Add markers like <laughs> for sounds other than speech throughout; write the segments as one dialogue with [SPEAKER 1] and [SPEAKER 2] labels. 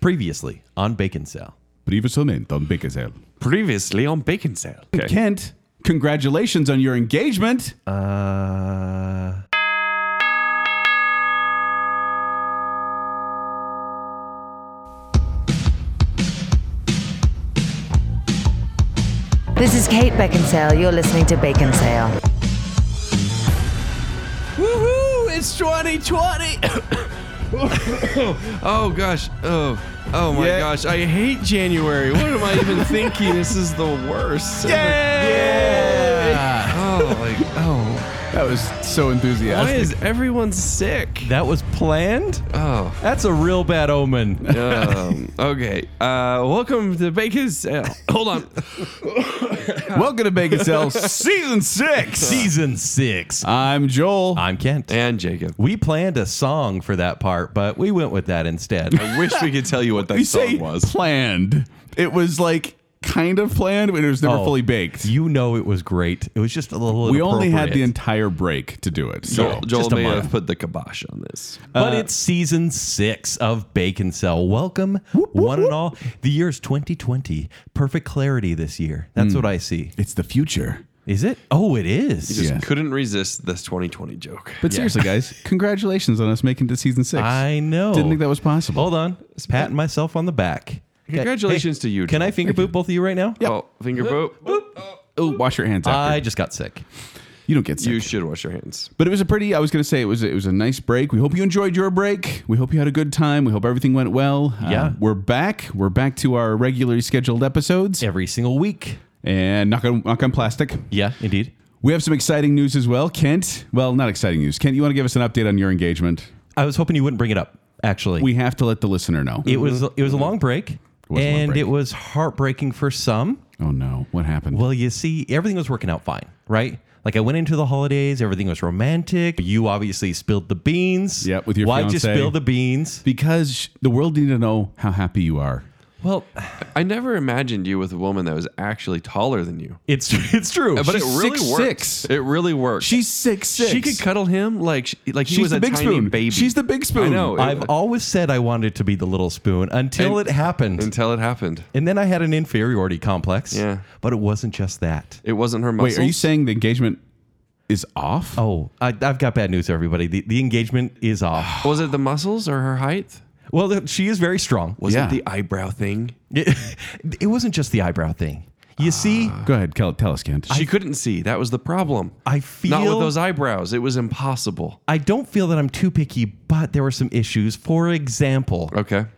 [SPEAKER 1] Previously on Bacon Cell.
[SPEAKER 2] Previously on
[SPEAKER 1] e
[SPEAKER 2] Bacon Sale.
[SPEAKER 3] Previously on Bacon Sale.
[SPEAKER 2] Kent, congratulations on your engagement.
[SPEAKER 1] Uh,
[SPEAKER 4] This is Kate Beckinsale. You're listening to Baconsale.
[SPEAKER 3] Woohoo! It's 2020. oh gosh. Oh. Oh my
[SPEAKER 2] Yeah.
[SPEAKER 3] gosh. I hate January. What am I even thinking? This is the worst.
[SPEAKER 2] Yeah.
[SPEAKER 3] Oh, like oh.
[SPEAKER 2] That was so
[SPEAKER 3] Why
[SPEAKER 2] enthusiastic.
[SPEAKER 3] is everyone sick?
[SPEAKER 1] that was planned?
[SPEAKER 3] Oh.
[SPEAKER 1] That's a real bad omen.
[SPEAKER 3] Um, okay. Uh, welcome to Bacon Sale. Hold on.
[SPEAKER 2] Welcome to Bacon
[SPEAKER 3] <laughs>
[SPEAKER 2] Sale Season 6.
[SPEAKER 1] Season six.
[SPEAKER 2] I'm Joel.
[SPEAKER 1] I'm Kent.
[SPEAKER 3] And Jacob.
[SPEAKER 1] we planned a song for that part, but we went with that instead.
[SPEAKER 3] I wish we could tell you what
[SPEAKER 2] <laughs>
[SPEAKER 3] that
[SPEAKER 2] you
[SPEAKER 3] song
[SPEAKER 2] say
[SPEAKER 3] was.
[SPEAKER 2] planned. It was like kind of planned, but it was never
[SPEAKER 1] Oh,
[SPEAKER 2] fully baked.
[SPEAKER 1] You know it was great. It was just a little.
[SPEAKER 2] We only had the
[SPEAKER 1] inappropriate.
[SPEAKER 2] entire break to do it. So
[SPEAKER 3] Joel, Joel
[SPEAKER 1] just a
[SPEAKER 3] may
[SPEAKER 1] month.
[SPEAKER 3] have put the kibosh on this.
[SPEAKER 1] But it's season six of Bacon Cell. Welcome, one and all. The year's 2020. Perfect clarity this year. That's
[SPEAKER 2] Hmm.
[SPEAKER 1] what I see.
[SPEAKER 2] it's the future.
[SPEAKER 1] Is it? Oh, it is.
[SPEAKER 3] Just
[SPEAKER 2] Yeah.
[SPEAKER 3] couldn't resist this 2020 joke.
[SPEAKER 2] But seriously, guys, congratulations on us making it to season six.
[SPEAKER 1] I know.
[SPEAKER 2] Didn't think that was possible.
[SPEAKER 1] Hold on. Patting myself on the back.
[SPEAKER 3] Congratulations
[SPEAKER 1] Hey,
[SPEAKER 3] to you,
[SPEAKER 1] Can I
[SPEAKER 3] Dave.
[SPEAKER 1] finger boot both of you right now?
[SPEAKER 3] Oh, finger boat.
[SPEAKER 2] Oh, wash your hands. After.
[SPEAKER 1] I just got sick.
[SPEAKER 2] you don't get sick.
[SPEAKER 3] You should wash your hands.
[SPEAKER 2] But it was a pretty. I was going to say it was. It was a nice break. We hope you enjoyed your break. We hope you had a good time. We hope everything went well. Uh,
[SPEAKER 1] Yeah.
[SPEAKER 2] we're back. We're back to our regularly scheduled episodes.
[SPEAKER 1] Every single week.
[SPEAKER 2] And knock on knock on plastic.
[SPEAKER 1] Yeah, indeed.
[SPEAKER 2] We have some exciting news as well, Kent. Well, not exciting news, Kent. You want to give us an update on your engagement?
[SPEAKER 1] I was hoping you wouldn't bring it up, actually.
[SPEAKER 2] We have to let the listener know.
[SPEAKER 1] it was it was a long break.
[SPEAKER 2] was a long
[SPEAKER 1] and
[SPEAKER 2] break.
[SPEAKER 1] it was heartbreaking for some.
[SPEAKER 2] oh no, what happened?
[SPEAKER 1] Well, you see, everything was working out fine, right? Like I went into the holidays, everything was romantic. You obviously spilled the beans.
[SPEAKER 2] Yep, with your
[SPEAKER 1] Why'd you
[SPEAKER 2] fiancé.
[SPEAKER 1] spill the beans?
[SPEAKER 2] because sh- the world needed to know how happy you are.
[SPEAKER 1] Well,
[SPEAKER 3] I never imagined you with a woman that was actually taller than you.
[SPEAKER 1] it's <laughs> it's true.
[SPEAKER 3] But
[SPEAKER 2] She's
[SPEAKER 3] it really
[SPEAKER 2] six,
[SPEAKER 3] worked.
[SPEAKER 2] six.
[SPEAKER 3] It really worked.
[SPEAKER 2] She's six six.
[SPEAKER 3] She could cuddle him like she, like he
[SPEAKER 2] She's
[SPEAKER 3] was
[SPEAKER 2] the
[SPEAKER 3] a
[SPEAKER 2] big
[SPEAKER 3] tiny
[SPEAKER 2] spoon.
[SPEAKER 3] baby.
[SPEAKER 2] She's the big spoon.
[SPEAKER 3] I know.
[SPEAKER 1] I've
[SPEAKER 3] It-
[SPEAKER 1] always said I wanted to be the little spoon until
[SPEAKER 3] And-
[SPEAKER 1] it happened.
[SPEAKER 3] until it happened.
[SPEAKER 1] And then I had an inferiority complex.
[SPEAKER 3] Yeah.
[SPEAKER 1] But it wasn't just that.
[SPEAKER 3] It wasn't her muscles.
[SPEAKER 2] Wait, are you saying the engagement is off?
[SPEAKER 1] Oh, I, I've got bad news, everybody. The, the engagement is off.
[SPEAKER 3] <sighs> was it the muscles or her height?
[SPEAKER 1] Well, th- she is very strong.
[SPEAKER 3] Was
[SPEAKER 2] Yeah.
[SPEAKER 3] it the eyebrow thing?
[SPEAKER 1] <laughs> It, it wasn't just the eyebrow thing.
[SPEAKER 3] Ah.
[SPEAKER 1] You see,
[SPEAKER 2] Go ahead, tell, tell us, Kent.
[SPEAKER 3] She couldn't see. That was the problem.
[SPEAKER 1] I feel
[SPEAKER 3] Not with those eyebrows. It was impossible.
[SPEAKER 1] I don't feel that I'm too picky, but there were some issues. For example,
[SPEAKER 3] Okay. Mm-hmm.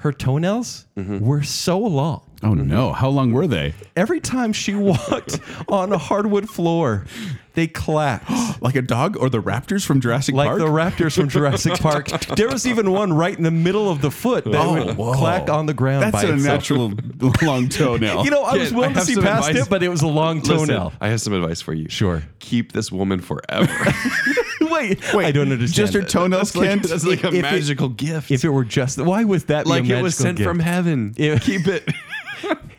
[SPEAKER 1] her toenails were so long.
[SPEAKER 2] Oh no! How long were they?
[SPEAKER 1] Every time she <laughs> walked on a hardwood floor, they clacked.
[SPEAKER 2] Like a dog or the raptors from Jurassic
[SPEAKER 1] Like
[SPEAKER 2] Park?
[SPEAKER 1] the raptors from
[SPEAKER 3] <laughs>
[SPEAKER 1] Jurassic Park. There was even one right in the middle of the foot
[SPEAKER 3] Oh,
[SPEAKER 1] that would clack on the ground
[SPEAKER 2] That's
[SPEAKER 1] by
[SPEAKER 2] a
[SPEAKER 1] itself.
[SPEAKER 2] natural
[SPEAKER 1] <laughs>
[SPEAKER 2] long toenail.
[SPEAKER 1] You know, I
[SPEAKER 3] Kid,
[SPEAKER 1] was willing
[SPEAKER 3] I
[SPEAKER 1] to
[SPEAKER 3] have
[SPEAKER 1] see
[SPEAKER 3] some
[SPEAKER 1] past
[SPEAKER 3] advice.
[SPEAKER 1] it,
[SPEAKER 2] <laughs>
[SPEAKER 1] but it was a long toenail.
[SPEAKER 3] <laughs> Listen, I have some advice for you.
[SPEAKER 1] Sure.
[SPEAKER 3] Keep this
[SPEAKER 2] <laughs>
[SPEAKER 3] woman forever.
[SPEAKER 1] wait, I don't understand.
[SPEAKER 2] Just her
[SPEAKER 1] that.
[SPEAKER 2] toenails, Kent.
[SPEAKER 3] That's like a
[SPEAKER 1] If it-
[SPEAKER 3] magical gift.
[SPEAKER 1] If it were just why would that
[SPEAKER 3] like
[SPEAKER 1] be a
[SPEAKER 3] it was
[SPEAKER 1] magical
[SPEAKER 3] sent
[SPEAKER 1] gift?
[SPEAKER 3] from heaven.
[SPEAKER 1] Yeah.
[SPEAKER 2] <laughs>
[SPEAKER 3] Keep it.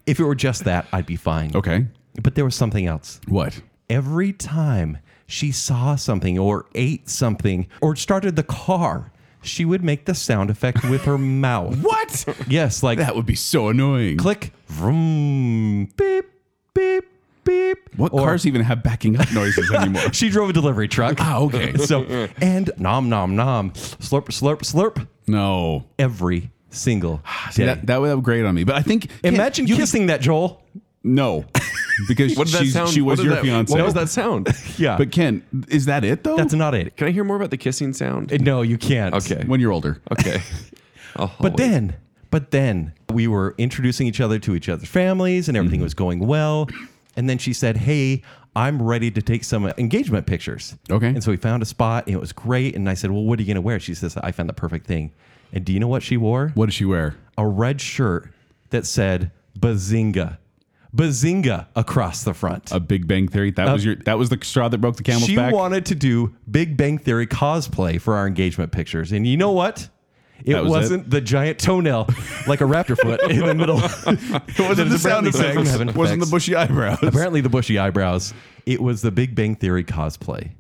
[SPEAKER 1] If it were just that, I'd be fine.
[SPEAKER 2] okay.
[SPEAKER 1] But there was something else.
[SPEAKER 2] What?
[SPEAKER 1] Every time she saw something or ate something or started the car, she would make the sound effect with her <laughs> mouth.
[SPEAKER 2] What?
[SPEAKER 1] Yes, like
[SPEAKER 2] <laughs> that would be so annoying.
[SPEAKER 1] click, vroom, beep, beep, beep.
[SPEAKER 2] what
[SPEAKER 1] Or-
[SPEAKER 2] cars even have backing up
[SPEAKER 1] <laughs>
[SPEAKER 2] noises anymore?
[SPEAKER 1] She drove a delivery truck. <laughs>
[SPEAKER 2] Ah, okay.
[SPEAKER 1] So, and nom, nom, nom, slurp, slurp, slurp,
[SPEAKER 2] <laughs> no.
[SPEAKER 1] every single day.
[SPEAKER 2] See, that, that would have great on me, but I think
[SPEAKER 1] Imagine
[SPEAKER 2] you
[SPEAKER 1] kissing that, Joel.
[SPEAKER 2] no,
[SPEAKER 1] <laughs>
[SPEAKER 2] because
[SPEAKER 3] What did that
[SPEAKER 2] she's-
[SPEAKER 3] sound?
[SPEAKER 2] she was
[SPEAKER 3] what did
[SPEAKER 2] your
[SPEAKER 3] that,
[SPEAKER 2] fiance.
[SPEAKER 3] What was that sound? <laughs>
[SPEAKER 1] Yeah.
[SPEAKER 2] But Ken, is that it though?
[SPEAKER 1] that's not it.
[SPEAKER 3] Can I hear more about the kissing sound?
[SPEAKER 1] No, you can't.
[SPEAKER 3] okay.
[SPEAKER 2] when you're older.
[SPEAKER 3] Okay. Oh, I'll- I'll
[SPEAKER 1] But
[SPEAKER 3] wait.
[SPEAKER 1] then, but then we were introducing each other to each other's families and
[SPEAKER 2] Mm-hmm.
[SPEAKER 1] everything was going well. And then she said, Hey, I'm ready to take some engagement pictures.
[SPEAKER 2] Okay.
[SPEAKER 1] And so we found a spot and it was great. And I said, Well, what are you going to wear? She says, I found the perfect thing. And do you know what she wore?
[SPEAKER 2] What does she wear?
[SPEAKER 1] A red shirt that said Bazinga, Bazinga across the front.
[SPEAKER 2] A Big Bang Theory. That was your. That was the straw that broke the camel's
[SPEAKER 1] she
[SPEAKER 2] back.
[SPEAKER 1] wanted to do Big Bang Theory cosplay for our engagement pictures. And you know what? It
[SPEAKER 2] That was it?
[SPEAKER 1] wasn't the giant toenail like a raptor foot in the
[SPEAKER 2] <laughs>
[SPEAKER 1] middle. it
[SPEAKER 2] wasn't the sound effects. Wasn't the bushy eyebrows.
[SPEAKER 1] apparently the bushy eyebrows. It was the Big Bang Theory cosplay.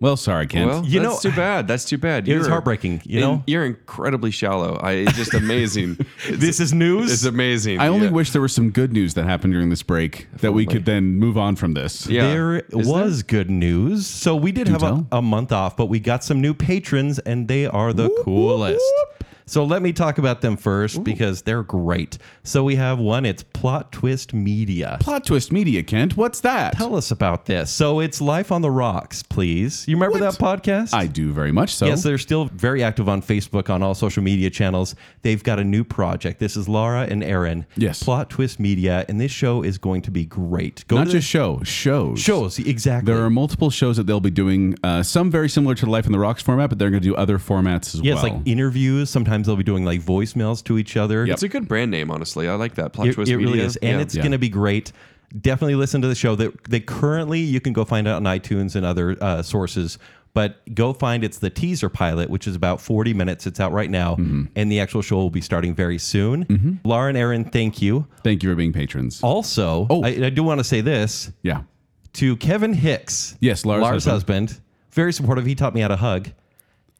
[SPEAKER 2] Well, sorry, Kent.
[SPEAKER 3] Well,
[SPEAKER 1] You
[SPEAKER 3] that's
[SPEAKER 1] know-
[SPEAKER 3] too bad. That's too bad.
[SPEAKER 1] It was heartbreaking, you
[SPEAKER 3] in-
[SPEAKER 1] know?
[SPEAKER 3] you're incredibly shallow. I it's just amazing. It's-
[SPEAKER 1] This is news.
[SPEAKER 3] It's amazing.
[SPEAKER 2] I only
[SPEAKER 3] yeah.
[SPEAKER 2] wish there was some good news that happened during this break that we could then move on from this.
[SPEAKER 3] Yeah.
[SPEAKER 1] There
[SPEAKER 3] Is
[SPEAKER 1] was good news. So we did have a,
[SPEAKER 2] tell.
[SPEAKER 1] a month off, but we got some new patrons and they are the coolest. So let me talk about them first because they're great. So we have one, it's Plot Twist Media.
[SPEAKER 2] Plot twist media, Kent. What's that?
[SPEAKER 1] Tell us about this. So it's Life on the Rocks, please. You remember
[SPEAKER 2] What?
[SPEAKER 1] that podcast?
[SPEAKER 2] I do very much so.
[SPEAKER 1] Yes, they're still very active on Facebook on all social media channels. They've got a new project. This is Laura and Aaron.
[SPEAKER 2] Yes.
[SPEAKER 1] Plot Twist Media, and this show is going to be great. Go
[SPEAKER 2] Not
[SPEAKER 1] to
[SPEAKER 2] just show, shows.
[SPEAKER 1] the shows exactly.
[SPEAKER 2] There are multiple shows that they'll be doing, uh, some very similar to Life in the Rocks format, but they're going to do other formats as
[SPEAKER 1] yeah,
[SPEAKER 2] well.
[SPEAKER 1] it's like e- interviews. Sometimes they'll be doing like voicemails to each other.
[SPEAKER 2] Yep.
[SPEAKER 3] It's a good brand name, honestly. I like that. Plot
[SPEAKER 1] It,
[SPEAKER 3] twist.
[SPEAKER 1] it really
[SPEAKER 3] Media.
[SPEAKER 1] is, and
[SPEAKER 3] Yeah.
[SPEAKER 1] it's
[SPEAKER 2] Yeah.
[SPEAKER 1] going to be great. Definitely listen to the show. That they currently you can go find it on iTunes and other uh, sources. But go find it's the teaser pilot, which is about 40 minutes. It's out right now,
[SPEAKER 2] Mm-hmm.
[SPEAKER 1] and the actual show will be starting very soon. Lauren, Aaron, thank you.
[SPEAKER 2] Thank you for being patrons.
[SPEAKER 1] Also,
[SPEAKER 2] Oh.
[SPEAKER 1] I, I do want to say this
[SPEAKER 2] Yeah.
[SPEAKER 1] to Kevin Hicks.
[SPEAKER 2] Yes, Lars'
[SPEAKER 1] husband.
[SPEAKER 2] husband.
[SPEAKER 1] Very supportive. He taught me how to hug.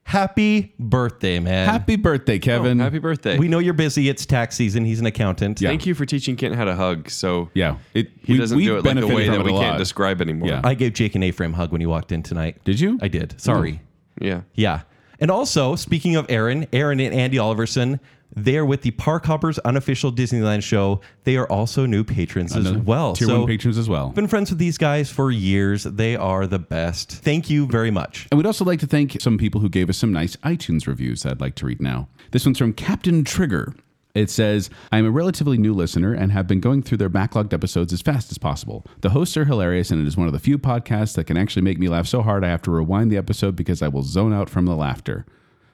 [SPEAKER 1] Happy birthday, man.
[SPEAKER 2] Happy birthday, Kevin.
[SPEAKER 3] Oh, happy birthday.
[SPEAKER 1] We know you're busy. It's tax season. He's an accountant.
[SPEAKER 2] Yeah.
[SPEAKER 3] Thank you for teaching Kent how to hug. So
[SPEAKER 2] Yeah. It-
[SPEAKER 3] he
[SPEAKER 2] we-
[SPEAKER 3] doesn't
[SPEAKER 2] we've
[SPEAKER 3] do it like a
[SPEAKER 2] benefited
[SPEAKER 3] way
[SPEAKER 2] from
[SPEAKER 3] that
[SPEAKER 2] it
[SPEAKER 3] we
[SPEAKER 2] a
[SPEAKER 3] can't
[SPEAKER 2] lot.
[SPEAKER 3] describe anymore.
[SPEAKER 2] Yeah.
[SPEAKER 1] I gave Jake an A-frame hug when he walked in tonight.
[SPEAKER 2] Did you?
[SPEAKER 1] I did.
[SPEAKER 2] Mm.
[SPEAKER 1] Sorry.
[SPEAKER 3] yeah.
[SPEAKER 1] Yeah. And also, speaking of Aaron, Aaron and Andy Oliverson, they are with the Park Hoppers unofficial Disneyland show. They are also new patrons as
[SPEAKER 2] Another
[SPEAKER 1] well.
[SPEAKER 2] Tier
[SPEAKER 1] so
[SPEAKER 2] one patrons as well.
[SPEAKER 1] I've been friends with these guys for years. They are the best. Thank you very much.
[SPEAKER 2] And we'd also like to thank some people who gave us some nice iTunes reviews that I'd like to read now. This one's from Captain Trigger. It says, I am a relatively new listener and have been going through their backlogged episodes as fast as possible. The hosts are hilarious, and it is one of the few podcasts that can actually make me laugh so hard I have to rewind the episode because I will zone out from the laughter.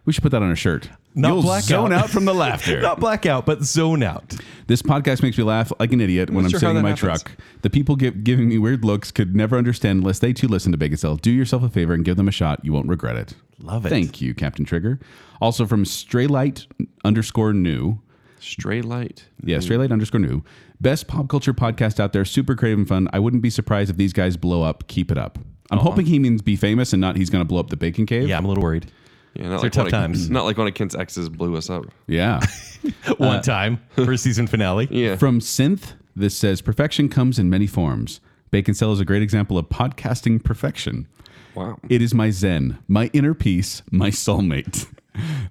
[SPEAKER 2] We should put that on a shirt.
[SPEAKER 1] Not
[SPEAKER 2] You'll
[SPEAKER 1] blackout.
[SPEAKER 2] zone out from the laughter.
[SPEAKER 1] <laughs> Not blackout, but zone out.
[SPEAKER 2] This podcast makes me laugh like an idiot when
[SPEAKER 3] not
[SPEAKER 2] I'm
[SPEAKER 3] sure
[SPEAKER 2] sitting
[SPEAKER 3] how
[SPEAKER 2] in my
[SPEAKER 3] that happens.
[SPEAKER 2] truck. The people give, giving me weird looks could never understand unless they too listen to Bacon Cell. Do yourself a favor and give them a shot. You won't regret it.
[SPEAKER 1] Love it.
[SPEAKER 2] Thank you, Captain Trigger. Also from Straylight underscore new.
[SPEAKER 3] Stray light.
[SPEAKER 2] Yeah, Straylight underscore new. Best pop culture podcast out there. Super creative and fun. I wouldn't be surprised if these guys blow up. Keep it up. I'm hoping he means be famous and not he's going to blow up the bacon cave.
[SPEAKER 1] Yeah, I'm a little
[SPEAKER 2] <laughs>
[SPEAKER 1] worried.
[SPEAKER 3] Yeah, not
[SPEAKER 1] are tough
[SPEAKER 3] one of-
[SPEAKER 1] times.
[SPEAKER 3] Not like one of Kent's exes blew us up. <laughs>
[SPEAKER 2] Yeah.
[SPEAKER 1] One time Uh, <laughs> for season finale.
[SPEAKER 2] <laughs>
[SPEAKER 3] Yeah.
[SPEAKER 2] From Synth, this says perfection comes in many forms. Bacon Cell is a great example of podcasting perfection.
[SPEAKER 3] Wow.
[SPEAKER 2] It is my zen, my inner peace, my soulmate. <laughs>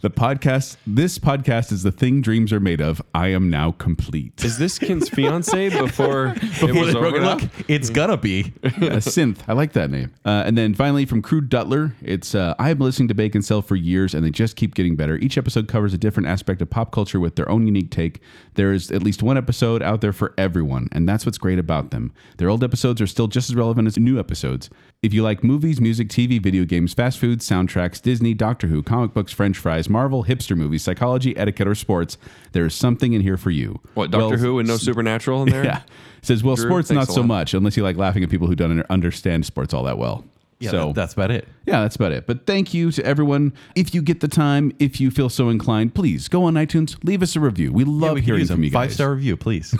[SPEAKER 2] The podcast, this podcast is the thing dreams are made of. I am now complete.
[SPEAKER 3] Is this Kent's fiance before it was
[SPEAKER 1] Look,
[SPEAKER 3] over?
[SPEAKER 1] Look, it's gonna be.
[SPEAKER 2] Uh, synth, I like that name. Uh, and then finally from Crew Dutler, it's uh, I have been listening to Bacon Cell for years and they just keep getting better. Each episode covers a different aspect of pop culture with their own unique take. There is at least one episode out there for everyone, and that's what's great about them. Their old episodes are still just as relevant as new episodes. If you like movies, music, TV, video games, fast food, soundtracks, Disney, Doctor Who, comic books, French fries, Marvel, hipster movies, psychology, etiquette, or sports, there is something in here for you.
[SPEAKER 3] What Doctor
[SPEAKER 2] Well,
[SPEAKER 3] Who and no supernatural in
[SPEAKER 2] <laughs>
[SPEAKER 3] there?
[SPEAKER 2] yeah. Says, well,
[SPEAKER 3] Drew,
[SPEAKER 2] sports
[SPEAKER 3] thanks
[SPEAKER 2] not
[SPEAKER 3] a
[SPEAKER 2] so
[SPEAKER 3] lot.
[SPEAKER 2] much unless you like laughing at people who don't under- understand sports all that well.
[SPEAKER 1] Yeah,
[SPEAKER 2] so
[SPEAKER 1] that- that's about it.
[SPEAKER 2] yeah, that's about it. But thank you to everyone. If you get the time, if you feel so inclined, please go on iTunes, leave us a review. We love
[SPEAKER 1] yeah, we could
[SPEAKER 2] hearing
[SPEAKER 1] use a
[SPEAKER 2] from you guys.
[SPEAKER 1] five star review, please.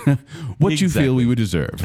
[SPEAKER 2] what
[SPEAKER 1] Exactly.
[SPEAKER 2] you feel we would deserve.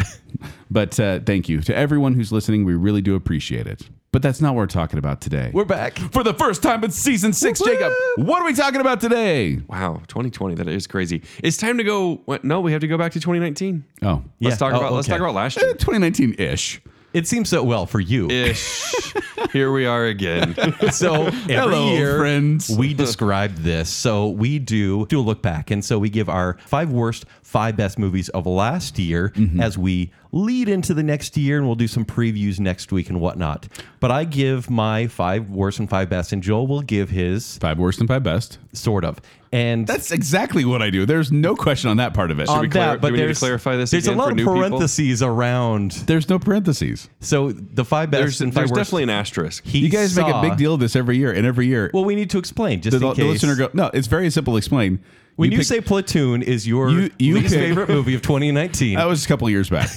[SPEAKER 2] but uh, thank you to everyone who's listening. We really do appreciate it. But that's not what <laughs> we're talking about today.
[SPEAKER 1] We're back.
[SPEAKER 2] for the first time in season six,
[SPEAKER 1] Whoop,
[SPEAKER 2] Jacob. What are we talking about today?
[SPEAKER 3] Wow, 2020. That is crazy. It's time to go. What, no, we have to go back to 2019.
[SPEAKER 2] Oh, Eh,
[SPEAKER 1] Yeah.
[SPEAKER 3] Let's talk
[SPEAKER 1] Oh,
[SPEAKER 3] about. Let's
[SPEAKER 1] okay.
[SPEAKER 3] talk about last year.
[SPEAKER 2] 2019 ish.
[SPEAKER 1] It seems so well for you.
[SPEAKER 3] Ish. Here we are again.
[SPEAKER 1] <laughs> So every
[SPEAKER 2] Hello,
[SPEAKER 1] year,
[SPEAKER 2] friends.
[SPEAKER 1] we describe this. So we do do a look back, and so we give our five worst, five best movies of last year
[SPEAKER 2] Mm-hmm.
[SPEAKER 1] as we lead into the next year, and we'll do some previews next week and whatnot. But I give my five worst and five best, and Joel will give his
[SPEAKER 2] Five worst and five best.
[SPEAKER 1] sort of. And
[SPEAKER 2] That's exactly what I do. There's no question on that part of it.
[SPEAKER 1] on
[SPEAKER 3] we clar-
[SPEAKER 1] that,
[SPEAKER 3] do
[SPEAKER 1] but
[SPEAKER 3] we need to
[SPEAKER 1] there's-
[SPEAKER 3] clarify this
[SPEAKER 1] There's a
[SPEAKER 3] again for
[SPEAKER 1] lot of
[SPEAKER 3] new people?
[SPEAKER 1] parentheses around.
[SPEAKER 2] There's no parentheses.
[SPEAKER 1] So the five best
[SPEAKER 3] There's,
[SPEAKER 1] and five
[SPEAKER 3] there's
[SPEAKER 1] worst.
[SPEAKER 3] definitely an asterisk.
[SPEAKER 1] he
[SPEAKER 2] You guys make a
[SPEAKER 1] saw-
[SPEAKER 2] big deal of this every year, and every year,
[SPEAKER 1] Well, we need to explain just
[SPEAKER 2] the,
[SPEAKER 1] in
[SPEAKER 2] the
[SPEAKER 1] case.
[SPEAKER 2] listener go, "No, it's very simple." to Explain.
[SPEAKER 1] when you,
[SPEAKER 2] pick-
[SPEAKER 1] say Platoon is your
[SPEAKER 2] You- you
[SPEAKER 1] least
[SPEAKER 2] pick- Oh,
[SPEAKER 1] favorite movie of 2019,
[SPEAKER 2] <laughs> that was a couple of
[SPEAKER 1] <laughs>
[SPEAKER 2] years back,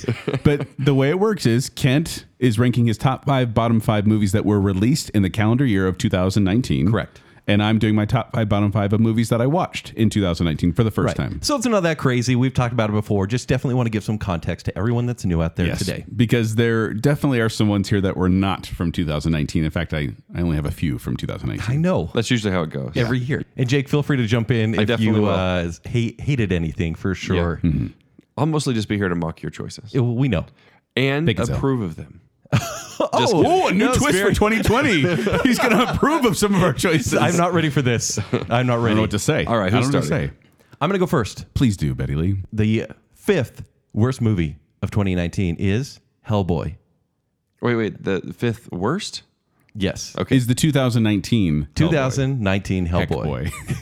[SPEAKER 2] but the way it works is Kent is ranking his top five, bottom five movies that were released in the calendar year of 2019.
[SPEAKER 1] Correct.
[SPEAKER 2] and I'm doing my top five, bottom five of movies that I watched in 2019 for the first time.
[SPEAKER 1] So it's not that crazy. We've talked about it before. Just definitely want to give some context to everyone that's new out there
[SPEAKER 2] Yes,
[SPEAKER 1] today.
[SPEAKER 2] because there definitely are some ones here that were not from 2019. In fact, I, I only have a few from 2019.
[SPEAKER 1] I know.
[SPEAKER 3] That's usually how it goes.
[SPEAKER 1] every year. And Jake, feel free to jump in if
[SPEAKER 3] definitely
[SPEAKER 1] you
[SPEAKER 3] will.
[SPEAKER 1] uh, hate, hated anything for sure.
[SPEAKER 2] Mm-hmm.
[SPEAKER 3] I'll mostly just be here to mock your choices
[SPEAKER 1] It- we know.
[SPEAKER 3] and
[SPEAKER 2] and sell.
[SPEAKER 3] approve of them.
[SPEAKER 1] Oh,
[SPEAKER 2] Oh, a new
[SPEAKER 3] That was
[SPEAKER 2] twist
[SPEAKER 3] very-
[SPEAKER 2] for
[SPEAKER 1] <laughs>
[SPEAKER 2] 2020. He's going to approve of some of our choices.
[SPEAKER 1] I'm not ready for this. I'm not
[SPEAKER 2] <laughs> I don't know
[SPEAKER 1] ready.
[SPEAKER 2] what to say.
[SPEAKER 3] All right,
[SPEAKER 2] I
[SPEAKER 3] who's
[SPEAKER 2] don't know what to
[SPEAKER 3] starting?
[SPEAKER 2] say.
[SPEAKER 1] I'm going to go first.
[SPEAKER 2] Please do, Betty Lee.
[SPEAKER 1] The fifth worst movie of 2019 is Hellboy.
[SPEAKER 3] Wait, wait. The
[SPEAKER 1] <laughs>
[SPEAKER 3] fifth worst?
[SPEAKER 1] Yes.
[SPEAKER 3] Okay.
[SPEAKER 2] Is the 2019
[SPEAKER 1] 2019
[SPEAKER 2] Hellboy.
[SPEAKER 1] Hellboy.
[SPEAKER 2] Boy.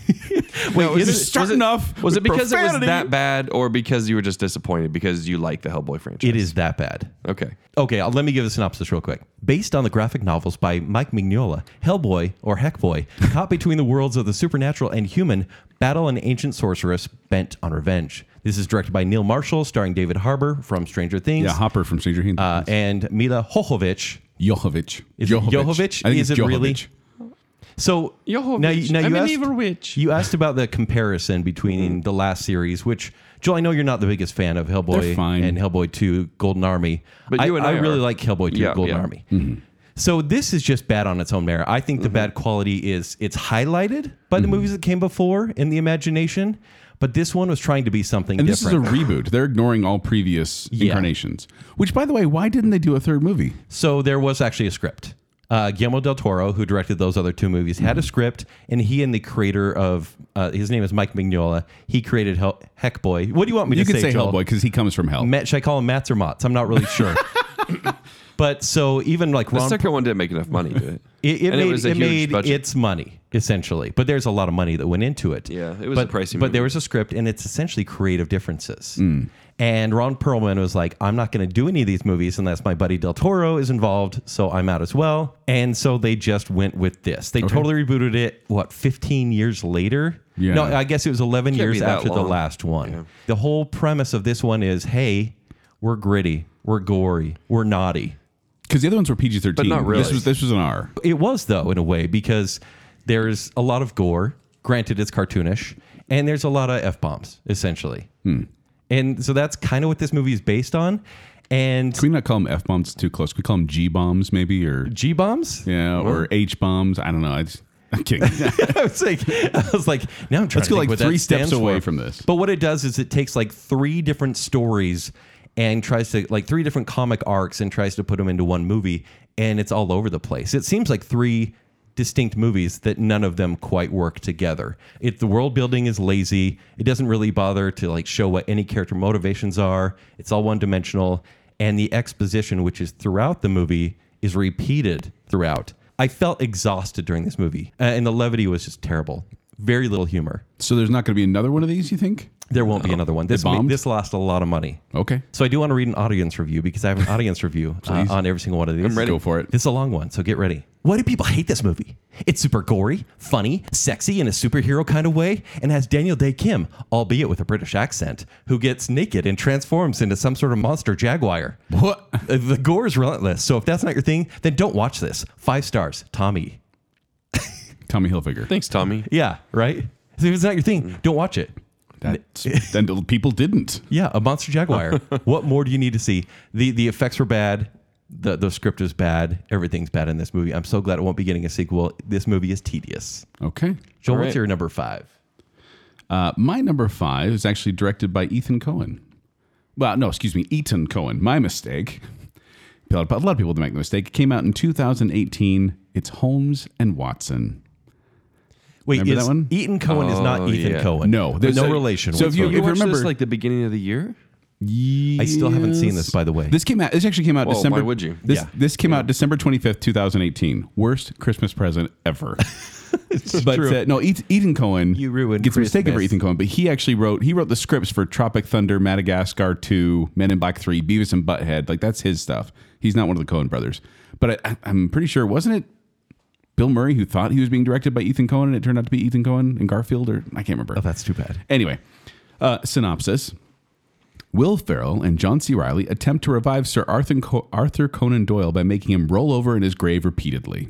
[SPEAKER 1] Wait,
[SPEAKER 3] No,
[SPEAKER 1] is
[SPEAKER 3] is it-
[SPEAKER 1] it-
[SPEAKER 2] just starting
[SPEAKER 3] was it,
[SPEAKER 2] off
[SPEAKER 3] Was
[SPEAKER 2] with
[SPEAKER 3] it because it
[SPEAKER 2] profanity.
[SPEAKER 3] was that bad, or because you were just disappointed because you like the Hellboy franchise?
[SPEAKER 1] it is that bad.
[SPEAKER 3] Okay.
[SPEAKER 1] Okay, I'll- let me give a synopsis real quick. Based on the graphic novels by Mike Mignola, Hellboy, or Heckboy, caught between the worlds of the supernatural and human, battle an ancient sorceress bent on revenge. This is directed by Neil Marshall, starring David Harbour from Stranger Things,
[SPEAKER 2] Yeah, Hopper from Stranger Things.
[SPEAKER 1] uh, and Mila Jojovic.
[SPEAKER 2] Johovic.
[SPEAKER 1] Is it Johovich?
[SPEAKER 2] I think
[SPEAKER 1] Is
[SPEAKER 2] it's
[SPEAKER 1] it really?
[SPEAKER 2] Johovich.
[SPEAKER 1] So
[SPEAKER 3] Jojovic.
[SPEAKER 1] now, you- now
[SPEAKER 3] I'm
[SPEAKER 1] you
[SPEAKER 3] an
[SPEAKER 1] asked,
[SPEAKER 3] evil witch.
[SPEAKER 1] You asked about the comparison between the last series, which Joel, I know you're not the biggest fan of Hellboy
[SPEAKER 2] They're fine.
[SPEAKER 1] and Hellboy Two Golden Army,
[SPEAKER 3] But
[SPEAKER 1] I,
[SPEAKER 3] you and I
[SPEAKER 1] really
[SPEAKER 3] are.
[SPEAKER 1] like Hellboy Two
[SPEAKER 3] Yeah,
[SPEAKER 1] Golden
[SPEAKER 3] yeah.
[SPEAKER 1] Army.
[SPEAKER 2] Mm-hmm.
[SPEAKER 1] So this is just bad on its own merit. I
[SPEAKER 3] Mm-hmm.
[SPEAKER 1] think the bad quality is it's highlighted by
[SPEAKER 2] Mm-hmm.
[SPEAKER 1] the movies that came before in the imagination, but this one was trying to be something
[SPEAKER 2] And this
[SPEAKER 1] different.
[SPEAKER 2] is a reboot. They're ignoring all previous
[SPEAKER 1] Yeah.
[SPEAKER 2] incarnations. Which, by the way, why didn't they do a third movie?
[SPEAKER 1] So there was actually a script. Uh, Guillermo del Toro, who directed those other two movies, had
[SPEAKER 2] Mm-hmm.
[SPEAKER 1] a script, and he and the creator of uh, his name is Mike Mignola. He created Hell- Heck Boy. What do you want me
[SPEAKER 2] You
[SPEAKER 1] to
[SPEAKER 2] could
[SPEAKER 1] say?
[SPEAKER 2] say
[SPEAKER 1] Joel?
[SPEAKER 2] Hellboy because he comes from hell.
[SPEAKER 1] Matt, should I call him Matts or Mott's? I'm not really
[SPEAKER 2] <laughs>
[SPEAKER 1] sure. but so even like
[SPEAKER 3] The
[SPEAKER 1] Ron,
[SPEAKER 3] second one didn't make enough money, did it?
[SPEAKER 1] <laughs> it, it
[SPEAKER 3] And
[SPEAKER 1] made it,
[SPEAKER 3] was a huge
[SPEAKER 1] made
[SPEAKER 3] budget.
[SPEAKER 1] its money essentially. But there's a lot of money that went into it.
[SPEAKER 3] Yeah, it was
[SPEAKER 1] but,
[SPEAKER 3] a pricey
[SPEAKER 1] But
[SPEAKER 3] movie. Mm.
[SPEAKER 1] there was a script, and it's essentially creative differences. And Ron Perlman was like, "I'm not going to do any of these movies unless my buddy Del Toro is involved, so I'm out as well." And so they just went with this. They totally rebooted it. What 15 years later?
[SPEAKER 2] Yeah.
[SPEAKER 1] No, I guess it was 11
[SPEAKER 3] Can't be
[SPEAKER 1] years
[SPEAKER 3] that
[SPEAKER 1] after the
[SPEAKER 3] long.
[SPEAKER 1] last one. The whole premise of this one is, hey, we're gritty, we're gory, we're naughty.
[SPEAKER 2] Because the other ones were PG thirteen.
[SPEAKER 3] But not really.
[SPEAKER 2] This was this was an R.
[SPEAKER 1] It was though in a way because there's a lot of gore. Granted, it's cartoonish, and there's a lot of f bombs essentially.
[SPEAKER 2] Hmm.
[SPEAKER 1] And so that's kind of what this movie is based on. And
[SPEAKER 2] Can we not call them f bombs too close? Can we call them g bombs maybe or
[SPEAKER 1] G bombs.
[SPEAKER 2] yeah or h bombs? I don't know. I just, I'm kidding.
[SPEAKER 1] <laughs> I was like, I was like, now I'm trying
[SPEAKER 2] Let's
[SPEAKER 1] to think
[SPEAKER 2] go like
[SPEAKER 1] what that
[SPEAKER 2] three steps
[SPEAKER 1] stands for.
[SPEAKER 2] away from this.
[SPEAKER 1] But what it does is it takes like three different stories and tries to like three different comic arcs and tries to put them into one movie, and it's all over the place. It seems like three distinct movies that none of them quite work together. It the world building is lazy. It doesn't really bother to like show what any character motivations are. It's all one dimensional, and the exposition, which is throughout the movie, is repeated throughout. I felt exhausted during this movie, uh, and the levity was just terrible. Very little humor
[SPEAKER 2] So there's not going to be another one of these. You think?
[SPEAKER 1] there won't be another one. This ma-
[SPEAKER 2] Uh, bombed?
[SPEAKER 1] this lost a lot of money.
[SPEAKER 2] Okay.
[SPEAKER 1] So I do want to read an audience review because I have an audience
[SPEAKER 2] <laughs>
[SPEAKER 1] review uh, on every single one of these.
[SPEAKER 2] I'm ready. Go for it.
[SPEAKER 1] This is a long one, so get ready. Why do people hate this movie? It's super gory, funny, sexy in a superhero kind of way, and has Daniel Day Kim, albeit with a British accent, who gets naked and transforms into some sort of monster jaguar.
[SPEAKER 2] What?
[SPEAKER 1] Uh, The gore is relentless, so if that's not your thing, then don't watch this. Five stars, Tommy.
[SPEAKER 2] Tommy Hilfiger.
[SPEAKER 3] Thanks, Tommy.
[SPEAKER 1] Yeah, right? If it's not your thing, don't watch it.
[SPEAKER 2] That's, then people didn't.
[SPEAKER 1] Yeah, a monster
[SPEAKER 3] <laughs>
[SPEAKER 1] jaguar. what more do you need to see? The the effects were bad. The the script is bad. Everything's bad in this movie. I'm so glad it won't be getting a sequel. This movie is tedious.
[SPEAKER 2] Okay.
[SPEAKER 1] Joel,
[SPEAKER 3] All
[SPEAKER 1] what's
[SPEAKER 3] right.
[SPEAKER 1] your number five?
[SPEAKER 2] Uh, my number five is actually directed by Ethan Cohen. Well, no, excuse me, Ethan Cohen. My mistake. A lot of people make the mistake. It came out in 2018. It's Holmes and Watson.
[SPEAKER 1] Wait,
[SPEAKER 2] Remember
[SPEAKER 1] is
[SPEAKER 2] that one?
[SPEAKER 1] Ethan Cohen is not
[SPEAKER 3] Oh,
[SPEAKER 1] Ethan
[SPEAKER 3] yeah.
[SPEAKER 1] Cohen.
[SPEAKER 2] No,
[SPEAKER 1] there's
[SPEAKER 2] there's
[SPEAKER 1] no
[SPEAKER 2] a-
[SPEAKER 1] relation.
[SPEAKER 2] so if you-
[SPEAKER 1] whatsoever.
[SPEAKER 2] if you
[SPEAKER 3] watched
[SPEAKER 2] remember-
[SPEAKER 3] this like the beginning of the year?
[SPEAKER 1] I still haven't seen this,
[SPEAKER 2] Yes.
[SPEAKER 1] by the way.
[SPEAKER 2] This came out. This actually came out
[SPEAKER 3] Well, why
[SPEAKER 2] December.
[SPEAKER 3] would you?
[SPEAKER 2] This
[SPEAKER 1] Yeah.
[SPEAKER 2] this came out December twenty fifth, two thousand eighteen. Worst Christmas present
[SPEAKER 1] <laughs>
[SPEAKER 2] ever. but
[SPEAKER 1] true.
[SPEAKER 2] Uh, no, Eth- Ethan Cohen.
[SPEAKER 1] You ruined
[SPEAKER 2] gets mistaken for
[SPEAKER 1] Christmas.
[SPEAKER 2] Ethan Cohen, but he actually wrote he wrote the scripts for Tropic Thunder, Madagascar Two, Men in Black Three, Beavis and Butthead. Like that's his stuff. He's not one of the Cohen brothers, but I, I, I'm pretty sure wasn't it. Bill Murray, who thought he was being directed by Ethan Cohen, and it turned out to be Ethan Cohen and Garfield, or I can't remember.
[SPEAKER 1] oh, that's too bad.
[SPEAKER 2] Anyway, uh, synopsis. Will Farrell and John C. Riley attempt to revive Sir Arthur, Co- Arthur Conan Doyle by making him roll over in his grave repeatedly.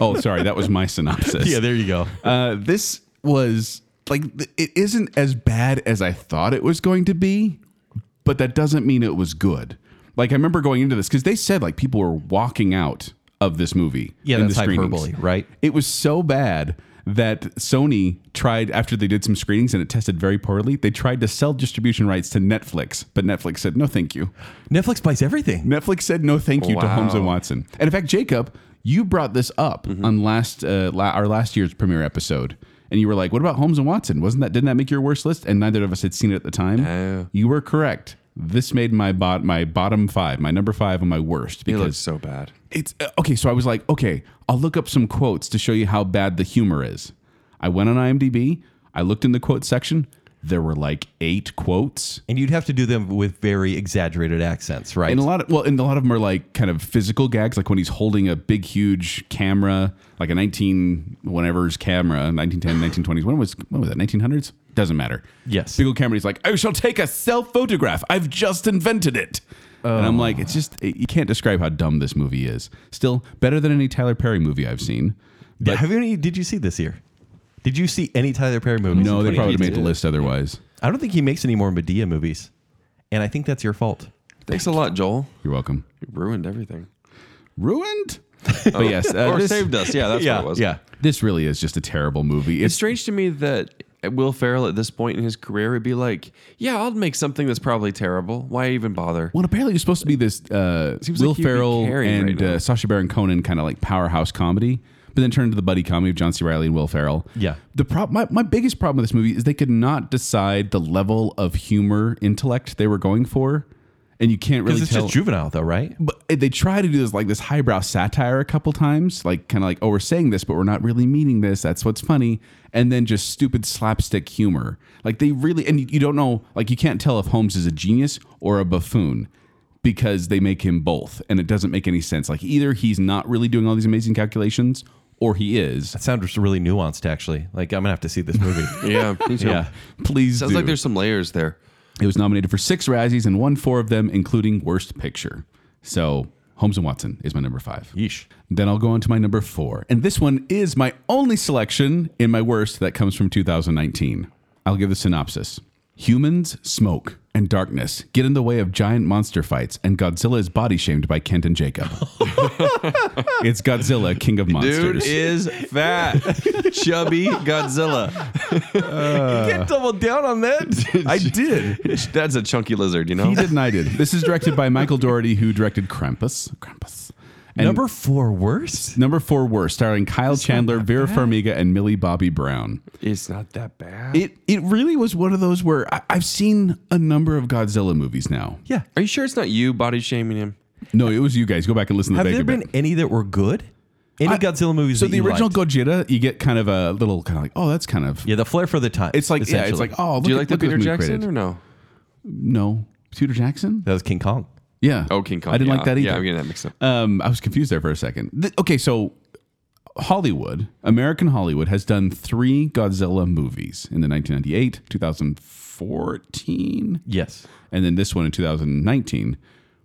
[SPEAKER 2] oh, sorry, that was my synopsis.
[SPEAKER 1] yeah, there you go.
[SPEAKER 2] Uh, this was like th- it isn't as bad as I thought it was going to be, but that doesn't mean it was good. Like I remember going into this because they said like people were walking out of this movie.
[SPEAKER 1] Yeah,
[SPEAKER 2] in
[SPEAKER 1] that's
[SPEAKER 2] the screenings.
[SPEAKER 1] hyperbole, right?
[SPEAKER 2] It was so bad that Sony tried after they did some screenings and it tested very poorly. They tried to sell distribution rights to Netflix, but Netflix said no, thank you.
[SPEAKER 1] <laughs> Netflix buys everything.
[SPEAKER 2] Netflix said no thank you to
[SPEAKER 3] Wow. Mm-hmm.
[SPEAKER 2] Holmes and Watson. And in fact, Jacob, you brought this up on last uh, la- our last year's premiere episode, and you were like, "What about Holmes and Watson? Wasn't that didn't that make your worst list?" And neither of us had seen it at the time.
[SPEAKER 3] Oh.
[SPEAKER 2] You were correct. This made my bot my bottom five, my number five, on my worst
[SPEAKER 3] It
[SPEAKER 2] because
[SPEAKER 3] looks so bad.
[SPEAKER 2] it's uh, okay. So I was like, okay, I'll look up some quotes to show you how bad the humor is. I went on IMDb. I looked in the quote section. There were like eight quotes.
[SPEAKER 1] And you'd have to do them with very exaggerated accents, right?
[SPEAKER 2] And a lot of well, and a lot of them are like kind of physical gags, like when he's holding a big, huge camera, like a nineteen whatever's camera, 1910, 1920s. When was when was that? Nineteen hundreds? Doesn't matter.
[SPEAKER 1] Yes.
[SPEAKER 2] big old camera. He's like, I shall take a self photograph. I've just invented it. And I'm like, it's just you can't describe how dumb this movie is. Still better than any Tyler Perry movie I've seen. But
[SPEAKER 1] have you any, did you see this year? Did you see any Tyler Perry movies?
[SPEAKER 2] no,
[SPEAKER 1] in
[SPEAKER 2] they probably
[SPEAKER 1] 2018?
[SPEAKER 2] made the list otherwise.
[SPEAKER 1] I don't think he makes any more Medea movies, and I think that's your fault.
[SPEAKER 3] Thanks a lot, Joel.
[SPEAKER 2] You're welcome.
[SPEAKER 3] You ruined everything.
[SPEAKER 2] Ruined. But yes, uh,
[SPEAKER 3] or
[SPEAKER 2] this,
[SPEAKER 3] saved us. Yeah, that's
[SPEAKER 1] yeah,
[SPEAKER 3] what it was.
[SPEAKER 1] yeah.
[SPEAKER 2] this really is just a terrible movie.
[SPEAKER 3] It's strange to me that Will Ferrell at this point in his career would be like, "Yeah, I'll make something that's probably terrible. Why even bother?"
[SPEAKER 2] Well, apparently you're supposed to be this uh,
[SPEAKER 3] Seems
[SPEAKER 2] Will
[SPEAKER 3] like you'd be
[SPEAKER 2] Ferrell
[SPEAKER 3] carrying
[SPEAKER 2] and
[SPEAKER 3] right now.
[SPEAKER 2] uh, Sacha Baron Cohen kind of like powerhouse comedy, but then turned into the buddy comedy of John C. Riley and Will Ferrell.
[SPEAKER 1] Yeah.
[SPEAKER 2] The problem, my, my biggest problem with this movie is they could not decide the level of humor intellect they were going for, and you can't
[SPEAKER 1] Because
[SPEAKER 2] really
[SPEAKER 1] it's
[SPEAKER 2] tell.
[SPEAKER 1] just juvenile, though, right?
[SPEAKER 2] but they try to do this like this highbrow satire a couple times, like kind of like, oh, we're saying this, but we're not really meaning this. That's what's funny. And then just stupid slapstick humor. Like they really, and you- you don't know, like you can't tell if Holmes is a genius or a buffoon because they make him both. And it doesn't make any sense. Like either he's not really doing all these amazing calculations or he is.
[SPEAKER 1] That sounds really nuanced, actually. Like I'm gonna have to see this
[SPEAKER 2] <laughs>
[SPEAKER 1] movie.
[SPEAKER 3] yeah, me too.
[SPEAKER 1] yeah,
[SPEAKER 2] Please
[SPEAKER 3] Sounds
[SPEAKER 2] do.
[SPEAKER 3] like there's some layers there.
[SPEAKER 2] It was nominated for six Razzies and won four of them, including Worst Picture. So Holmes and Watson is my number five.
[SPEAKER 1] yeesh.
[SPEAKER 2] Then I'll go on to my number four. And this one is my only selection in my worst that comes from 2019. I'll give the synopsis Humans, smoke, and darkness get in the way of giant monster fights, and Godzilla is body shamed by Kent and Jacob. <laughs> it's Godzilla, King of Monsters.
[SPEAKER 3] is fat, chubby Godzilla.
[SPEAKER 1] you can't double down on that. I did.
[SPEAKER 3] That's a chunky lizard, you know.
[SPEAKER 2] he did and I did. This is directed by Michael Doherty, who directed Krampus. Krampus. And
[SPEAKER 1] <laughs> Number four worst.
[SPEAKER 2] number four worst, starring Kyle Chandler, Vera Farmiga, and Millie Bobby Brown.
[SPEAKER 3] It's not that bad.
[SPEAKER 2] It it really was one of those where I, I've seen a number of Godzilla movies now.
[SPEAKER 1] Yeah.
[SPEAKER 3] Are you sure it's not you body shaming him?
[SPEAKER 2] No, it was you guys. Go back and listen to
[SPEAKER 1] Have
[SPEAKER 2] the
[SPEAKER 1] there
[SPEAKER 2] Baker
[SPEAKER 1] been
[SPEAKER 2] bit.
[SPEAKER 1] any that were good? Any
[SPEAKER 2] I-
[SPEAKER 1] Godzilla movies?
[SPEAKER 2] So
[SPEAKER 1] that
[SPEAKER 2] the
[SPEAKER 1] you
[SPEAKER 2] original
[SPEAKER 1] liked?
[SPEAKER 2] Godzilla, you get kind of a little kind of like, oh, that's kind of.
[SPEAKER 1] yeah, the flair for the time.
[SPEAKER 2] It's like yeah, it's
[SPEAKER 1] essentially.
[SPEAKER 2] like oh, look
[SPEAKER 3] Do you
[SPEAKER 2] at-
[SPEAKER 3] like the
[SPEAKER 2] look at
[SPEAKER 3] Peter
[SPEAKER 2] this movie
[SPEAKER 3] Jackson
[SPEAKER 2] created.
[SPEAKER 3] or no?
[SPEAKER 2] No, Peter Jackson.
[SPEAKER 1] that was King Kong.
[SPEAKER 2] Yeah.
[SPEAKER 3] Oh, King Kong.
[SPEAKER 2] I didn't
[SPEAKER 3] yeah.
[SPEAKER 2] like that either.
[SPEAKER 3] Yeah, I'm getting that mixed up.
[SPEAKER 2] Um, I was confused there for a second. Th- okay, so Hollywood, American Hollywood, has done three Godzilla movies in the 1998, 2014,
[SPEAKER 1] Yes.
[SPEAKER 2] and then this one in 2019.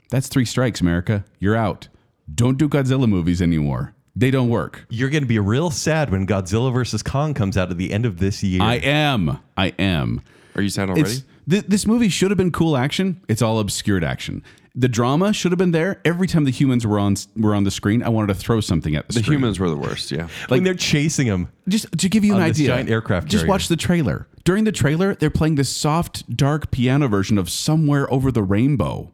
[SPEAKER 2] That's three strikes, America. You're out. Don't do Godzilla movies anymore. They don't work.
[SPEAKER 1] You're going to be real sad when Godzilla versus Kong comes out at the end of this year.
[SPEAKER 2] I am. I am.
[SPEAKER 3] Are you sad already?
[SPEAKER 2] It's, th- this movie should have been cool action. It's all obscured action. The drama should have been there. Every time the humans were on s- were on the screen, I wanted to throw something at the,
[SPEAKER 3] The
[SPEAKER 2] screen.
[SPEAKER 3] humans were the worst. Yeah.
[SPEAKER 1] when they're chasing him.
[SPEAKER 2] just to give you an
[SPEAKER 1] On this
[SPEAKER 2] idea,
[SPEAKER 1] giant aircraft
[SPEAKER 2] Just
[SPEAKER 1] carrier.
[SPEAKER 2] watch the trailer. During the trailer, they're playing this soft, dark piano version of "Somewhere Over the Rainbow."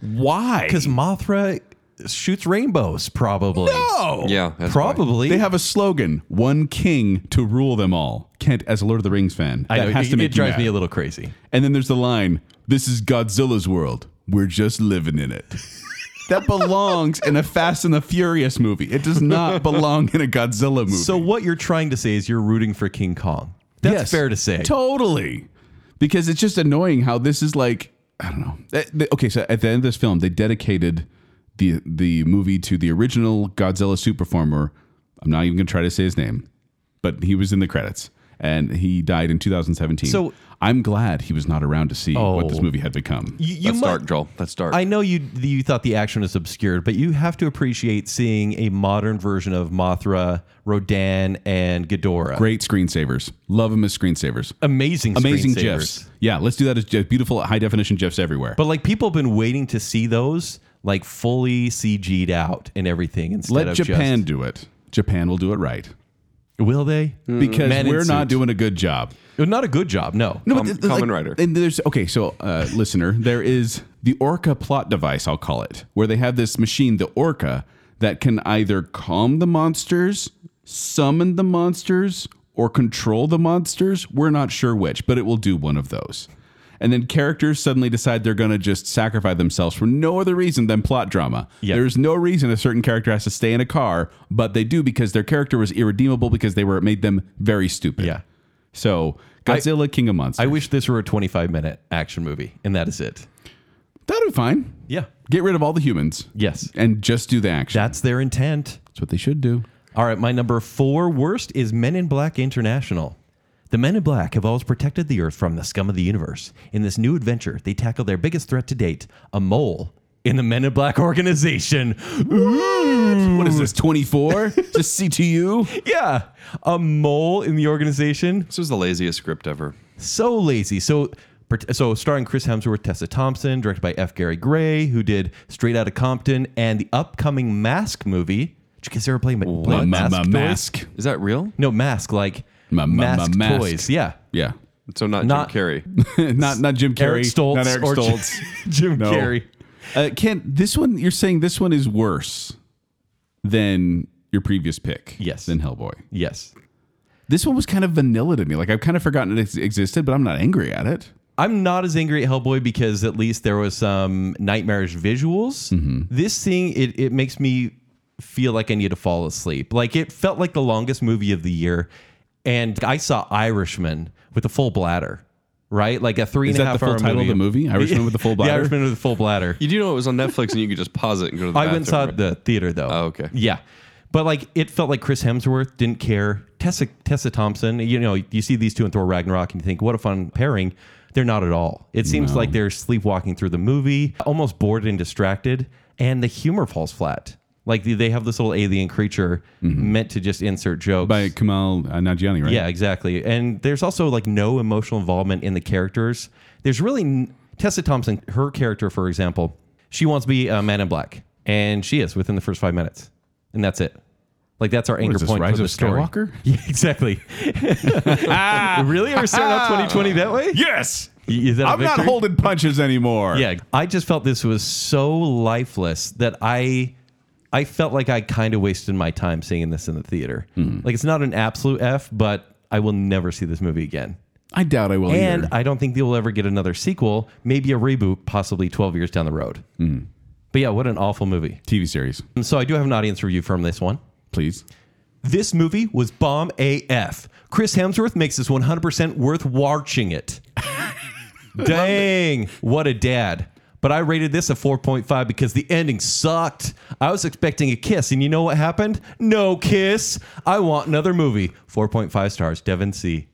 [SPEAKER 2] Why?
[SPEAKER 1] Because Mothra shoots rainbows, probably.
[SPEAKER 2] no,
[SPEAKER 3] Yeah. that's why.
[SPEAKER 1] probably.
[SPEAKER 2] They have a slogan: "One king to rule them all." Kent, as a Lord of the Rings fan,
[SPEAKER 1] I
[SPEAKER 2] that
[SPEAKER 1] know,
[SPEAKER 2] has
[SPEAKER 1] it,
[SPEAKER 2] to make
[SPEAKER 1] it drives
[SPEAKER 2] you
[SPEAKER 1] me
[SPEAKER 2] mad.
[SPEAKER 1] a little crazy.
[SPEAKER 2] And then there's the line, this is Godzilla's world. We're just living in it.
[SPEAKER 1] <laughs>
[SPEAKER 2] that belongs in a Fast and the Furious movie. It
[SPEAKER 1] <laughs>
[SPEAKER 2] does not belong in a Godzilla movie.
[SPEAKER 1] So what you're trying to say is you're rooting for King Kong. That's
[SPEAKER 2] Yes,
[SPEAKER 1] fair to say.
[SPEAKER 2] Totally. Because it's just annoying how this is like, I don't know. Eh, they- Okay, so at the end of this film, they dedicated the the movie to the original Godzilla super performer. I'm not even going to try to say his name, but he was in the credits. and he died in 2017.
[SPEAKER 1] So-
[SPEAKER 2] I'm glad he was not around to see what
[SPEAKER 1] Oh.
[SPEAKER 2] this movie had become.
[SPEAKER 1] You, you
[SPEAKER 3] That's
[SPEAKER 1] might-
[SPEAKER 3] dark, Joel. That's dark.
[SPEAKER 1] I know you you thought the action was obscured, but you have to appreciate seeing a modern version of Mothra, Rodan, and Ghidorah.
[SPEAKER 2] Great screensavers. Love him as screensavers.
[SPEAKER 1] Amazing, screensavers.
[SPEAKER 2] Amazing GIFs. Yeah, let's do that as GIF. beautiful high definition GIFs everywhere.
[SPEAKER 1] But like people have been waiting to see those like fully CG'd out and everything instead
[SPEAKER 2] Let
[SPEAKER 1] of
[SPEAKER 2] Japan
[SPEAKER 1] just
[SPEAKER 2] do it. Japan will do it right
[SPEAKER 1] will they?
[SPEAKER 2] because
[SPEAKER 1] Man in
[SPEAKER 2] we're not
[SPEAKER 1] suit.
[SPEAKER 2] doing a good job.
[SPEAKER 1] Not a good job. No.
[SPEAKER 2] No,
[SPEAKER 3] Com-
[SPEAKER 2] th- th-
[SPEAKER 3] Kamen Rider.
[SPEAKER 2] And there's okay, so uh, listener, there is the Orca plot device, I'll call it, where they have this machine, the Orca, that can either calm the monsters, summon the monsters, or control the monsters. We're not sure which, but it will do one of those. And then characters suddenly decide they're going to just sacrifice themselves for no other reason than plot drama.
[SPEAKER 1] Yeah.
[SPEAKER 2] There's no reason a certain character has to stay in a car, but they do because their character was irredeemable because they were it made them very stupid.
[SPEAKER 1] Yeah.
[SPEAKER 2] So Godzilla, King of Monsters.
[SPEAKER 1] I wish this were a 25 minute action movie and that is it.
[SPEAKER 2] That'd be fine.
[SPEAKER 1] Yeah.
[SPEAKER 2] Get rid of all the humans.
[SPEAKER 1] Yes.
[SPEAKER 2] And just do the action.
[SPEAKER 1] That's their intent.
[SPEAKER 2] That's what they should do.
[SPEAKER 1] All right, my number four worst is Men in Black International. The Men in Black have always protected the Earth from the scum of the universe. In this new adventure, they tackle their biggest threat to date a mole in the Men in Black organization. Ooh.
[SPEAKER 2] What is this, 24? <laughs> just CTU?
[SPEAKER 1] Yeah, a mole in the organization.
[SPEAKER 3] this was the laziest script ever.
[SPEAKER 1] So lazy. So. So, starring Chris Hemsworth, Tessa Thompson, directed by F. Gary Gray, who did Straight Outta Compton and the upcoming Mask movie. Did you guys ever play, play
[SPEAKER 2] Ma-
[SPEAKER 1] with
[SPEAKER 2] ma-
[SPEAKER 1] Mask?
[SPEAKER 2] ma-
[SPEAKER 1] toys?
[SPEAKER 2] mask.
[SPEAKER 3] Is that real?
[SPEAKER 1] No, Mask, like
[SPEAKER 2] Ma- ma- ma-
[SPEAKER 1] mask,
[SPEAKER 2] mask.
[SPEAKER 1] toys. Yeah.
[SPEAKER 2] Yeah. <laughs>
[SPEAKER 3] So not,
[SPEAKER 1] Not-
[SPEAKER 3] Jim Carrey.
[SPEAKER 2] not not Jim Carrey.
[SPEAKER 1] Eric Stoltz
[SPEAKER 2] Not Eric
[SPEAKER 1] or
[SPEAKER 2] Stoltz.
[SPEAKER 1] <laughs> Jim
[SPEAKER 2] No.
[SPEAKER 1] Carrey.
[SPEAKER 2] <laughs> Uh, Kent, this one, you're saying this one is worse than your previous pick.
[SPEAKER 1] Yes.
[SPEAKER 2] Than Hellboy.
[SPEAKER 1] Yes.
[SPEAKER 2] This one was kind of vanilla to me. Like, I've kind of forgotten it ex- existed, but I'm not angry at it.
[SPEAKER 1] I'm not as angry at Hellboy because at least there was some nightmarish visuals.
[SPEAKER 2] Mm-hmm.
[SPEAKER 1] This thing, it, it makes me feel like I need to fall asleep. Like it felt like the longest movie of the year. And I saw Irishman with a full bladder, right? Like a three
[SPEAKER 2] Is
[SPEAKER 1] and a
[SPEAKER 2] that the
[SPEAKER 1] half
[SPEAKER 2] full
[SPEAKER 1] hour
[SPEAKER 2] title of
[SPEAKER 1] <laughs>
[SPEAKER 2] the movie? Irishman with a full bladder?
[SPEAKER 1] The Irishman with a full
[SPEAKER 2] <laughs>
[SPEAKER 1] bladder.
[SPEAKER 3] You do know it was on Netflix and you could just pause it and go to the
[SPEAKER 1] I went and saw
[SPEAKER 3] bathroom,
[SPEAKER 1] it at the theater though.
[SPEAKER 3] Oh, okay.
[SPEAKER 1] Yeah. But like it felt like Chris Hemsworth didn't care. Tessa Tessa Thompson, you know, you see these two in Thor Ragnarok and you think, what a fun pairing. They're not at all. It seems like they're sleepwalking through the movie, almost bored and distracted, and the humor falls flat. Like they- they have this little alien creature meant to just insert jokes.
[SPEAKER 2] By Kamal uh, Nanjiani, right?
[SPEAKER 1] Yeah, exactly. And there's also like no emotional involvement in the characters. There's really n- Tessa Thompson, her character, for example, she wants to be a man in black, and she is within the first five minutes, and that's it. Like that's our anchor
[SPEAKER 2] is this,
[SPEAKER 1] point
[SPEAKER 2] Rise
[SPEAKER 1] for the
[SPEAKER 2] of
[SPEAKER 1] story.
[SPEAKER 2] Skywalker?
[SPEAKER 1] <laughs> Yeah,
[SPEAKER 2] <laughs>
[SPEAKER 1] exactly. really? Are we starting out 2020 that way?
[SPEAKER 2] Yes.
[SPEAKER 1] Is that a
[SPEAKER 2] I'm not
[SPEAKER 1] victory?
[SPEAKER 2] holding punches anymore.
[SPEAKER 1] Yeah, I just felt this was so lifeless that I I felt like I kind of wasted my time seeing this in the theater. Like it's not an absolute F, but I will never see this movie again.
[SPEAKER 2] I doubt I will
[SPEAKER 1] And uh,
[SPEAKER 2] either.
[SPEAKER 1] I don't think they will ever get another sequel, maybe a reboot, possibly 12 years down the road. But yeah, what an awful movie.
[SPEAKER 2] TV series,
[SPEAKER 1] And So I do have an audience review from this one.
[SPEAKER 2] please.
[SPEAKER 1] This movie was bomb AF. Chris Hemsworth makes this 100% worth watching it. Dang, what a dad. But I rated this a 4.5 because the ending sucked. I was expecting a kiss, and you know what happened? No kiss. I want another movie. 4.5 stars, Devin C.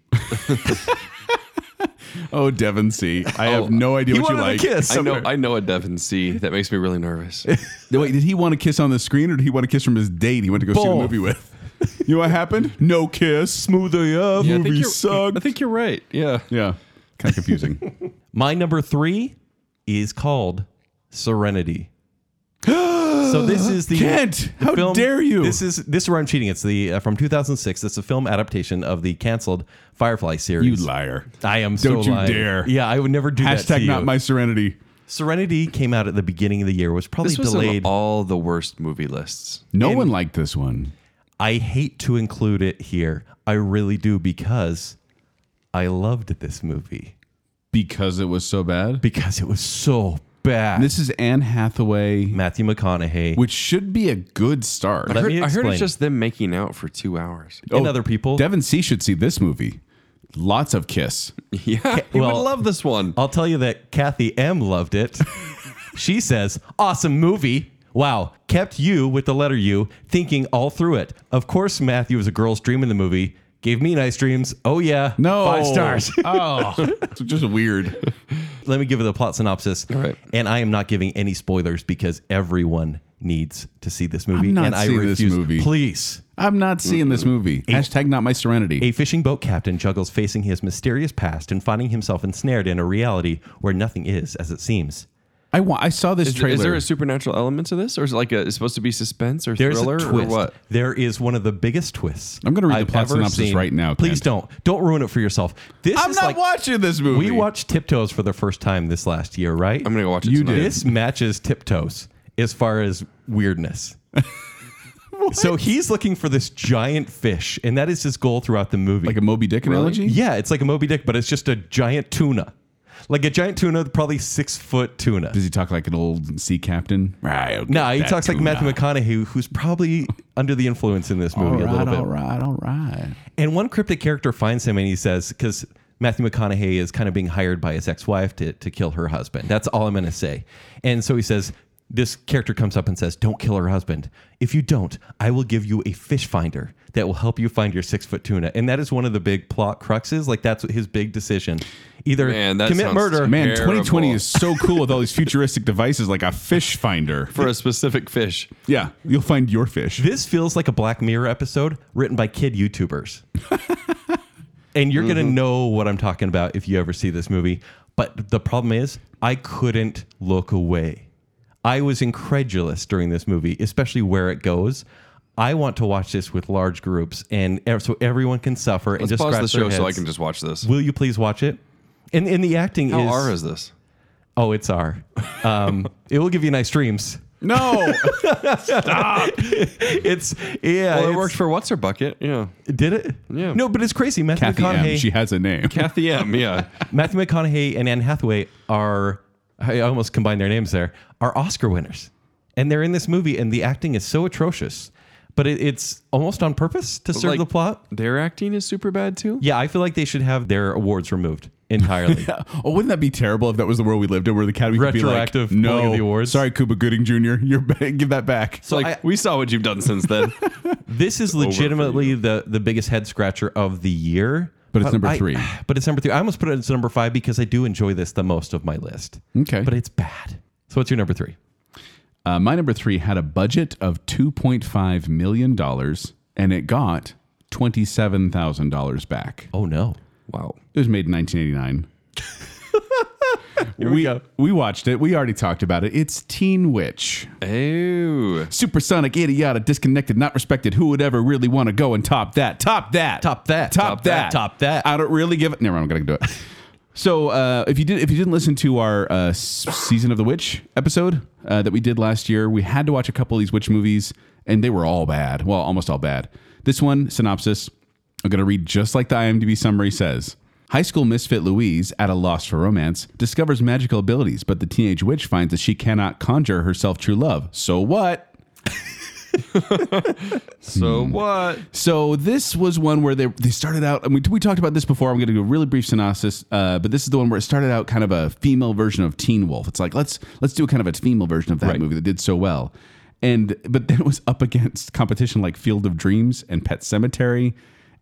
[SPEAKER 2] Oh, Devon C. I have no idea
[SPEAKER 1] Oh, He
[SPEAKER 2] what you
[SPEAKER 1] wanted
[SPEAKER 2] like.
[SPEAKER 1] a kiss.
[SPEAKER 3] I know, I know a Devin C. That makes me
[SPEAKER 1] <laughs>
[SPEAKER 3] really nervous.
[SPEAKER 2] No, Wait, did he want a kiss on the screen or did he want a kiss from his date he went to go see the
[SPEAKER 1] Both.
[SPEAKER 2] movie with? You know what happened? No kiss.
[SPEAKER 1] Smooth AF.
[SPEAKER 3] I think
[SPEAKER 2] Movie
[SPEAKER 3] you're-
[SPEAKER 2] sucked.
[SPEAKER 3] I think you're right. Yeah.
[SPEAKER 2] Yeah. Kind of confusing.
[SPEAKER 1] My number three is called Serenity. <gasps> so this is <laughs> the
[SPEAKER 2] Kent,
[SPEAKER 1] the
[SPEAKER 2] how dare you?
[SPEAKER 1] This is this is where I'm cheating. It's the uh, from 2006. It's a film adaptation of the canceled Firefly
[SPEAKER 2] you
[SPEAKER 1] series.
[SPEAKER 2] liar.
[SPEAKER 1] I am so
[SPEAKER 2] Don't you
[SPEAKER 1] lying.
[SPEAKER 2] dare.
[SPEAKER 1] Yeah, I would never do that.
[SPEAKER 2] Hashtag
[SPEAKER 1] to
[SPEAKER 2] not
[SPEAKER 1] you.
[SPEAKER 2] my serenity.
[SPEAKER 1] Serenity came out at the beginning of the year. Was probably
[SPEAKER 3] This was
[SPEAKER 1] delayed.
[SPEAKER 3] on all the worst movie lists.
[SPEAKER 2] No one liked this one.
[SPEAKER 1] I hate to include it here. I really do because I loved this movie
[SPEAKER 2] Because it was so bad.
[SPEAKER 1] because it was so bad.
[SPEAKER 2] This is Anne Hathaway,
[SPEAKER 1] Matthew McConaughey
[SPEAKER 2] which should be a good start.
[SPEAKER 1] Let
[SPEAKER 3] I heard,
[SPEAKER 1] me
[SPEAKER 3] I heard
[SPEAKER 1] explain.
[SPEAKER 3] it's just them making out for two hours. <laughs>
[SPEAKER 2] oh,
[SPEAKER 1] and other people.
[SPEAKER 2] Devon C should see this movie. Lots of kiss.
[SPEAKER 3] Yeah, you
[SPEAKER 1] well-
[SPEAKER 3] would love this one.
[SPEAKER 1] I'll tell you that Kathy M loved
[SPEAKER 2] <laughs>
[SPEAKER 1] it. she says, "Awesome movie. Wow, kept you with the letter U thinking all through it. Of course, Matthew was a girl's dream in the movie. Gave me nice dreams. Oh yeah,
[SPEAKER 2] No.
[SPEAKER 1] five stars.
[SPEAKER 2] <laughs> oh, it's just weird.
[SPEAKER 1] Let me give you the plot synopsis.
[SPEAKER 3] right.
[SPEAKER 1] And I am not giving any spoilers because everyone needs to see this movie.
[SPEAKER 2] not
[SPEAKER 1] and I
[SPEAKER 2] seeing this
[SPEAKER 1] refuse.
[SPEAKER 2] movie.
[SPEAKER 1] Please.
[SPEAKER 2] I'm not seeing this movie. Hashtag not my serenity.
[SPEAKER 1] A fishing boat captain juggles facing his mysterious past and finding himself ensnared in a reality where nothing is as it seems.
[SPEAKER 2] I want. I saw this
[SPEAKER 3] Is,
[SPEAKER 2] trailer.
[SPEAKER 3] is there a supernatural element to this, or is it like a, it's supposed to be suspense or
[SPEAKER 1] There's
[SPEAKER 3] thriller
[SPEAKER 1] a twist.
[SPEAKER 3] or what?
[SPEAKER 1] There is one of the biggest twists.
[SPEAKER 2] I'm gonna read the plot
[SPEAKER 1] ever
[SPEAKER 2] synopsis right now,
[SPEAKER 1] Please
[SPEAKER 2] Kent.
[SPEAKER 1] don't. Don't ruin it for yourself. This
[SPEAKER 2] I'm
[SPEAKER 1] is
[SPEAKER 2] not
[SPEAKER 1] like-
[SPEAKER 2] watching this movie.
[SPEAKER 1] We watched Tiptoes for the first time this last year, right?
[SPEAKER 3] I'm gonna go watch it.
[SPEAKER 2] You
[SPEAKER 3] tonight.
[SPEAKER 2] did.
[SPEAKER 1] This matches Tiptoes as far as
[SPEAKER 2] <laughs>
[SPEAKER 1] weirdness. so he's looking for this giant fish, and that is his goal throughout the movie.
[SPEAKER 2] like a Moby Dick analogy.
[SPEAKER 1] yeah, it's like a Moby Dick, but it's just a giant tuna. Like a giant tuna, probably six foot tuna.
[SPEAKER 2] Does he talk like an old sea captain? Right.
[SPEAKER 1] No, he talks like Matthew McConaughey, who's probably under the influence in this movie a little bit.
[SPEAKER 2] All right. All right.
[SPEAKER 1] And one cryptic character finds him and he says, because Matthew McConaughey is kind of being hired by his ex wife to, to kill her husband. That's all I'm going to say. And so he says, this character comes up and says, Don't kill her husband. If you don't, I will give you a fish finder that will help you find your six foot tuna. And that is one of the big plot cruxes. Like, that's his big decision. Either
[SPEAKER 3] Man, that
[SPEAKER 1] commit
[SPEAKER 3] sounds
[SPEAKER 1] murder.
[SPEAKER 2] Man,
[SPEAKER 3] Terrible.
[SPEAKER 2] 2020 is so cool with all these futuristic devices, like a fish finder.
[SPEAKER 3] for a specific fish.
[SPEAKER 2] Yeah, you'll find your fish.
[SPEAKER 1] This feels like a Black Mirror episode written by kid
[SPEAKER 3] <laughs>
[SPEAKER 1] YouTubers. and you're
[SPEAKER 3] Mm-hmm.
[SPEAKER 1] going to know what I'm talking about if you ever see this movie. But the problem is, I couldn't look away. I was incredulous during this movie, especially where it goes. I want to watch this with large groups and ev- so everyone can suffer and
[SPEAKER 3] Let's
[SPEAKER 1] just
[SPEAKER 3] pause
[SPEAKER 1] scratch
[SPEAKER 3] the show
[SPEAKER 1] their
[SPEAKER 3] so I
[SPEAKER 1] heads.
[SPEAKER 3] can just watch this.
[SPEAKER 1] Will you please watch it? And and the acting
[SPEAKER 3] How
[SPEAKER 1] is
[SPEAKER 3] R is this?
[SPEAKER 1] oh, it's R.
[SPEAKER 3] <laughs>
[SPEAKER 1] Um, it will give you nice dreams.
[SPEAKER 2] No,
[SPEAKER 1] It's yeah.
[SPEAKER 3] Well, it
[SPEAKER 1] it's-
[SPEAKER 3] worked for what's her bucket? Yeah,
[SPEAKER 1] Did it?
[SPEAKER 3] Yeah.
[SPEAKER 1] No, but it's crazy. Matthew
[SPEAKER 2] Kathy
[SPEAKER 1] McConaughey.
[SPEAKER 2] M. She has a name.
[SPEAKER 3] Kathy M. Yeah,
[SPEAKER 1] Matthew McConaughey and Anne Hathaway are, I almost combined their names there, are Oscar winners. And they're in this movie, and the acting is so atrocious, but it, it's almost on purpose to serve
[SPEAKER 3] Like,
[SPEAKER 1] the plot.
[SPEAKER 3] Their acting is super bad too.
[SPEAKER 1] Yeah, I feel like they should have their awards removed
[SPEAKER 2] <laughs>
[SPEAKER 1] entirely.
[SPEAKER 2] Oh, wouldn't that be terrible if that was the world we lived in, where the Academy could be like,
[SPEAKER 1] Retroactive pulling
[SPEAKER 2] no,
[SPEAKER 1] of the awards."
[SPEAKER 2] sorry, Cuba Gooding Jr., you're <laughs> give that back.
[SPEAKER 3] It's like
[SPEAKER 1] I-
[SPEAKER 3] we saw what you've done since <laughs> then.
[SPEAKER 1] this is legitimately the, the biggest head scratcher of the year.
[SPEAKER 2] But it's number
[SPEAKER 1] I-
[SPEAKER 2] three.
[SPEAKER 1] <sighs> But it's number three. I almost put it as number five because I do enjoy this the most of my list.
[SPEAKER 2] Okay.
[SPEAKER 1] But it's bad. So what's your number three?
[SPEAKER 2] Uh, my number three had a budget of two point five million dollars, and it got twenty seven thousand dollars back.
[SPEAKER 1] Oh, no.
[SPEAKER 3] wow.
[SPEAKER 2] It was made in nineteen eighty nine.
[SPEAKER 1] we
[SPEAKER 2] we
[SPEAKER 1] go.
[SPEAKER 2] we watched it. We already talked about it. It's Teen Witch.
[SPEAKER 3] Ew.
[SPEAKER 2] Supersonic, idiotic, disconnected, not respected. Who would ever really want to go and top that? Top that.
[SPEAKER 1] Top that.
[SPEAKER 2] Top,
[SPEAKER 1] Top that.
[SPEAKER 2] that.
[SPEAKER 1] Top that.
[SPEAKER 2] I don't really give it. Never mind. I'm gonna do it. so uh, if you did, if you didn't listen to our uh, s- season of the witch episode uh, that we did last year, we had to watch a couple of these witch movies, and they were all bad. Well, almost all bad. This one synopsis. I'm gonna read just like the IMDb summary says. High school misfit Louise, at a loss for romance, discovers magical abilities, but the teenage witch finds that she cannot conjure herself true love. So what?
[SPEAKER 3] So what?
[SPEAKER 2] So this was one where they they started out, and we, we talked about this before. I'm going to do a really brief synopsis, uh, but this is the one where it started out kind of a female version of Teen Wolf. It's like let's let's do a kind of a female version of that movie that did so well, and but then it was up against competition like Field of Dreams and Pet Cemetery,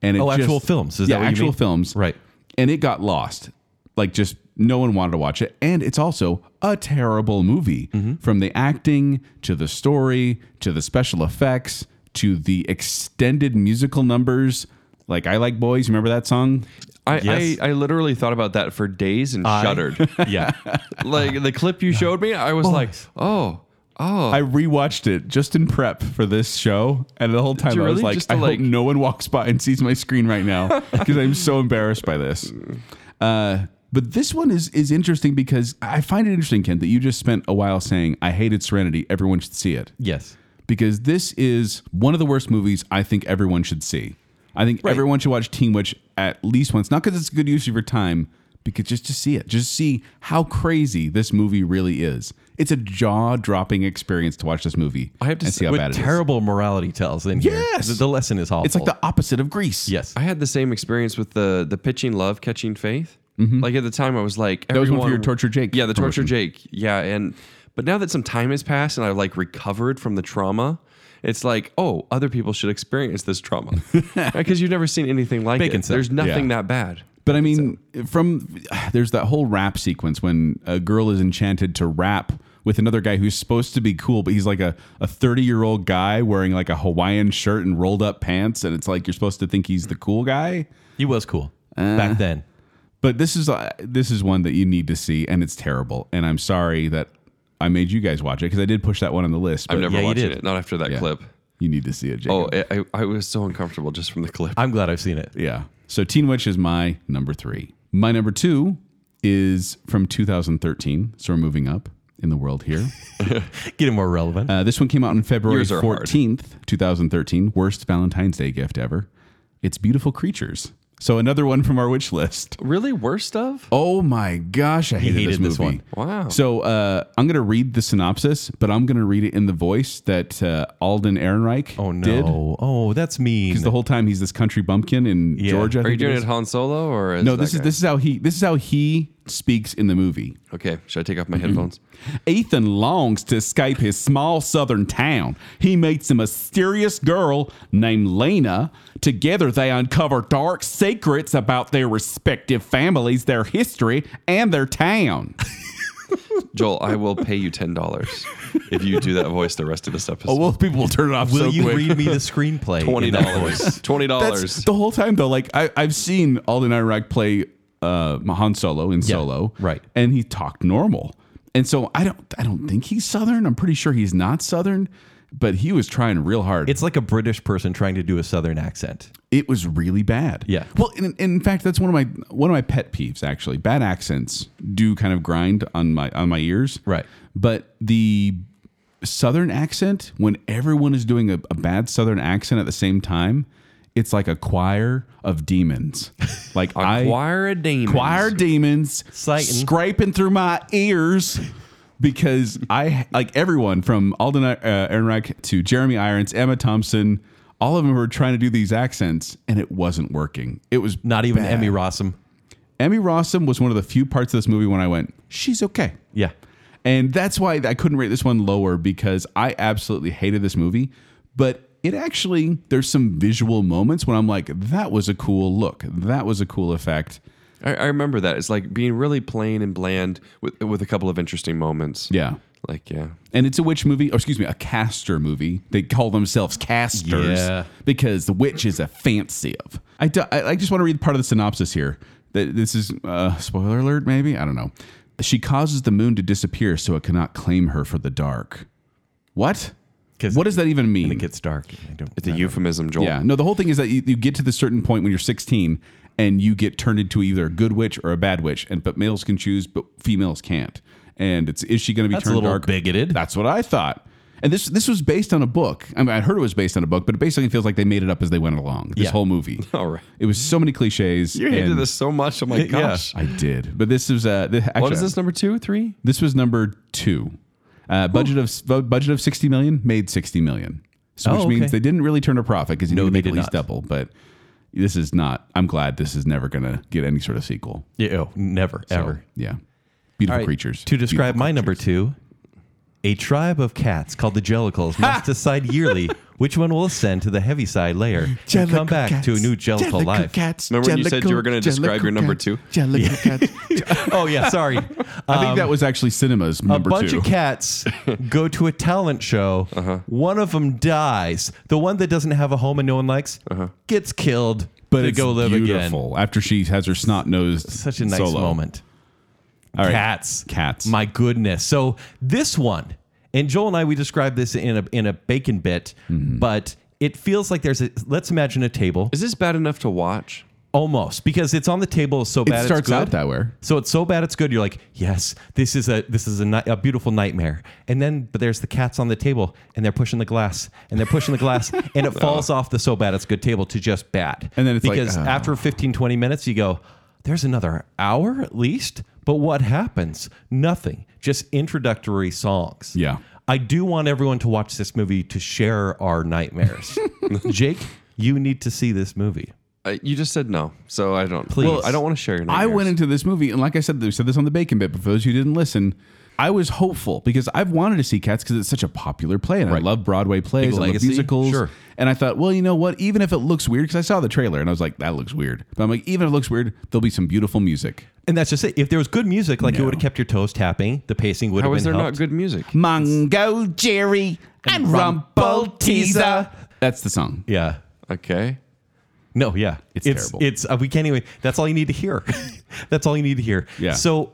[SPEAKER 2] and it
[SPEAKER 1] Oh,
[SPEAKER 2] just-
[SPEAKER 1] actual films. Is
[SPEAKER 2] yeah,
[SPEAKER 1] that what you
[SPEAKER 2] actual
[SPEAKER 1] mean?
[SPEAKER 2] films,
[SPEAKER 1] Right.
[SPEAKER 2] And it got lost, like just no one wanted to watch it, and it's also a terrible movie from the acting to the story to the special effects to the extended musical numbers. Like I like boys, remember that song?
[SPEAKER 3] I,
[SPEAKER 1] Yes.
[SPEAKER 3] I I literally thought about that for days and
[SPEAKER 1] I-
[SPEAKER 3] shuddered.
[SPEAKER 1] <laughs>
[SPEAKER 3] <laughs>
[SPEAKER 1] Yeah.
[SPEAKER 3] like the clip you showed me, I was like, oh, oh.
[SPEAKER 2] I rewatched it just in prep for this show, and the whole time
[SPEAKER 3] you
[SPEAKER 2] I was
[SPEAKER 3] really?
[SPEAKER 2] like,
[SPEAKER 3] Just to,
[SPEAKER 2] I hope
[SPEAKER 3] like-
[SPEAKER 2] no one walks by and sees my screen right
[SPEAKER 3] <laughs>
[SPEAKER 2] now because I'm so embarrassed by this. Uh, but this one is is interesting because I find it interesting, Ken, that you just spent a while saying I hated Serenity. Everyone should see it
[SPEAKER 1] yes.
[SPEAKER 2] because this is one of the worst movies I think everyone should see. I think everyone should watch Teen Witch at least once, not because it's a good use of your time, because just to see it, just see how crazy this movie really is. It's a jaw dropping experience to watch this movie.
[SPEAKER 3] I have to
[SPEAKER 2] and
[SPEAKER 3] say-
[SPEAKER 2] see how
[SPEAKER 1] with
[SPEAKER 2] bad it is.
[SPEAKER 1] terrible morality tells in
[SPEAKER 2] Yes!
[SPEAKER 1] here. The, the lesson is awful.
[SPEAKER 2] It's like the opposite of Grease.
[SPEAKER 1] yes.
[SPEAKER 3] I had the same experience with the the pitching love, catching faith. Like at the time, I was like,
[SPEAKER 2] Mm-hmm. was one for
[SPEAKER 3] everyone,
[SPEAKER 2] your Torture Jake
[SPEAKER 3] Yeah, the torture
[SPEAKER 2] promotion.
[SPEAKER 3] Jake. Yeah, and but now that some time has passed and I've like recovered from the trauma, it's like, oh, other people should experience
[SPEAKER 2] <laughs>
[SPEAKER 3] this trauma because you've never seen anything like
[SPEAKER 1] Bacon
[SPEAKER 3] it.
[SPEAKER 1] cell.
[SPEAKER 3] There's nothing
[SPEAKER 2] Yeah.
[SPEAKER 3] that bad.
[SPEAKER 2] But I mean, from there's that whole rap sequence when a girl is enchanted to rap with another guy who's supposed to be cool, but he's like a, a 30 year old guy wearing like a Hawaiian shirt and rolled up pants. And it's like you're supposed to think he's the cool guy.
[SPEAKER 1] He was cool
[SPEAKER 2] Uh.
[SPEAKER 1] back then.
[SPEAKER 2] But this is uh, this is one that you need to see, and it's terrible. And I'm sorry that I made you guys watch it because I did push that one on the list. But
[SPEAKER 3] I'm never
[SPEAKER 1] yeah, you
[SPEAKER 3] watching
[SPEAKER 1] did.
[SPEAKER 3] it. Not after that
[SPEAKER 2] yeah,
[SPEAKER 3] clip.
[SPEAKER 2] You need to see it, Jacob.
[SPEAKER 3] Oh, I, I, I was so uncomfortable just from the clip.
[SPEAKER 1] I'm glad I've seen it.
[SPEAKER 2] Yeah. So Teen Witch is my number three. My number two is from 2013. So we're moving up in the world <laughs> here.
[SPEAKER 1] Getting more relevant.
[SPEAKER 2] Uh, this one came out on February
[SPEAKER 3] Yours are hard.
[SPEAKER 2] 14th, 2013. Worst Valentine's Day gift ever. It's Beautiful Creatures. So another one from our witch list.
[SPEAKER 3] Really, worst of?
[SPEAKER 2] Oh my gosh, I hated,
[SPEAKER 1] hated
[SPEAKER 2] this
[SPEAKER 1] this
[SPEAKER 2] movie.
[SPEAKER 1] one.
[SPEAKER 3] Wow.
[SPEAKER 2] So uh, I'm going to read the synopsis, but I'm going to read it in the voice that uh, Alden Ehrenreich
[SPEAKER 1] oh no.
[SPEAKER 2] did.
[SPEAKER 1] Oh, that's mean.
[SPEAKER 2] Because the whole time he's this country bumpkin in
[SPEAKER 1] Yeah.
[SPEAKER 2] Georgia. I
[SPEAKER 3] Are you
[SPEAKER 2] think it
[SPEAKER 3] doing
[SPEAKER 2] is.
[SPEAKER 3] it Han Solo or is
[SPEAKER 2] No,
[SPEAKER 3] that
[SPEAKER 2] this is
[SPEAKER 3] guy-
[SPEAKER 2] this is how he this is how he speaks in the movie.
[SPEAKER 3] Okay, should I take off my headphones?
[SPEAKER 2] Ethan longs to escape his small southern town. He meets a mysterious girl named Lena. Together, they uncover dark secrets about their respective families, their history, and their town.
[SPEAKER 3] Joel, I will pay you ten dollars if you do that voice the rest of this
[SPEAKER 2] <laughs>
[SPEAKER 3] episode.
[SPEAKER 2] well, people will turn it off
[SPEAKER 1] Will you read
[SPEAKER 2] <laughs>
[SPEAKER 1] me the screenplay? in
[SPEAKER 3] <laughs> Twenty
[SPEAKER 1] that voice?
[SPEAKER 3] dollars. Twenty
[SPEAKER 2] That's
[SPEAKER 3] dollars.
[SPEAKER 2] the whole time though. Like I, I've seen Alden Iraq play uh, Han Solo in Solo,
[SPEAKER 1] right.
[SPEAKER 2] And he talked normal, and so I don't, I don't think he's Southern. I'm pretty sure he's not Southern, but he was trying real hard.
[SPEAKER 1] It's like a British person trying to do a Southern accent.
[SPEAKER 2] it was really bad.
[SPEAKER 1] Yeah.
[SPEAKER 2] Well, in, in fact, that's one of my one of my pet peeves. Actually, bad accents do kind of grind on my on my ears.
[SPEAKER 1] Right.
[SPEAKER 2] But the southern accent, when everyone is doing a, a bad southern accent at the same time, it's like a choir of
[SPEAKER 3] <laughs>
[SPEAKER 2] demons. Like I
[SPEAKER 3] Choir of demons.
[SPEAKER 2] choir of demons
[SPEAKER 1] Satan.
[SPEAKER 2] scraping through my ears because I like everyone from Alden uh, Ehrenreich to Jeremy Irons, Emma Thompson, all of them were trying to do these accents and it wasn't working. It was
[SPEAKER 1] Not even
[SPEAKER 2] bad.
[SPEAKER 1] Emmy Rossum.
[SPEAKER 2] Emmy Rossum was one of the few parts of this movie when I went, she's okay.
[SPEAKER 1] Yeah.
[SPEAKER 2] And that's why I couldn't rate this one lower because I absolutely hated this movie. But it actually, there's some visual moments when I'm like, that was a cool look. That was a cool effect.
[SPEAKER 3] I, I remember that. It's like being really plain and bland with with a couple of interesting moments.
[SPEAKER 2] Yeah.
[SPEAKER 3] Like yeah.
[SPEAKER 2] And it's a witch movie, or excuse me, a caster movie. They call themselves casters
[SPEAKER 1] Yeah.
[SPEAKER 2] because the witch is a fancy of. I, do- I, I just want to read part of the synopsis here. That This is uh, spoiler alert, maybe? I don't know. She causes the moon to disappear so it cannot claim her for the dark. What?
[SPEAKER 1] 'Cause-
[SPEAKER 2] What does that even mean?
[SPEAKER 1] And it gets dark. I don't,
[SPEAKER 3] It's a euphemism, Joel.
[SPEAKER 2] Yeah. No, the whole thing is that you, you get to this certain point when you're 16 and you get turned into either a good witch or a bad witch. And but males can choose, but females can't. And it's is she going to be
[SPEAKER 1] That's a
[SPEAKER 2] turned
[SPEAKER 1] little
[SPEAKER 2] dark?
[SPEAKER 1] bigoted.
[SPEAKER 2] That's what I thought. And this this was based on a book. I mean, I heard it was based on a book, but it basically feels like they made it up as they went along. This
[SPEAKER 1] Yeah. <laughs>
[SPEAKER 2] whole movie.
[SPEAKER 3] All right.
[SPEAKER 2] It was so many cliches.
[SPEAKER 3] You hated
[SPEAKER 2] and-
[SPEAKER 3] this so much. Oh my
[SPEAKER 1] Yeah.
[SPEAKER 3] gosh.
[SPEAKER 2] I did, but this is uh, th- actually,
[SPEAKER 3] What is this number two, three?
[SPEAKER 2] This was number two. Uh, budget of bu- budget of sixty million made sixty million, so
[SPEAKER 1] Oh,
[SPEAKER 2] which means
[SPEAKER 1] okay.
[SPEAKER 2] they didn't really turn a profit because you
[SPEAKER 1] No,
[SPEAKER 2] need to
[SPEAKER 1] they
[SPEAKER 2] make at
[SPEAKER 1] did
[SPEAKER 2] least
[SPEAKER 1] not.
[SPEAKER 2] double. But this is not. I'm glad this is never going to get any sort of sequel.
[SPEAKER 1] yeah, oh, never,
[SPEAKER 2] So,
[SPEAKER 1] ever.
[SPEAKER 2] yeah. Beautiful
[SPEAKER 1] All right,
[SPEAKER 2] creatures.
[SPEAKER 1] To describe
[SPEAKER 2] Beautiful
[SPEAKER 1] my number
[SPEAKER 2] creatures.
[SPEAKER 1] two, a tribe of cats called the Jellicles must decide yearly
[SPEAKER 2] <laughs>
[SPEAKER 1] which one will ascend to the heavy side layer and come back to a new Jellicle life.
[SPEAKER 3] Remember when you said you were going to describe your number two?
[SPEAKER 1] <laughs> Oh yeah, sorry.
[SPEAKER 2] <laughs> I think that was actually cinema's
[SPEAKER 1] Um, a
[SPEAKER 2] number
[SPEAKER 1] bunch
[SPEAKER 2] two. Uh-huh.
[SPEAKER 1] of
[SPEAKER 2] <laughs>
[SPEAKER 1] cats go to a talent show. One of them dies. The one that doesn't have a home and no one likes gets killed.
[SPEAKER 2] but
[SPEAKER 1] to
[SPEAKER 2] Uh-huh. it's
[SPEAKER 1] go live
[SPEAKER 2] beautiful after she has her snot nosed.
[SPEAKER 1] again. Such a nice moment.
[SPEAKER 2] All right.
[SPEAKER 1] Cats.
[SPEAKER 2] Cats.
[SPEAKER 1] My goodness. So this one, and Joel and I, we described this in a in a bacon bit,
[SPEAKER 2] Mm-hmm.
[SPEAKER 1] but it feels like there's a. Let's imagine a table,
[SPEAKER 3] Is this bad enough to watch?
[SPEAKER 1] almost because it's on the table so
[SPEAKER 2] It
[SPEAKER 1] bad. it's
[SPEAKER 2] starts
[SPEAKER 1] good.
[SPEAKER 2] out that way.
[SPEAKER 1] So it's so bad it's good. You're like, yes, this is a this is a, ni- a beautiful nightmare. And then, but there's the cats on the table, and they're pushing the glass, and they're pushing the
[SPEAKER 2] <laughs>
[SPEAKER 1] glass, and it falls off the so bad it's good table to just bad.
[SPEAKER 2] And then it's like,
[SPEAKER 1] because
[SPEAKER 2] oh.
[SPEAKER 1] after 15, 20 minutes, you go, there's another hour at least. But what happens? Nothing. Just introductory songs.
[SPEAKER 2] Yeah.
[SPEAKER 1] I do want everyone to watch this movie to share our
[SPEAKER 2] <laughs>
[SPEAKER 1] nightmares. Jake, you need to see this movie.
[SPEAKER 3] Uh, you just said no, so I don't.
[SPEAKER 1] Please.
[SPEAKER 3] I don't want to share your.
[SPEAKER 2] I
[SPEAKER 3] nightmares.
[SPEAKER 2] went into this movie, and like I said, we said this on the bacon bit. But for those who didn't listen, I was hopeful because I've wanted to see Cats because it's such a popular play, and I
[SPEAKER 1] Right.
[SPEAKER 2] love Broadway plays,
[SPEAKER 1] Big
[SPEAKER 2] I love
[SPEAKER 1] legacy,
[SPEAKER 2] musicals.
[SPEAKER 1] sure.
[SPEAKER 2] And I thought, well, you know what? Even if it looks weird, because I saw the trailer and I was like, that looks weird. But I'm like, even if it looks weird, there'll be some beautiful music.
[SPEAKER 1] And that's just it. If there was good music, like it
[SPEAKER 2] No.
[SPEAKER 1] would have kept your toes tapping, the pacing would
[SPEAKER 3] How
[SPEAKER 1] have
[SPEAKER 3] is
[SPEAKER 1] been
[SPEAKER 3] there
[SPEAKER 1] helped.
[SPEAKER 3] not good music?
[SPEAKER 2] Mongo Jerry and Rumble
[SPEAKER 1] Rumpelteazer.
[SPEAKER 2] That's the song.
[SPEAKER 1] Yeah.
[SPEAKER 3] Okay.
[SPEAKER 1] No, yeah.
[SPEAKER 2] It's terrible.
[SPEAKER 1] It's uh, we can't even that's all you need to hear. <laughs> that's all you need to hear.
[SPEAKER 2] Yeah.
[SPEAKER 1] So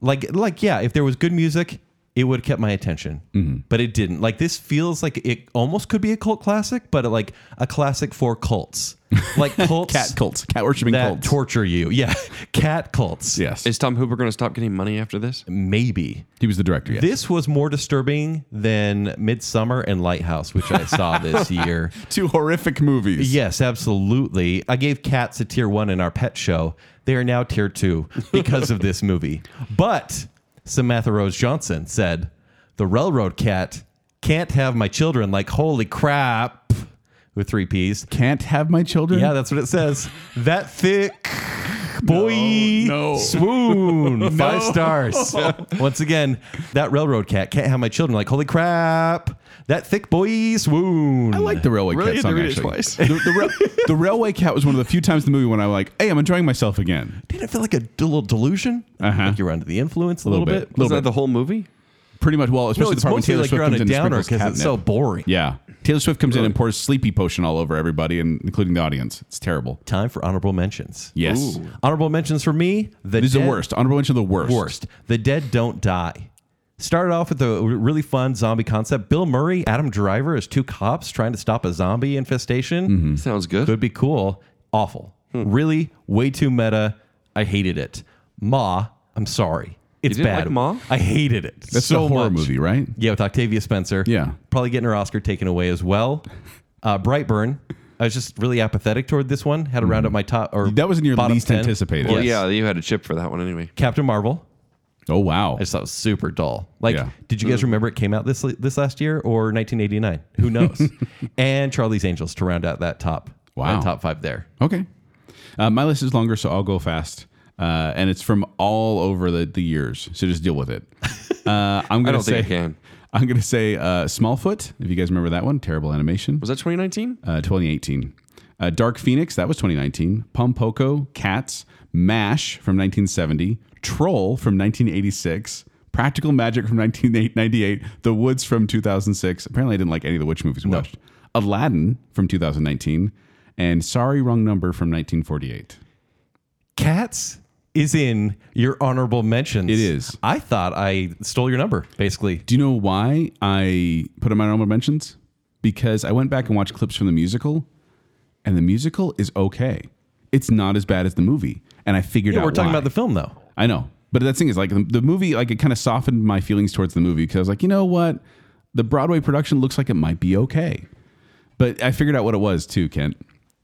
[SPEAKER 1] like like yeah, if there was good music, it would have kept my attention.
[SPEAKER 2] Mm-hmm.
[SPEAKER 1] But it didn't. Like this feels like it almost could be a cult classic, but like a classic for
[SPEAKER 2] <laughs>
[SPEAKER 1] cults. Like cults
[SPEAKER 2] Cat cults, cat worshiping
[SPEAKER 1] that
[SPEAKER 2] cults.
[SPEAKER 1] torture you. Yeah. <laughs> Cat cults.
[SPEAKER 2] yes,
[SPEAKER 3] Is Tom Hooper going to stop getting money after this?
[SPEAKER 1] Maybe.
[SPEAKER 2] he was the director. Yes.
[SPEAKER 1] This was more disturbing than Midsummer and Lighthouse, which I saw
[SPEAKER 2] <laughs>
[SPEAKER 1] this year.
[SPEAKER 2] Two horrific movies.
[SPEAKER 1] Yes, absolutely. I gave cats a tier one in our pet show. They are now tier
[SPEAKER 2] <laughs>
[SPEAKER 1] two because of this movie. But Samantha Rose Johnson said, The railroad cat can't have my children. Like, holy crap, with three P's.
[SPEAKER 2] Can't have my children.
[SPEAKER 1] Yeah, that's what it says. That
[SPEAKER 2] <laughs>
[SPEAKER 1] thick boy
[SPEAKER 2] No, no. <laughs>
[SPEAKER 1] swoon. Five stars. Once again, that railroad cat can't have my children. Like, holy crap, that thick boy swoon.
[SPEAKER 2] I like the Railway
[SPEAKER 3] Really?
[SPEAKER 2] Cat
[SPEAKER 3] You
[SPEAKER 2] song
[SPEAKER 3] had to
[SPEAKER 2] actually.
[SPEAKER 3] read it
[SPEAKER 2] The, the Rail- the Railway Cat was one of the few times in the movie when I'm like, "Hey, I'm enjoying myself again."
[SPEAKER 1] Didn't it feel like a d- little delusion?
[SPEAKER 2] Uh-huh.
[SPEAKER 1] Like you were under the influence a
[SPEAKER 2] Little
[SPEAKER 1] little,
[SPEAKER 2] bit.
[SPEAKER 1] bit.
[SPEAKER 2] Little
[SPEAKER 3] Wasn't that the whole movie?
[SPEAKER 2] Pretty much, well, especially
[SPEAKER 1] No,
[SPEAKER 2] the
[SPEAKER 1] it's
[SPEAKER 2] part when
[SPEAKER 1] mostly
[SPEAKER 2] Taylor
[SPEAKER 1] like
[SPEAKER 2] Swift
[SPEAKER 1] you're on
[SPEAKER 2] comes
[SPEAKER 1] a
[SPEAKER 2] in and
[SPEAKER 1] downer
[SPEAKER 2] sprinkles
[SPEAKER 1] because
[SPEAKER 2] cat
[SPEAKER 1] it's
[SPEAKER 2] in
[SPEAKER 1] so
[SPEAKER 2] it.
[SPEAKER 1] boring.
[SPEAKER 2] Yeah, Taylor Swift comes in and pours sleepy potion all over everybody, and including the audience. It's terrible.
[SPEAKER 1] Time for honorable mentions.
[SPEAKER 2] Yes,
[SPEAKER 3] Ooh.
[SPEAKER 1] Honorable mentions for me. The
[SPEAKER 2] this is the
[SPEAKER 1] dead-
[SPEAKER 2] worst. Honorable mention, of the worst.
[SPEAKER 1] Worst. The dead don't die. Started off with a really fun zombie concept. Bill Murray, Adam Driver as two cops trying to stop a zombie infestation.
[SPEAKER 2] Mm-hmm.
[SPEAKER 3] Sounds good.
[SPEAKER 1] Could be cool. Awful.
[SPEAKER 2] Hmm.
[SPEAKER 1] Really, way too meta. I hated it. Ma, I'm sorry. It's
[SPEAKER 3] didn't
[SPEAKER 1] bad.
[SPEAKER 3] like Ma?
[SPEAKER 1] I hated it
[SPEAKER 2] That's
[SPEAKER 1] so
[SPEAKER 2] the horror
[SPEAKER 1] much.
[SPEAKER 2] movie, right?
[SPEAKER 1] Yeah, with Octavia Spencer.
[SPEAKER 2] Yeah.
[SPEAKER 1] Probably getting her Oscar taken away as well. Uh, Brightburn. I was just really apathetic toward this one. Had to round up my top or
[SPEAKER 2] Mm. That was in your
[SPEAKER 1] bottom
[SPEAKER 2] least
[SPEAKER 1] 10.
[SPEAKER 2] anticipated.
[SPEAKER 3] Well,
[SPEAKER 1] yes.
[SPEAKER 3] yeah, you had a chip for that one anyway.
[SPEAKER 1] Captain Marvel.
[SPEAKER 2] Oh wow.
[SPEAKER 1] I just thought it was super dull. Like,
[SPEAKER 2] Yeah.
[SPEAKER 1] did
[SPEAKER 3] Mm.
[SPEAKER 1] you guys remember it came out this this last year or 1989? Who
[SPEAKER 2] <laughs>
[SPEAKER 1] knows? and Charlie's Angels to round out that top.
[SPEAKER 2] Wow.
[SPEAKER 1] that top five there.
[SPEAKER 2] Okay. Uh, my list is longer, so I'll go fast. Uh, and it's from all over the, the years, so just deal
[SPEAKER 1] <laughs>
[SPEAKER 2] with it. Uh, I'm gonna
[SPEAKER 3] don't
[SPEAKER 2] say
[SPEAKER 3] think I can.
[SPEAKER 2] <laughs> am gonna say uh, Smallfoot. If you guys remember that one, terrible animation.
[SPEAKER 3] Was that 2019?
[SPEAKER 2] Uh, 2018. Uh, Dark Phoenix. That was 2019. Pom Poko, Cats, Mash from 1970. Troll from 1986. Practical Magic from 1998. The Woods from 2006. Apparently, I didn't like any of the witch movies we watched. Aladdin from 2019. And Sorry, Wrong Number from 1948.
[SPEAKER 1] Cats is in your honorable mentions.
[SPEAKER 2] It is.
[SPEAKER 1] I thought I stole your number basically.
[SPEAKER 2] Do you know why I put in my honorable mentions? Because I went back and watched clips from the musical, and the musical is okay. It's not as bad as the movie, and I figured
[SPEAKER 1] Yeah,
[SPEAKER 2] out
[SPEAKER 1] we're talking
[SPEAKER 2] why.
[SPEAKER 1] about the film though.
[SPEAKER 2] I know, but that thing is like the, the movie. Like it kind of softened my feelings towards the movie because I was like, you know what, the Broadway production looks like it might be okay, but I figured out what it was too, Kent.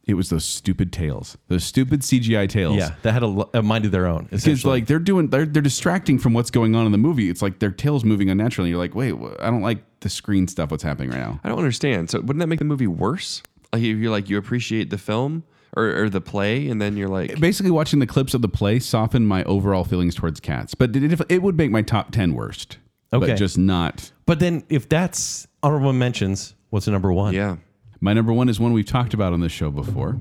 [SPEAKER 2] It was those stupid tails, those stupid CGI tails.
[SPEAKER 1] Yeah, that had a, lo- a mind of their own.
[SPEAKER 2] Because
[SPEAKER 1] Essentially.
[SPEAKER 2] like they're doing, they're they're distracting from what's going on in the movie. It's like their tails moving unnaturally. You're like, wait, wh- I don't like the screen stuff. What's happening right now?
[SPEAKER 3] I don't understand. So wouldn't that make the movie worse? Like if you're like you appreciate the film or, or the play, and then you're like,
[SPEAKER 2] Basically, watching the clips of the play softened my overall feelings towards cats, but it, it would make my top ten worst.
[SPEAKER 1] Okay.
[SPEAKER 2] but just not.
[SPEAKER 1] but then if that's honorable mentions, what's the number one?
[SPEAKER 3] yeah,
[SPEAKER 2] My number one is one we've talked about on this show before.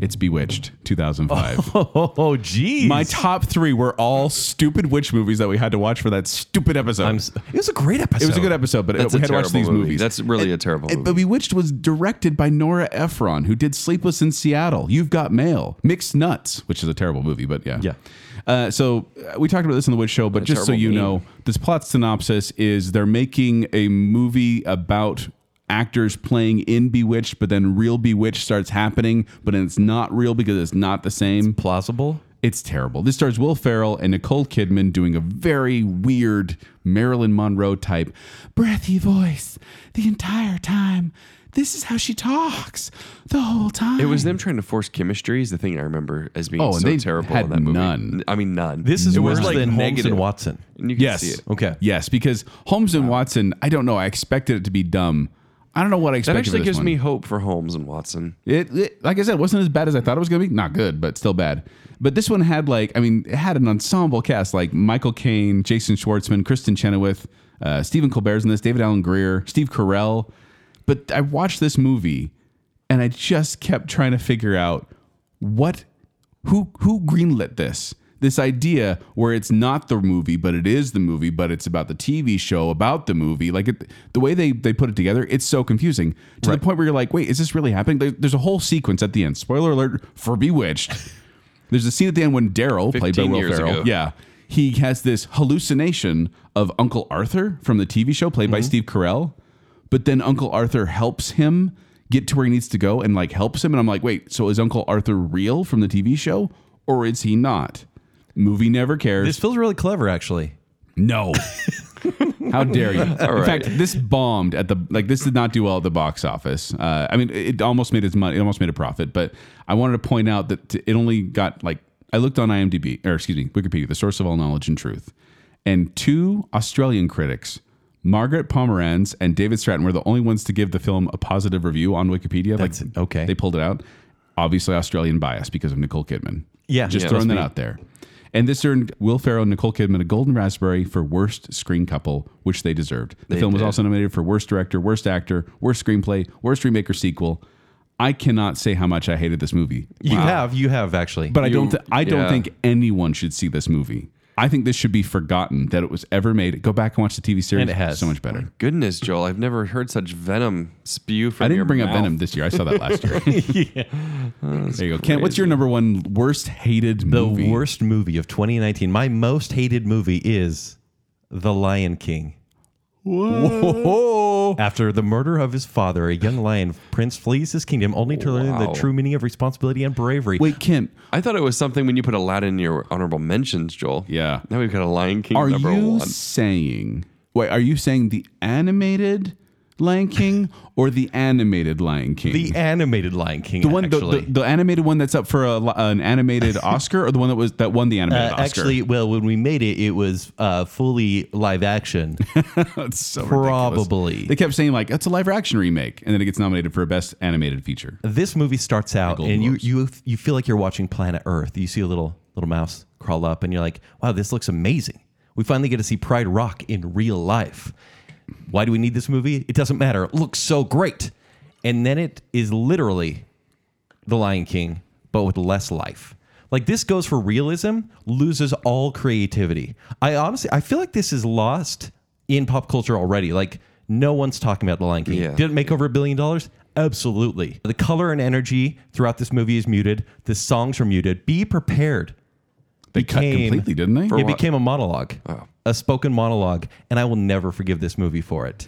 [SPEAKER 2] It's Bewitched, <laughs> 2005.
[SPEAKER 1] <laughs> Oh, oh geez.
[SPEAKER 2] My top three were all stupid witch movies that we had to watch for that stupid episode.
[SPEAKER 1] I'm s- it was a great episode.
[SPEAKER 2] it was a good episode, but
[SPEAKER 3] that's
[SPEAKER 2] we
[SPEAKER 3] a
[SPEAKER 2] had to watch
[SPEAKER 3] terrible
[SPEAKER 2] these
[SPEAKER 3] movie.
[SPEAKER 2] movies.
[SPEAKER 3] That's really a terrible
[SPEAKER 2] And-
[SPEAKER 3] movie.
[SPEAKER 2] But Bewitched was directed by Nora Ephron, who did Sleepless in Seattle, You've Got Mail, Mixed Nuts, which is a terrible movie, but yeah.
[SPEAKER 1] Yeah.
[SPEAKER 2] Uh, so uh, we talked about this on the Witch Show, but just so
[SPEAKER 3] terrible
[SPEAKER 2] you
[SPEAKER 3] meme.
[SPEAKER 2] know, this plot synopsis is they're making a movie about actors playing in Bewitched, but then real Bewitched starts happening, but it's not real because it's not the same.
[SPEAKER 1] plausible.
[SPEAKER 2] It's terrible. This stars Will Ferrell and Nicole Kidman doing a very weird Marilyn Monroe type breathy voice the entire time. This is how she talks the whole time.
[SPEAKER 3] it was them trying to force chemistry is the thing I remember as being
[SPEAKER 2] Oh, and
[SPEAKER 3] so
[SPEAKER 2] they
[SPEAKER 3] terrible
[SPEAKER 2] had
[SPEAKER 3] in that movie.
[SPEAKER 2] none.
[SPEAKER 3] I mean, none.
[SPEAKER 1] This is
[SPEAKER 3] It was
[SPEAKER 1] worse
[SPEAKER 3] like
[SPEAKER 1] than Holmes
[SPEAKER 3] negative.
[SPEAKER 1] and Watson.
[SPEAKER 3] And you can
[SPEAKER 2] yes.
[SPEAKER 3] see it.
[SPEAKER 1] Okay.
[SPEAKER 2] Yes, because Holmes and Watson. I don't know. I expected it to be dumb. I don't know what I
[SPEAKER 3] That
[SPEAKER 2] expected.
[SPEAKER 3] actually
[SPEAKER 2] for this
[SPEAKER 3] gives
[SPEAKER 2] one.
[SPEAKER 3] me hope for Holmes and Watson.
[SPEAKER 2] It, it- like I said, wasn't as bad as I thought it was gonna be. Not good, but still bad. But this one had like, I mean, it had an ensemble cast like Michael Caine, Jason Schwartzman, Kristen Chenoweth, uh, Stephen Colbert's in this, David Allen Greer, Steve Carell. But I watched this movie, and I just kept trying to figure out what, who, who greenlit this. This idea where it's not the movie, but it is the movie, but it's about the TV show about the movie. Like it, the way they, they put it together, it's so confusing to the point where you're like, wait, is this really happening? There, there's a whole sequence at the end. Spoiler alert for Bewitched. there's a scene at the end when Daryl, played by
[SPEAKER 3] 15
[SPEAKER 2] Will
[SPEAKER 3] years
[SPEAKER 2] Ferrell,
[SPEAKER 3] ago.
[SPEAKER 2] yeah, he has this hallucination of Uncle Arthur from the TV show, played by Steve Carell. But then Uncle Arthur helps him get to where he needs to go and like helps him. And I'm like, wait, so is Uncle Arthur real from the TV show or is he not? Movie never cares.
[SPEAKER 1] This feels really clever, actually. <laughs>
[SPEAKER 2] No. How dare you? In
[SPEAKER 3] right.
[SPEAKER 2] fact, this bombed at the like. This did not do well at the box office. Uh, I mean, it almost made its money. It almost made a profit. But I wanted to point out that it only got like I looked on IMDb or excuse me, Wikipedia, the source of all knowledge and truth, and two Australian critics. Margaret Pomeranz and David Stratton were the only ones to give the film a positive review on Wikipedia.
[SPEAKER 1] That's-
[SPEAKER 2] like,
[SPEAKER 1] okay.
[SPEAKER 2] they pulled it out. Obviously, Australian bias because of Nicole Kidman.
[SPEAKER 1] Yeah.
[SPEAKER 2] just
[SPEAKER 1] Yeah,
[SPEAKER 2] throwing
[SPEAKER 1] must
[SPEAKER 2] that
[SPEAKER 1] be.
[SPEAKER 2] out there. And this earned Will Ferrell and Nicole Kidman a Golden Raspberry for Worst Screen Couple, which they deserved. The film was also nominated for Worst Director, Worst Actor, Worst Screenplay, Worst Remake or Sequel. I cannot say how much I hated this movie,
[SPEAKER 1] You have, you have actually.
[SPEAKER 2] but I don't. Th- I don't
[SPEAKER 3] yeah.
[SPEAKER 2] think anyone should see this movie. I think this should be forgotten that it was ever made. Go back and watch the TV series.
[SPEAKER 1] And it has.
[SPEAKER 2] so much better.
[SPEAKER 3] Goodness, Joel, I've never heard such venom spew
[SPEAKER 2] I
[SPEAKER 3] from your
[SPEAKER 2] didn't bring up
[SPEAKER 3] mouth.
[SPEAKER 2] Venom this year. I saw that last
[SPEAKER 1] <laughs>
[SPEAKER 2] year. There you go. Kent, what's your number one worst hated
[SPEAKER 1] the
[SPEAKER 2] movie?
[SPEAKER 1] worst movie of 2019. My most hated movie is The Lion King.
[SPEAKER 2] Whoa.
[SPEAKER 1] After the murder of his father, a young lion prince flees his kingdom only to learn the
[SPEAKER 3] Wow.
[SPEAKER 1] true meaning of responsibility and bravery.
[SPEAKER 2] Wait, Kent.
[SPEAKER 3] I thought it was something when you put Aladdin in your honorable mentions, Joel.
[SPEAKER 2] Yeah.
[SPEAKER 3] Now we've got a Lion King
[SPEAKER 2] Are
[SPEAKER 3] number
[SPEAKER 2] you
[SPEAKER 3] one.
[SPEAKER 2] saying? Wait, are you saying the animated
[SPEAKER 1] <laughs>
[SPEAKER 2] Lion King or the animated Lion King?
[SPEAKER 1] the animated Lion King.
[SPEAKER 2] The one, the,
[SPEAKER 1] actually.
[SPEAKER 2] the, the animated one that's up for a, li-
[SPEAKER 1] <laughs>
[SPEAKER 2] an animated Oscar, or the one that was that won the animated
[SPEAKER 1] Uh,
[SPEAKER 2] Oscar.
[SPEAKER 1] actually, well, when we made it, it was uh, fully live action.
[SPEAKER 2] <laughs> That's so
[SPEAKER 1] probably.
[SPEAKER 2] ridiculous. they kept saying like that's a live action remake, and then it gets nominated for best animated feature.
[SPEAKER 1] this movie starts out,
[SPEAKER 2] Golden
[SPEAKER 1] and you
[SPEAKER 2] Globes.
[SPEAKER 1] you you feel like you're watching Planet Earth. You see a little little mouse crawl up, and you're like, "Wow, this looks amazing." We finally get to see Pride Rock in real life. Why do we need this movie? It doesn't matter. It looks so great, and then it is literally The Lion King, but with less life. Like this goes for realism, loses all creativity. I honestly, I feel like this is lost in pop culture already. Like no one's talking about The Lion King.
[SPEAKER 3] Yeah.
[SPEAKER 1] Did it make over a billion dollars? Absolutely. The color and energy throughout this movie is muted. The songs are muted. Be prepared.
[SPEAKER 2] They cut
[SPEAKER 1] Became-
[SPEAKER 2] completely, didn't they?
[SPEAKER 1] it became a monologue, a spoken monologue, and I will never forgive this movie for it.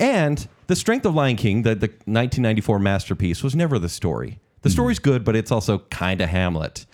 [SPEAKER 1] and the strength of Lion King, the, the 1994 masterpiece, was never the story. The story's good, but it's also kind of Hamlet.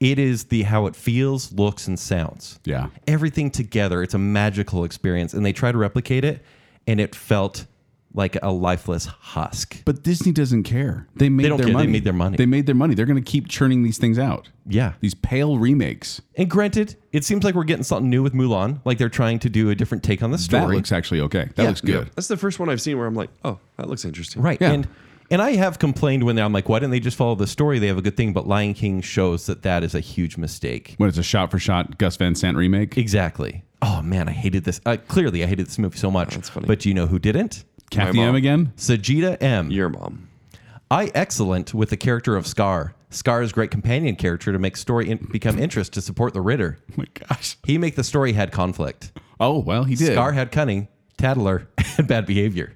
[SPEAKER 1] It is the how it feels, looks, and sounds.
[SPEAKER 2] Yeah.
[SPEAKER 1] Everything together. It's a magical experience, and they try to replicate it, and it felt like a lifeless husk.
[SPEAKER 2] But Disney doesn't care. They made
[SPEAKER 1] don't care.
[SPEAKER 2] their
[SPEAKER 1] They
[SPEAKER 2] money.
[SPEAKER 1] made their money.
[SPEAKER 2] They made their money. They're going to keep churning these things out.
[SPEAKER 1] Yeah.
[SPEAKER 2] These pale remakes.
[SPEAKER 1] And granted, it seems like we're getting something new with Mulan, like they're trying to do a different take on the story.
[SPEAKER 2] That looks actually okay. That
[SPEAKER 3] Yeah.
[SPEAKER 2] looks good.
[SPEAKER 3] That's the first one I've seen where I'm like, oh, that looks interesting.
[SPEAKER 1] Right.
[SPEAKER 2] Yeah.
[SPEAKER 1] And and I have complained when I'm like, why didn't they just follow the story? They have a good thing, but Lion King shows that that is a huge mistake.
[SPEAKER 2] When it's a shot for shot Gus Van Sant remake,
[SPEAKER 1] Exactly. Oh man, I hated this. Uh, clearly, I hated this movie so much.
[SPEAKER 3] that's funny.
[SPEAKER 1] But do you know who didn't?
[SPEAKER 2] Kathy
[SPEAKER 3] mom.
[SPEAKER 2] M again.
[SPEAKER 1] Sajida M.
[SPEAKER 3] Your mom.
[SPEAKER 1] I excellent with the character of Scar. Scar's great companion character to make story in- become interest to support the Ritter.
[SPEAKER 2] Oh my gosh.
[SPEAKER 1] He make the story had conflict.
[SPEAKER 2] Oh well, he did.
[SPEAKER 1] Scar had cunning, <laughs> tattler, and bad behavior.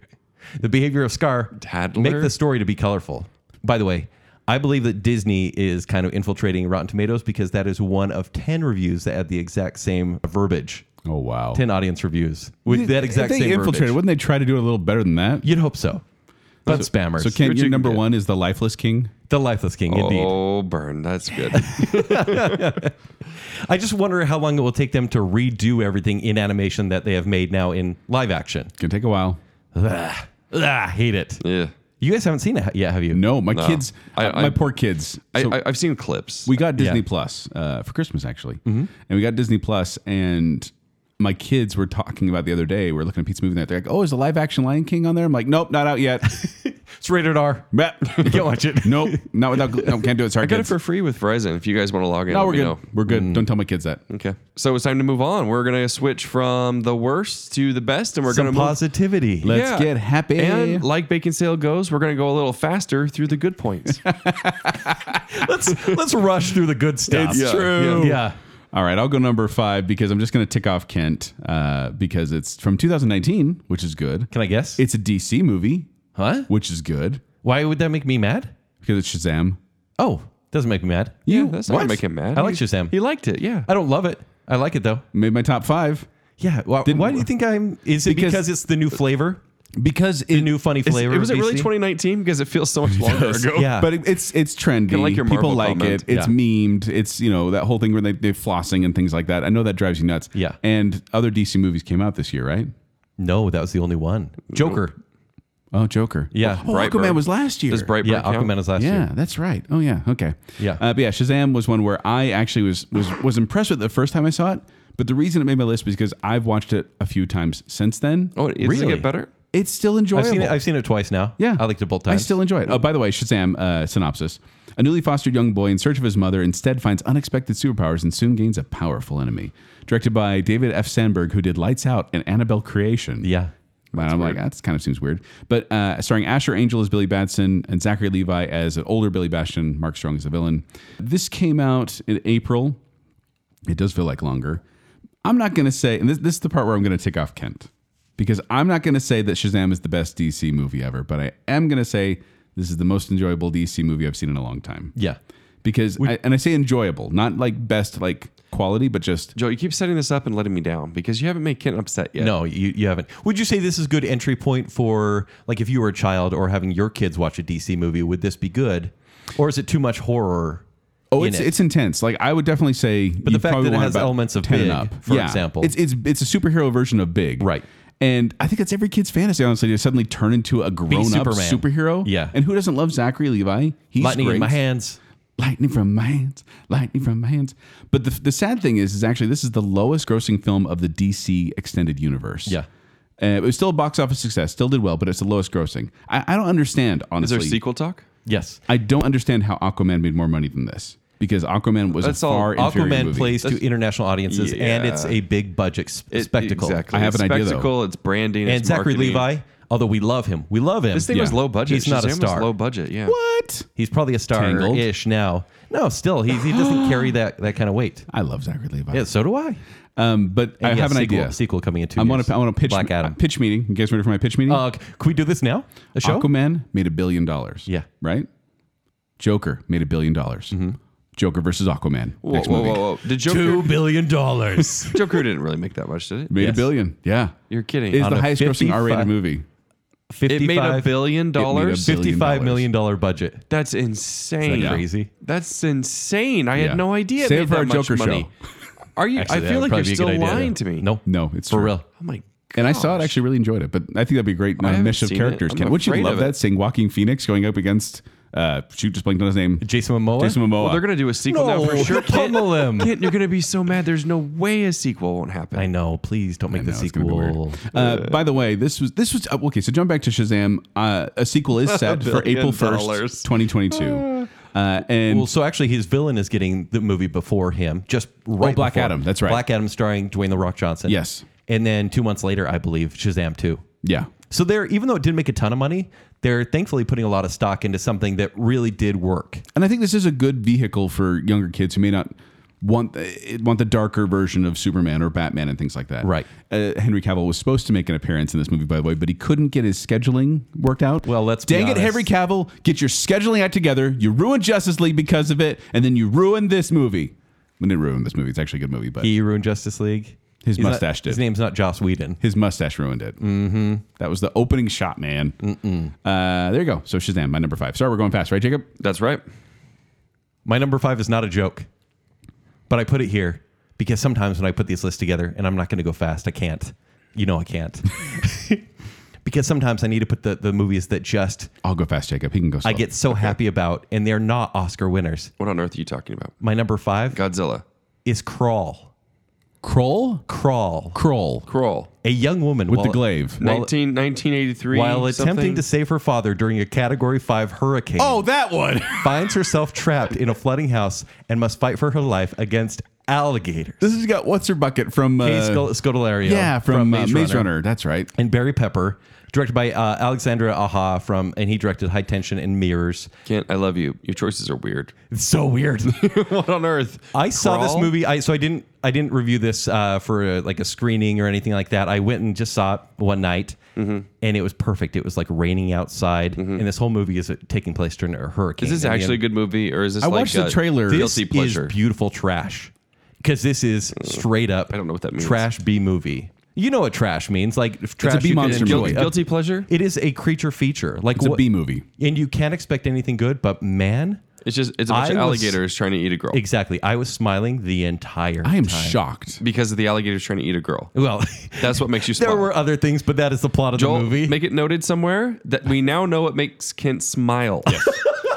[SPEAKER 1] The behavior of Scar
[SPEAKER 3] Tattler?
[SPEAKER 1] make the story to be colorful. By the way, I believe that Disney is kind of infiltrating Rotten Tomatoes because that is one of 10 reviews that had the exact same verbiage.
[SPEAKER 2] oh wow.
[SPEAKER 1] 10 audience reviews with that exact
[SPEAKER 2] if they
[SPEAKER 1] same
[SPEAKER 2] infiltrated.
[SPEAKER 1] verbiage.
[SPEAKER 2] Wouldn't they try to do it a little better than that?
[SPEAKER 1] You'd hope so. But spammers.
[SPEAKER 2] So Ken,
[SPEAKER 3] what
[SPEAKER 2] your
[SPEAKER 3] you can
[SPEAKER 2] number
[SPEAKER 3] do.
[SPEAKER 2] one is the lifeless king.
[SPEAKER 1] the Lifeless King, indeed.
[SPEAKER 3] Oh, burn.
[SPEAKER 1] <laughs>
[SPEAKER 3] That's good.
[SPEAKER 1] I just wonder how long it will take them to redo everything in animation that they have made now in live action.
[SPEAKER 2] Gonna take a while.
[SPEAKER 1] Ugh. Ugh, I hate it.
[SPEAKER 3] yeah.
[SPEAKER 1] You guys haven't seen it yet, have you?
[SPEAKER 2] No, my
[SPEAKER 3] No.
[SPEAKER 2] kids, uh,
[SPEAKER 3] I-
[SPEAKER 2] my
[SPEAKER 3] I-
[SPEAKER 2] poor kids. So-
[SPEAKER 3] I, I, I've seen clips.
[SPEAKER 2] we got Disney
[SPEAKER 1] Yeah.
[SPEAKER 2] Plus uh, for Christmas actually, and we got Disney Plus, and my kids were talking about the other day. We were looking at Pete's movie night. They're like, "Oh, is the live action Lion King on there?" I'm like, "Nope, not out yet."
[SPEAKER 1] It's rated R.
[SPEAKER 2] you
[SPEAKER 1] can't watch it.
[SPEAKER 2] <laughs> Nope, not without. No, can't do it. Sorry,
[SPEAKER 3] I got it
[SPEAKER 2] kids.
[SPEAKER 3] for free with Verizon. If you guys want to log in,
[SPEAKER 2] no,
[SPEAKER 3] let
[SPEAKER 2] we're
[SPEAKER 3] me
[SPEAKER 2] good.
[SPEAKER 3] know. Mm.
[SPEAKER 2] We're good. Don't tell my kids that.
[SPEAKER 3] Okay, so it's time to move on. We're gonna switch from the worst to the best, and we're
[SPEAKER 1] Some
[SPEAKER 3] gonna move-
[SPEAKER 1] positivity.
[SPEAKER 2] Let's get happy.
[SPEAKER 3] And like bacon sale goes, we're gonna go a little faster through the
[SPEAKER 1] <laughs>
[SPEAKER 3] good points.
[SPEAKER 1] <laughs> let's let's rush through the good stuff.
[SPEAKER 3] It's Yeah. true.
[SPEAKER 1] Yeah.
[SPEAKER 2] All right, I'll go number five because I'm just going to tick off Kent uh, because it's from 2019, which is good.
[SPEAKER 1] Can I guess?
[SPEAKER 2] It's a DC movie,
[SPEAKER 1] huh?
[SPEAKER 2] which is good
[SPEAKER 1] Why would that make me mad?
[SPEAKER 2] because it's Shazam.
[SPEAKER 1] Oh, doesn't make me mad.
[SPEAKER 3] yeah, that's not
[SPEAKER 1] What?
[SPEAKER 3] gonna make him mad.
[SPEAKER 1] I like
[SPEAKER 3] He's-
[SPEAKER 1] Shazam.
[SPEAKER 3] He liked it. Yeah.
[SPEAKER 1] I don't love it. I like it though.
[SPEAKER 2] Made my top five
[SPEAKER 1] Yeah. Why, why do you think I'm? Is it
[SPEAKER 2] Because-
[SPEAKER 1] because, it's the new flavor,
[SPEAKER 2] because
[SPEAKER 1] the new funny
[SPEAKER 3] Is-
[SPEAKER 1] flavor?
[SPEAKER 3] was
[SPEAKER 1] of
[SPEAKER 3] it really Oh,
[SPEAKER 1] DC?
[SPEAKER 3] 2019? Because it feels
[SPEAKER 1] <laughs>
[SPEAKER 3] so much longer ago.
[SPEAKER 1] Yeah.
[SPEAKER 2] But it- it's it's trendy.
[SPEAKER 3] Ah. Kinda like your
[SPEAKER 2] People
[SPEAKER 3] Marvel
[SPEAKER 2] like
[SPEAKER 3] comment.
[SPEAKER 2] it. It's
[SPEAKER 1] Yeah.
[SPEAKER 2] memed. It's you know that whole thing where they they flossing and things like that. I know that drives you nuts.
[SPEAKER 1] Yeah.
[SPEAKER 2] And other DC movies came out this year, right?
[SPEAKER 1] No, that was the only one.
[SPEAKER 3] Mm.
[SPEAKER 1] Joker.
[SPEAKER 2] Oh, Joker.
[SPEAKER 1] Yeah.
[SPEAKER 2] Oh, Aquaman
[SPEAKER 3] Brightburn.
[SPEAKER 2] was last year.
[SPEAKER 3] Does Brightburn
[SPEAKER 1] Yeah,
[SPEAKER 3] count?
[SPEAKER 1] Aquaman was last
[SPEAKER 2] yeah,
[SPEAKER 1] year.
[SPEAKER 2] that's right. Oh yeah, okay.
[SPEAKER 1] Yeah.
[SPEAKER 2] uh, but yeah, Shazam was one where I actually was was was impressed with it the first time I saw it. But the reason it made my list was because I've watched it a few times since then.
[SPEAKER 3] Oh, it, does it
[SPEAKER 1] Really?
[SPEAKER 3] get better?
[SPEAKER 2] it's still enjoyable.
[SPEAKER 1] I've seen it. I've seen it twice now.
[SPEAKER 2] Yeah.
[SPEAKER 1] I liked it both
[SPEAKER 2] I
[SPEAKER 1] times.
[SPEAKER 2] still enjoy it. Oh, by the way, Shazam uh, synopsis. A newly fostered young boy in search of his mother instead finds unexpected superpowers and soon gains a powerful enemy. Directed by David F. Sandberg, who did Lights Out and Annabelle Creation.
[SPEAKER 1] Yeah.
[SPEAKER 2] And I'm like, that kind of seems weird. But uh, starring Asher Angel as Billy Batson and Zachary Levi as an older Billy Bastion, Mark Strong as a villain. This came out in April. It does feel like longer. I'm not going to say, and this, this is the part where I'm going to tick off Kent because I'm not going to say that Shazam is the best DC movie ever, but I am going to say this is the most enjoyable DC movie I've seen in a long time.
[SPEAKER 1] Yeah.
[SPEAKER 2] Because, I, and I say enjoyable, not like best like quality, but just
[SPEAKER 3] Joe, you keep setting this up and letting me down because you haven't made Kent upset yet.
[SPEAKER 1] No, you, you haven't. Would you say this is good entry point for like if you were a child or having your kids watch a DC movie? Would this be good, or is it too much horror?
[SPEAKER 2] Oh,
[SPEAKER 1] in
[SPEAKER 2] it's
[SPEAKER 1] it?
[SPEAKER 2] it's intense. Like I would definitely say, but
[SPEAKER 1] the fact that it has elements of Big, for example.
[SPEAKER 2] it's it's it's a superhero version of Big,
[SPEAKER 1] Right.
[SPEAKER 2] And I think it's every kid's fantasy, honestly, to suddenly turn into a grown up
[SPEAKER 1] Superman.
[SPEAKER 2] superhero.
[SPEAKER 1] Yeah.
[SPEAKER 2] and who doesn't love Zachary Levi? He's
[SPEAKER 1] lightning
[SPEAKER 2] great.
[SPEAKER 1] in my hands.
[SPEAKER 2] lightning from my hands, lightning from my hands. But the the sad thing is, is actually this is the lowest grossing film of the DC extended universe.
[SPEAKER 1] Yeah.
[SPEAKER 2] Uh, it was still a box office success, still did well, but it's the lowest grossing. I, I don't understand,
[SPEAKER 3] Is
[SPEAKER 2] honestly.
[SPEAKER 3] there sequel talk?
[SPEAKER 1] Yes.
[SPEAKER 2] I don't understand how Aquaman made more money than this because Aquaman was
[SPEAKER 3] That's
[SPEAKER 2] a
[SPEAKER 3] all.
[SPEAKER 2] far inferior
[SPEAKER 1] Aquaman
[SPEAKER 2] movie.
[SPEAKER 1] plays
[SPEAKER 3] That's-
[SPEAKER 1] to international audiences, and it's
[SPEAKER 3] Yeah.
[SPEAKER 1] a big budget s-
[SPEAKER 3] It-
[SPEAKER 1] spectacle.
[SPEAKER 3] Exactly.
[SPEAKER 2] I have
[SPEAKER 3] It's
[SPEAKER 2] an idea, though.
[SPEAKER 3] Spectacle. It's branding.
[SPEAKER 1] And
[SPEAKER 3] it's
[SPEAKER 1] Zachary
[SPEAKER 3] marketing.
[SPEAKER 1] Levi, although we love him, we love him.
[SPEAKER 3] This thing was
[SPEAKER 2] Yeah.
[SPEAKER 3] low budget.
[SPEAKER 1] He's not a
[SPEAKER 3] Shazam was
[SPEAKER 1] star.
[SPEAKER 3] Low budget. Yeah.
[SPEAKER 2] What?
[SPEAKER 1] He's probably a
[SPEAKER 2] Tangled.
[SPEAKER 1] star-ish now. No, still, he, he doesn't carry that, that kind of weight.
[SPEAKER 2] I love Zachary Levi.
[SPEAKER 1] Yeah, so do I.
[SPEAKER 2] Um, but I
[SPEAKER 1] And yeah,
[SPEAKER 2] have an
[SPEAKER 1] sequel,
[SPEAKER 2] idea.
[SPEAKER 1] Sequel coming in two
[SPEAKER 2] I want
[SPEAKER 1] years.
[SPEAKER 2] to. I want to pitch.
[SPEAKER 1] Black Adam.
[SPEAKER 2] uh, pitch meeting. You guys ready for my pitch meeting?
[SPEAKER 1] Uh, c- can we do this now? A show?
[SPEAKER 2] Aquaman made a billion dollars.
[SPEAKER 1] Yeah.
[SPEAKER 2] Right. Joker made a billion dollars. Joker versus Aquaman.
[SPEAKER 3] Whoa,
[SPEAKER 2] next
[SPEAKER 3] whoa,
[SPEAKER 2] movie.
[SPEAKER 3] whoa, whoa. Did
[SPEAKER 1] Two
[SPEAKER 3] Joker?
[SPEAKER 1] billion dollars.
[SPEAKER 3] Joker didn't really make that much, did it?
[SPEAKER 2] Made
[SPEAKER 1] Yes.
[SPEAKER 2] a billion. Yeah.
[SPEAKER 3] You're kidding.
[SPEAKER 2] It's
[SPEAKER 3] On
[SPEAKER 2] the
[SPEAKER 1] a
[SPEAKER 2] highest grossing
[SPEAKER 1] 55
[SPEAKER 2] R-rated movie.
[SPEAKER 3] <laughs> It made a
[SPEAKER 1] 55
[SPEAKER 3] billion dollars.
[SPEAKER 2] billion
[SPEAKER 1] $55 million
[SPEAKER 2] dollars.
[SPEAKER 1] dollar budget.
[SPEAKER 3] That's insane.
[SPEAKER 2] Yeah.
[SPEAKER 1] Crazy.
[SPEAKER 3] That's insane. I
[SPEAKER 2] Yeah.
[SPEAKER 3] had no idea. it
[SPEAKER 2] Save
[SPEAKER 3] made
[SPEAKER 2] for
[SPEAKER 3] that
[SPEAKER 2] our
[SPEAKER 3] much
[SPEAKER 2] Joker
[SPEAKER 3] money. Are you?
[SPEAKER 1] Actually,
[SPEAKER 3] I
[SPEAKER 1] that
[SPEAKER 3] feel
[SPEAKER 1] would
[SPEAKER 3] like
[SPEAKER 1] probably
[SPEAKER 3] you're
[SPEAKER 1] be a
[SPEAKER 3] still
[SPEAKER 1] good idea.
[SPEAKER 3] lying to me.
[SPEAKER 1] No.
[SPEAKER 2] No, it's
[SPEAKER 1] For
[SPEAKER 2] true.
[SPEAKER 1] real.
[SPEAKER 3] Oh my.
[SPEAKER 2] And I saw it.
[SPEAKER 3] gosh.
[SPEAKER 2] Actually, really enjoyed it. But I think that'd be a great uh,
[SPEAKER 3] haven't
[SPEAKER 2] mesh of
[SPEAKER 3] seen it.
[SPEAKER 2] characters.
[SPEAKER 3] I'm
[SPEAKER 2] Ken. Wouldn't you
[SPEAKER 3] afraid
[SPEAKER 2] love
[SPEAKER 3] of
[SPEAKER 2] that?
[SPEAKER 3] it.
[SPEAKER 2] Seeing Walking Phoenix going up against uh, shoot, just blanked on his name.
[SPEAKER 1] Jason Momoa?
[SPEAKER 2] Jason Momoa.
[SPEAKER 3] Well, they're gonna do a sequel now for
[SPEAKER 1] No, <laughs>
[SPEAKER 3] sure.
[SPEAKER 1] you pummel him.
[SPEAKER 3] Kent, you're gonna be so mad. There's no way a sequel won't happen.
[SPEAKER 1] I know. Please don't make the
[SPEAKER 2] No, it's gonna be
[SPEAKER 1] sequel.
[SPEAKER 2] weird. Uh, by the way, this was this was uh, okay. So jump back to Shazam. Uh, a sequel
[SPEAKER 3] <laughs>
[SPEAKER 2] is set for
[SPEAKER 3] Billion
[SPEAKER 2] April first,
[SPEAKER 3] dollars. Ah.
[SPEAKER 2] twenty twenty two, and
[SPEAKER 1] Well, so actually, his villain is getting the movie before him, just right.
[SPEAKER 2] Oh, Black
[SPEAKER 1] before.
[SPEAKER 2] Adam, that's right.
[SPEAKER 1] Black Adam, starring Dwayne the Rock Johnson.
[SPEAKER 2] Yes.
[SPEAKER 1] And then two months later, I believe Shazam two.
[SPEAKER 2] yeah,
[SPEAKER 1] So they're even though it didn't make a ton of money, they're thankfully putting a lot of stock into something that really did work.
[SPEAKER 2] and I think this is a good vehicle for younger kids who may not want uh, want the darker version of Superman or Batman and things like that.
[SPEAKER 1] Right.
[SPEAKER 2] Uh, Henry Cavill was supposed to make an appearance in this movie, by the way, but he couldn't get his scheduling worked out.
[SPEAKER 1] Well, let's be
[SPEAKER 2] dang it,
[SPEAKER 1] honest.
[SPEAKER 2] Henry Cavill, get your scheduling act together. You ruined Justice League because of it, and then you ruined this movie. We didn't ruin this movie. It's actually a good movie, but
[SPEAKER 1] He ruined Justice League.
[SPEAKER 2] His
[SPEAKER 1] He's not-
[SPEAKER 2] mustache did.
[SPEAKER 1] His name's not Joss Whedon.
[SPEAKER 2] His mustache ruined it. Mm-hmm. That was the opening shot, man. Uh, there you go. So Shazam, my number five. Sorry, we're going fast, right, Jacob?
[SPEAKER 3] That's right.
[SPEAKER 1] My number five is not a joke, but I put it here because sometimes when I put these lists together, and I'm not going to go fast, I can't. You know, I can't. <laughs> because sometimes I need to put the, the movies that just
[SPEAKER 2] I'll go fast, Jacob. He can go slow.
[SPEAKER 1] I get so happy about, and they're not Oscar winners.
[SPEAKER 3] What on earth are you talking about?
[SPEAKER 1] My number five
[SPEAKER 3] Godzilla.
[SPEAKER 1] is Crawl.
[SPEAKER 2] Kroll?
[SPEAKER 1] Crawl,
[SPEAKER 2] Kroll.
[SPEAKER 3] Kroll.
[SPEAKER 1] a young woman
[SPEAKER 2] With
[SPEAKER 1] while-
[SPEAKER 2] the glaive.
[SPEAKER 3] 19, 1983.
[SPEAKER 1] while
[SPEAKER 3] something.
[SPEAKER 1] attempting to save her father during a Category 5 hurricane.
[SPEAKER 2] Oh, that one. <laughs>
[SPEAKER 1] finds herself trapped in a flooding house and must fight for her life against alligators.
[SPEAKER 2] this has got what's her bucket from uh,
[SPEAKER 1] Kay Scot- Scodelario.
[SPEAKER 2] yeah from, uh, Maze, Runner. That's right.
[SPEAKER 1] And Barry Pepper, directed by uh, Alexandra Aha from, and he directed High Tension and Mirrors.
[SPEAKER 3] Kent, I love you. Your choices are weird. <laughs>
[SPEAKER 1] It's so weird.
[SPEAKER 3] what on earth?
[SPEAKER 1] <laughs> I saw this
[SPEAKER 3] Crawl?
[SPEAKER 1] movie. I so I didn't I didn't review this uh, for uh like a screening or anything like that. I went and just saw it one night, and it was perfect. It was like raining outside, and this whole movie is uh, taking place during a hurricane.
[SPEAKER 3] Is this
[SPEAKER 1] And the
[SPEAKER 3] actually a good movie, or is this?
[SPEAKER 2] I
[SPEAKER 3] like
[SPEAKER 2] watched the
[SPEAKER 3] a
[SPEAKER 2] trailer.
[SPEAKER 3] Guilty
[SPEAKER 1] This
[SPEAKER 3] pleasure.
[SPEAKER 1] is beautiful trash because this is straight up. I
[SPEAKER 3] don't know what that means.
[SPEAKER 1] Trash B movie. You know what trash means? Like if trash.
[SPEAKER 2] a B
[SPEAKER 1] you can
[SPEAKER 2] monster
[SPEAKER 1] enjoy-
[SPEAKER 2] movie.
[SPEAKER 3] Guilty, guilty pleasure.
[SPEAKER 1] It is a creature feature. Like
[SPEAKER 2] It's a
[SPEAKER 1] what-
[SPEAKER 2] B movie.
[SPEAKER 1] and you can't expect anything good. But man,
[SPEAKER 3] It's just it's a bunch
[SPEAKER 1] I
[SPEAKER 3] of
[SPEAKER 1] was-
[SPEAKER 3] alligators trying to eat a girl
[SPEAKER 1] exactly. I was smiling the entire.
[SPEAKER 2] I am
[SPEAKER 1] time.
[SPEAKER 2] shocked.
[SPEAKER 3] because of the alligators trying to eat a girl.
[SPEAKER 1] Well, <laughs>
[SPEAKER 3] That's what makes you smile.
[SPEAKER 1] there were other things, but that is the plot of
[SPEAKER 3] Joel,
[SPEAKER 1] the movie. <laughs>
[SPEAKER 3] make it noted somewhere that we now know what makes Kent smile.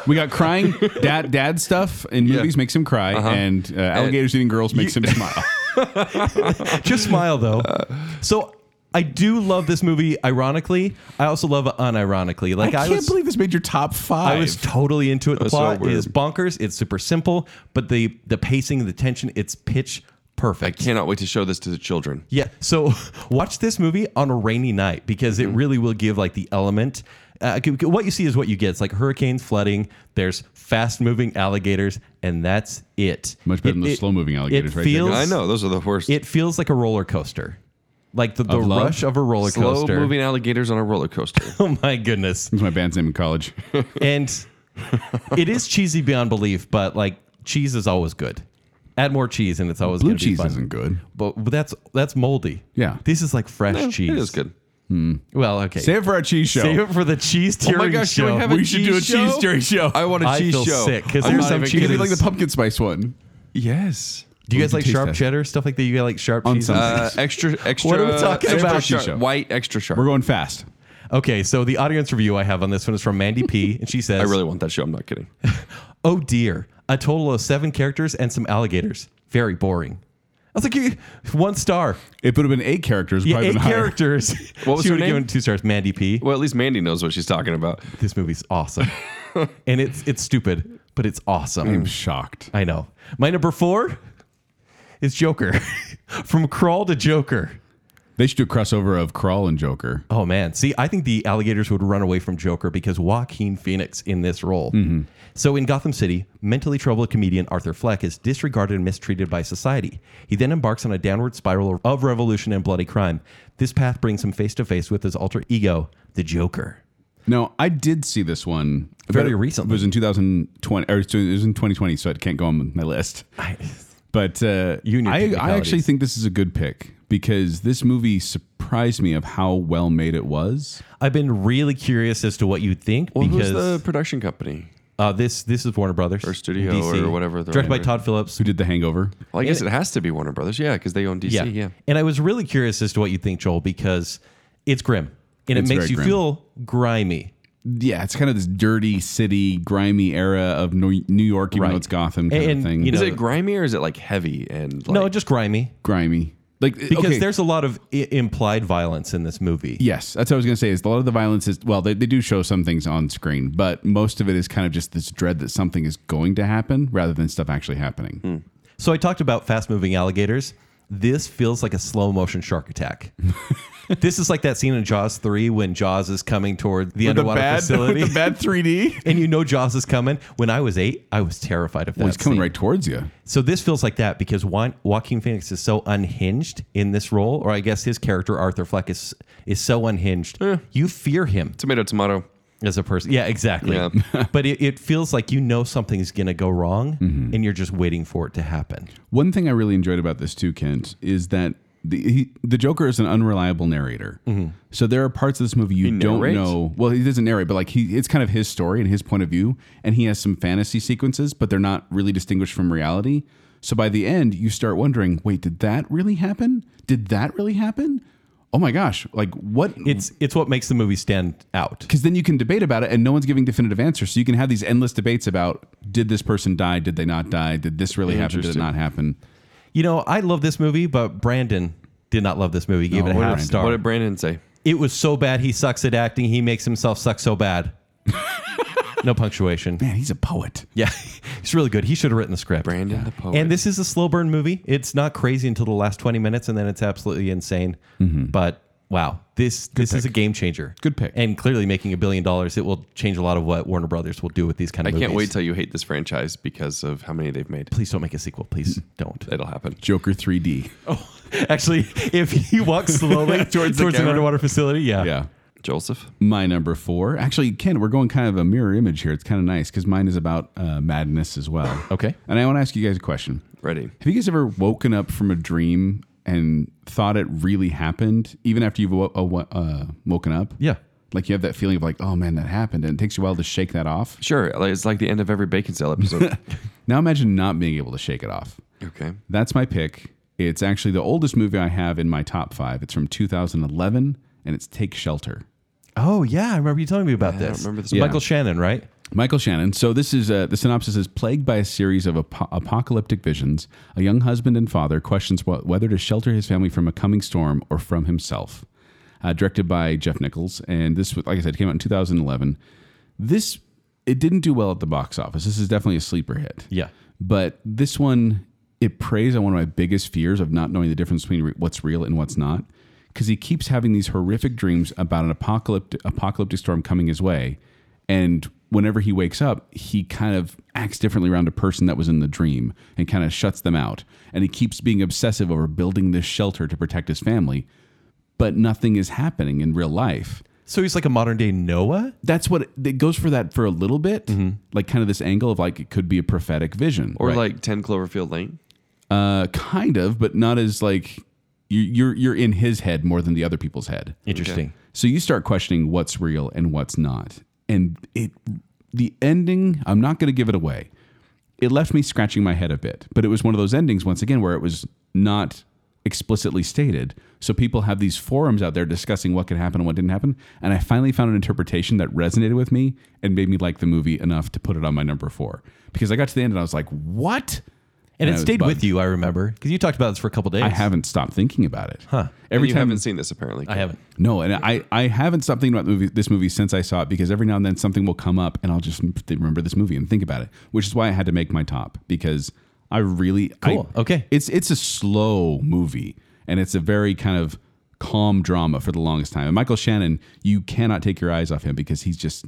[SPEAKER 2] We
[SPEAKER 1] <laughs>
[SPEAKER 2] got crying dad dad stuff in movies makes him cry,
[SPEAKER 1] Uh-huh.
[SPEAKER 2] and uh, alligators eating girls makes
[SPEAKER 1] <laughs>
[SPEAKER 2] him smile.
[SPEAKER 1] Just smile though.
[SPEAKER 3] Uh.
[SPEAKER 1] So. I do love this movie. Ironically, I also love it unironically.
[SPEAKER 2] I
[SPEAKER 1] Like I,
[SPEAKER 2] can't
[SPEAKER 1] was,
[SPEAKER 2] believe this made your top five.
[SPEAKER 1] I was totally into it. The
[SPEAKER 3] was so
[SPEAKER 1] plot
[SPEAKER 3] weird.
[SPEAKER 1] is bonkers. It's super simple, but the the pacing, the tension, it's pitch
[SPEAKER 3] I
[SPEAKER 1] perfect.
[SPEAKER 3] <laughs> cannot wait to show this to the children.
[SPEAKER 1] Yeah. So <laughs> watch this movie on a rainy night because
[SPEAKER 2] Mm-hmm.
[SPEAKER 1] it really will give like the element. Uh, c- c- what you see is what you get. It's like hurricanes, flooding. There's fast moving alligators, and that's it.
[SPEAKER 2] Much better
[SPEAKER 1] It-
[SPEAKER 2] than the
[SPEAKER 1] it-
[SPEAKER 2] slow-moving alligators,
[SPEAKER 1] It
[SPEAKER 2] right,
[SPEAKER 1] feels.
[SPEAKER 3] I know those are the worst.
[SPEAKER 1] It feels like a roller coaster, like the, the
[SPEAKER 2] Of love?
[SPEAKER 1] rush of a roller
[SPEAKER 3] Slow
[SPEAKER 1] coaster.
[SPEAKER 3] moving alligators on a roller coaster.
[SPEAKER 1] <laughs> Oh my goodness!
[SPEAKER 2] That's my band's name
[SPEAKER 1] <laughs>
[SPEAKER 2] in college.
[SPEAKER 1] And it is cheesy beyond belief, but like cheese is always good. Add more cheese, and it's always
[SPEAKER 2] Blue
[SPEAKER 1] gonna be
[SPEAKER 2] cheese
[SPEAKER 1] fun.
[SPEAKER 2] isn't good.
[SPEAKER 1] But, but that's that's moldy.
[SPEAKER 2] Yeah.
[SPEAKER 1] This is like fresh
[SPEAKER 3] Yeah,
[SPEAKER 1] cheese.
[SPEAKER 3] It is good.
[SPEAKER 1] Well, okay.
[SPEAKER 2] Save it for our cheese show.
[SPEAKER 1] Save it for the cheese tearing
[SPEAKER 3] gosh, do we
[SPEAKER 1] show.
[SPEAKER 3] have a
[SPEAKER 2] we should do a
[SPEAKER 3] cheese show?
[SPEAKER 2] cheese during show.
[SPEAKER 3] I want a
[SPEAKER 1] I
[SPEAKER 3] cheese
[SPEAKER 1] feel
[SPEAKER 3] show.
[SPEAKER 1] sick, 'cause
[SPEAKER 3] I'm
[SPEAKER 1] there's
[SPEAKER 3] not
[SPEAKER 1] some
[SPEAKER 3] even
[SPEAKER 2] It could be
[SPEAKER 1] cheeses.
[SPEAKER 3] kidding.
[SPEAKER 2] like the pumpkin spice one.
[SPEAKER 3] Yes.
[SPEAKER 1] do you
[SPEAKER 2] Who's
[SPEAKER 1] guys
[SPEAKER 2] the
[SPEAKER 1] like
[SPEAKER 2] taste
[SPEAKER 1] sharp
[SPEAKER 2] test?
[SPEAKER 1] cheddar stuff like that? You got like sharp
[SPEAKER 2] On
[SPEAKER 1] cheese.
[SPEAKER 2] some-
[SPEAKER 3] Uh, extra, extra.
[SPEAKER 1] are we talking
[SPEAKER 3] extra
[SPEAKER 1] about?
[SPEAKER 3] sharp-
[SPEAKER 2] Cheese show.
[SPEAKER 3] White, extra sharp.
[SPEAKER 2] We're going fast.
[SPEAKER 1] Okay, so the audience review I have on this one is from Mandy P, and she says,
[SPEAKER 3] I really want that show. I'm not kidding.
[SPEAKER 1] <laughs> "Oh dear, a total of seven characters and some alligators. Very boring." I was like, "You- one star.
[SPEAKER 2] If it would have been eight characters, it
[SPEAKER 1] Yeah,
[SPEAKER 2] would probably
[SPEAKER 1] eight
[SPEAKER 2] been higher.
[SPEAKER 1] characters.
[SPEAKER 3] <laughs> What was
[SPEAKER 1] she
[SPEAKER 3] her
[SPEAKER 1] would've
[SPEAKER 3] name?
[SPEAKER 1] given two stars. Mandy P.
[SPEAKER 3] Well, at least Mandy knows what she's talking about.
[SPEAKER 1] This movie's
[SPEAKER 3] <laughs>
[SPEAKER 1] awesome, and it's it's stupid, but it's awesome.
[SPEAKER 2] <laughs> I'm shocked.
[SPEAKER 1] I know. My number four is Joker, <laughs> from Crawl to Joker.
[SPEAKER 2] They should do a crossover of Crawl and Joker.
[SPEAKER 1] Oh man, see, I think the alligators would run away from Joker because Joaquin Phoenix in this role.
[SPEAKER 3] Mm-hmm.
[SPEAKER 1] So in Gotham City, mentally troubled comedian Arthur Fleck is disregarded and mistreated by society. He then embarks on a downward spiral of revolution and bloody crime. This path brings him face to face with his alter ego, the Joker.
[SPEAKER 2] No, I did see this one
[SPEAKER 1] Very
[SPEAKER 2] But
[SPEAKER 1] recently.
[SPEAKER 2] It was in 2020, or it was in 2020, so it can't go on my list. But uh,
[SPEAKER 1] You and your
[SPEAKER 2] I, I
[SPEAKER 1] technicalities.
[SPEAKER 2] actually think this is a good pick because this movie surprised me of how well made it was.
[SPEAKER 1] I've been really curious as to what you'd think
[SPEAKER 3] Well,
[SPEAKER 1] because
[SPEAKER 3] who's the production company?
[SPEAKER 1] uh, this this is Warner Brothers
[SPEAKER 3] Or studio or whatever they're
[SPEAKER 1] directed by
[SPEAKER 3] under.
[SPEAKER 1] Todd Phillips,
[SPEAKER 2] Who did The Hangover?
[SPEAKER 3] Well, I guess it has to be Warner Brothers. Yeah, because they own DC. Yeah.
[SPEAKER 1] And I was really curious as to what you think, Joel, because it's grim and
[SPEAKER 2] It's
[SPEAKER 1] it makes
[SPEAKER 2] very
[SPEAKER 1] you
[SPEAKER 2] grim.
[SPEAKER 1] feel grimy.
[SPEAKER 2] Yeah, it's kind of this dirty city, grimy era of New New York, even
[SPEAKER 1] Right.
[SPEAKER 2] though it's Gotham kind
[SPEAKER 1] And,
[SPEAKER 2] of thing.
[SPEAKER 1] you
[SPEAKER 3] Is
[SPEAKER 1] know-
[SPEAKER 3] it grimy or is it like heavy and like,
[SPEAKER 1] no, just grimy.
[SPEAKER 2] grimy. Like
[SPEAKER 1] Because
[SPEAKER 2] okay.
[SPEAKER 1] there's a lot of I- implied violence in this movie.
[SPEAKER 2] Yes, that's what I was going to say. Is a lot of the violence is well, they, they do show some things on screen, but most of it is kind of just this dread that something is going to happen rather than stuff actually happening.
[SPEAKER 1] So I talked about fast moving alligators. This feels like a slow motion shark
[SPEAKER 3] <laughs>
[SPEAKER 1] attack. this is like that scene in Jaws 3 when Jaws is coming toward <laughs> the underwater
[SPEAKER 3] <laughs>
[SPEAKER 1] facility.
[SPEAKER 2] bad 3D.
[SPEAKER 1] and you know Jaws is coming. When I was eight, I was terrified of that.
[SPEAKER 2] Well, he's coming
[SPEAKER 1] scene.
[SPEAKER 2] right towards you.
[SPEAKER 1] So this feels like that because Wa- Joaquin Phoenix is so unhinged in this role, or I guess his character Arthur Fleck is is so unhinged. You fear him
[SPEAKER 3] tomato, tomato?
[SPEAKER 1] as a person. Yeah, exactly.
[SPEAKER 3] Yeah.
[SPEAKER 1] <laughs> but it, it feels like you know something's gonna go wrong,
[SPEAKER 2] Mm-hmm.
[SPEAKER 1] and you're just waiting for it to happen.
[SPEAKER 2] One thing I really enjoyed about this too, Kent, is that the he, the Joker is an unreliable narrator. So there are parts of this movie you don't
[SPEAKER 3] narrates?
[SPEAKER 2] know. Well, he doesn't narrate, but like he, it's kind of his story and his point of view, and he has some fantasy sequences, but they're not really distinguished from reality. So by the end, you start wondering, wait, did that really happen? Did that really happen? Oh my gosh! Like what?
[SPEAKER 1] It's it's what makes the movie stand out.
[SPEAKER 2] because then you can debate about it and no one's giving definitive answers so you can have these endless debates about did this person die did they not die did this really happen did it
[SPEAKER 3] Interesting.
[SPEAKER 2] not happen
[SPEAKER 1] you know, I love this movie, but Brandon did not love this movie. He gave
[SPEAKER 2] No,
[SPEAKER 1] it a
[SPEAKER 2] what
[SPEAKER 1] half
[SPEAKER 2] did-
[SPEAKER 1] star.
[SPEAKER 3] What did Brandon say?
[SPEAKER 1] it was so bad he sucks at acting. He makes himself suck so bad. no punctuation.
[SPEAKER 2] Man, he's a poet.
[SPEAKER 1] Yeah, <laughs> he's really good. He should have written the script.
[SPEAKER 3] Brandon the poet.
[SPEAKER 1] And this is a slow burn movie. It's not crazy until the last 20 minutes, and then it's absolutely insane. But wow, this this is a game changer.
[SPEAKER 2] Good pick.
[SPEAKER 1] And clearly, making a billion dollars, it will change a lot of what Warner Brothers will do with these kind
[SPEAKER 3] I
[SPEAKER 1] of movies.
[SPEAKER 3] can't wait till you hate this franchise because of how many they've made.
[SPEAKER 1] Please don't make a sequel. Please don't.
[SPEAKER 3] It'll happen.
[SPEAKER 2] Joker 3D.
[SPEAKER 1] <laughs> Actually, if he walks slowly towards,
[SPEAKER 3] the
[SPEAKER 1] an
[SPEAKER 3] camera.
[SPEAKER 1] underwater facility, yeah.
[SPEAKER 2] Yeah.
[SPEAKER 3] Joseph.
[SPEAKER 2] My number four. Actually, Ken, we're going kind of a mirror image here. It's kind of nice because mine is about uh, madness as well.
[SPEAKER 1] Okay.
[SPEAKER 2] And I want to ask you guys a question.
[SPEAKER 3] Ready.
[SPEAKER 2] Have you guys ever woken up from a dream and thought it really happened, even after you've wo- uh, wo- uh, woken up?
[SPEAKER 1] Yeah.
[SPEAKER 2] Like you have that feeling of like, oh man, that happened, and it takes you a while to shake that off.
[SPEAKER 3] Sure. like- It's like the end of every bacon cell episode.
[SPEAKER 2] Now imagine not being able to shake it off.
[SPEAKER 3] okay.
[SPEAKER 2] That's my pick. It's actually the oldest movie I have in my top five. It's from 2011, and it's Take Shelter.
[SPEAKER 1] Oh, yeah. I remember you telling me about this.
[SPEAKER 3] remember this
[SPEAKER 1] It's Michael Shannon, right?
[SPEAKER 2] Michael Shannon. So this is uh, the synopsis is plagued by a series of apo- apocalyptic visions. A young husband and father questions what, whether to shelter his family from a coming storm or from himself. Uh, directed by Jeff Nichols, and this, was- like I said, came out in 2011. This it didn't do well at the box office. This is definitely a sleeper hit.
[SPEAKER 1] Yeah.
[SPEAKER 2] But this one, it preys on one of my biggest fears of not knowing the difference between re- what's real and what's not. Because he keeps having these horrific dreams about an apocalyptic, apocalyptic storm coming his way. And whenever he wakes up, he kind of acts differently around a person that was in the dream and kind of shuts them out. And he keeps being obsessive over building this shelter to protect his family, but nothing is happening in real life
[SPEAKER 1] So he's like a modern day Noah?
[SPEAKER 2] that's what it goes for that for a little bit like kind of this angle of like it could be a prophetic vision
[SPEAKER 3] Or like 10 Cloverfield Lane.
[SPEAKER 2] uh kind of but not as like you- you're you're in his head more than the other people's head
[SPEAKER 1] Interesting.
[SPEAKER 2] so you start questioning what's real and what's not and it the ending i'm not going to give it away it left me scratching my head a bit but it was one of those endings once again where it was not explicitly stated so people have these forums out there discussing what could happen and what didn't happen and i finally found an interpretation that resonated with me and made me like the movie enough to put it on my number four because i got to the end and i was like what
[SPEAKER 1] And
[SPEAKER 2] I
[SPEAKER 1] it
[SPEAKER 2] was
[SPEAKER 1] stayed with
[SPEAKER 2] bummed.
[SPEAKER 1] you, I remember, because you talked about this for a couple days.
[SPEAKER 2] i haven't stopped thinking about it huh every
[SPEAKER 3] you
[SPEAKER 2] time
[SPEAKER 3] haven't seen this apparently.
[SPEAKER 1] I haven't.
[SPEAKER 2] No, and I, I haven't stopped thinking about the movie, this movie since I saw it because every now and then something will come up and I'll just remember this movie and think about it, which is why I had to make my top because I really I-
[SPEAKER 1] Cool. Okay.
[SPEAKER 2] It's it's a slow movie and it's a very kind of calm drama for the longest time. And Michael Shannon, you cannot take your eyes off him because he's just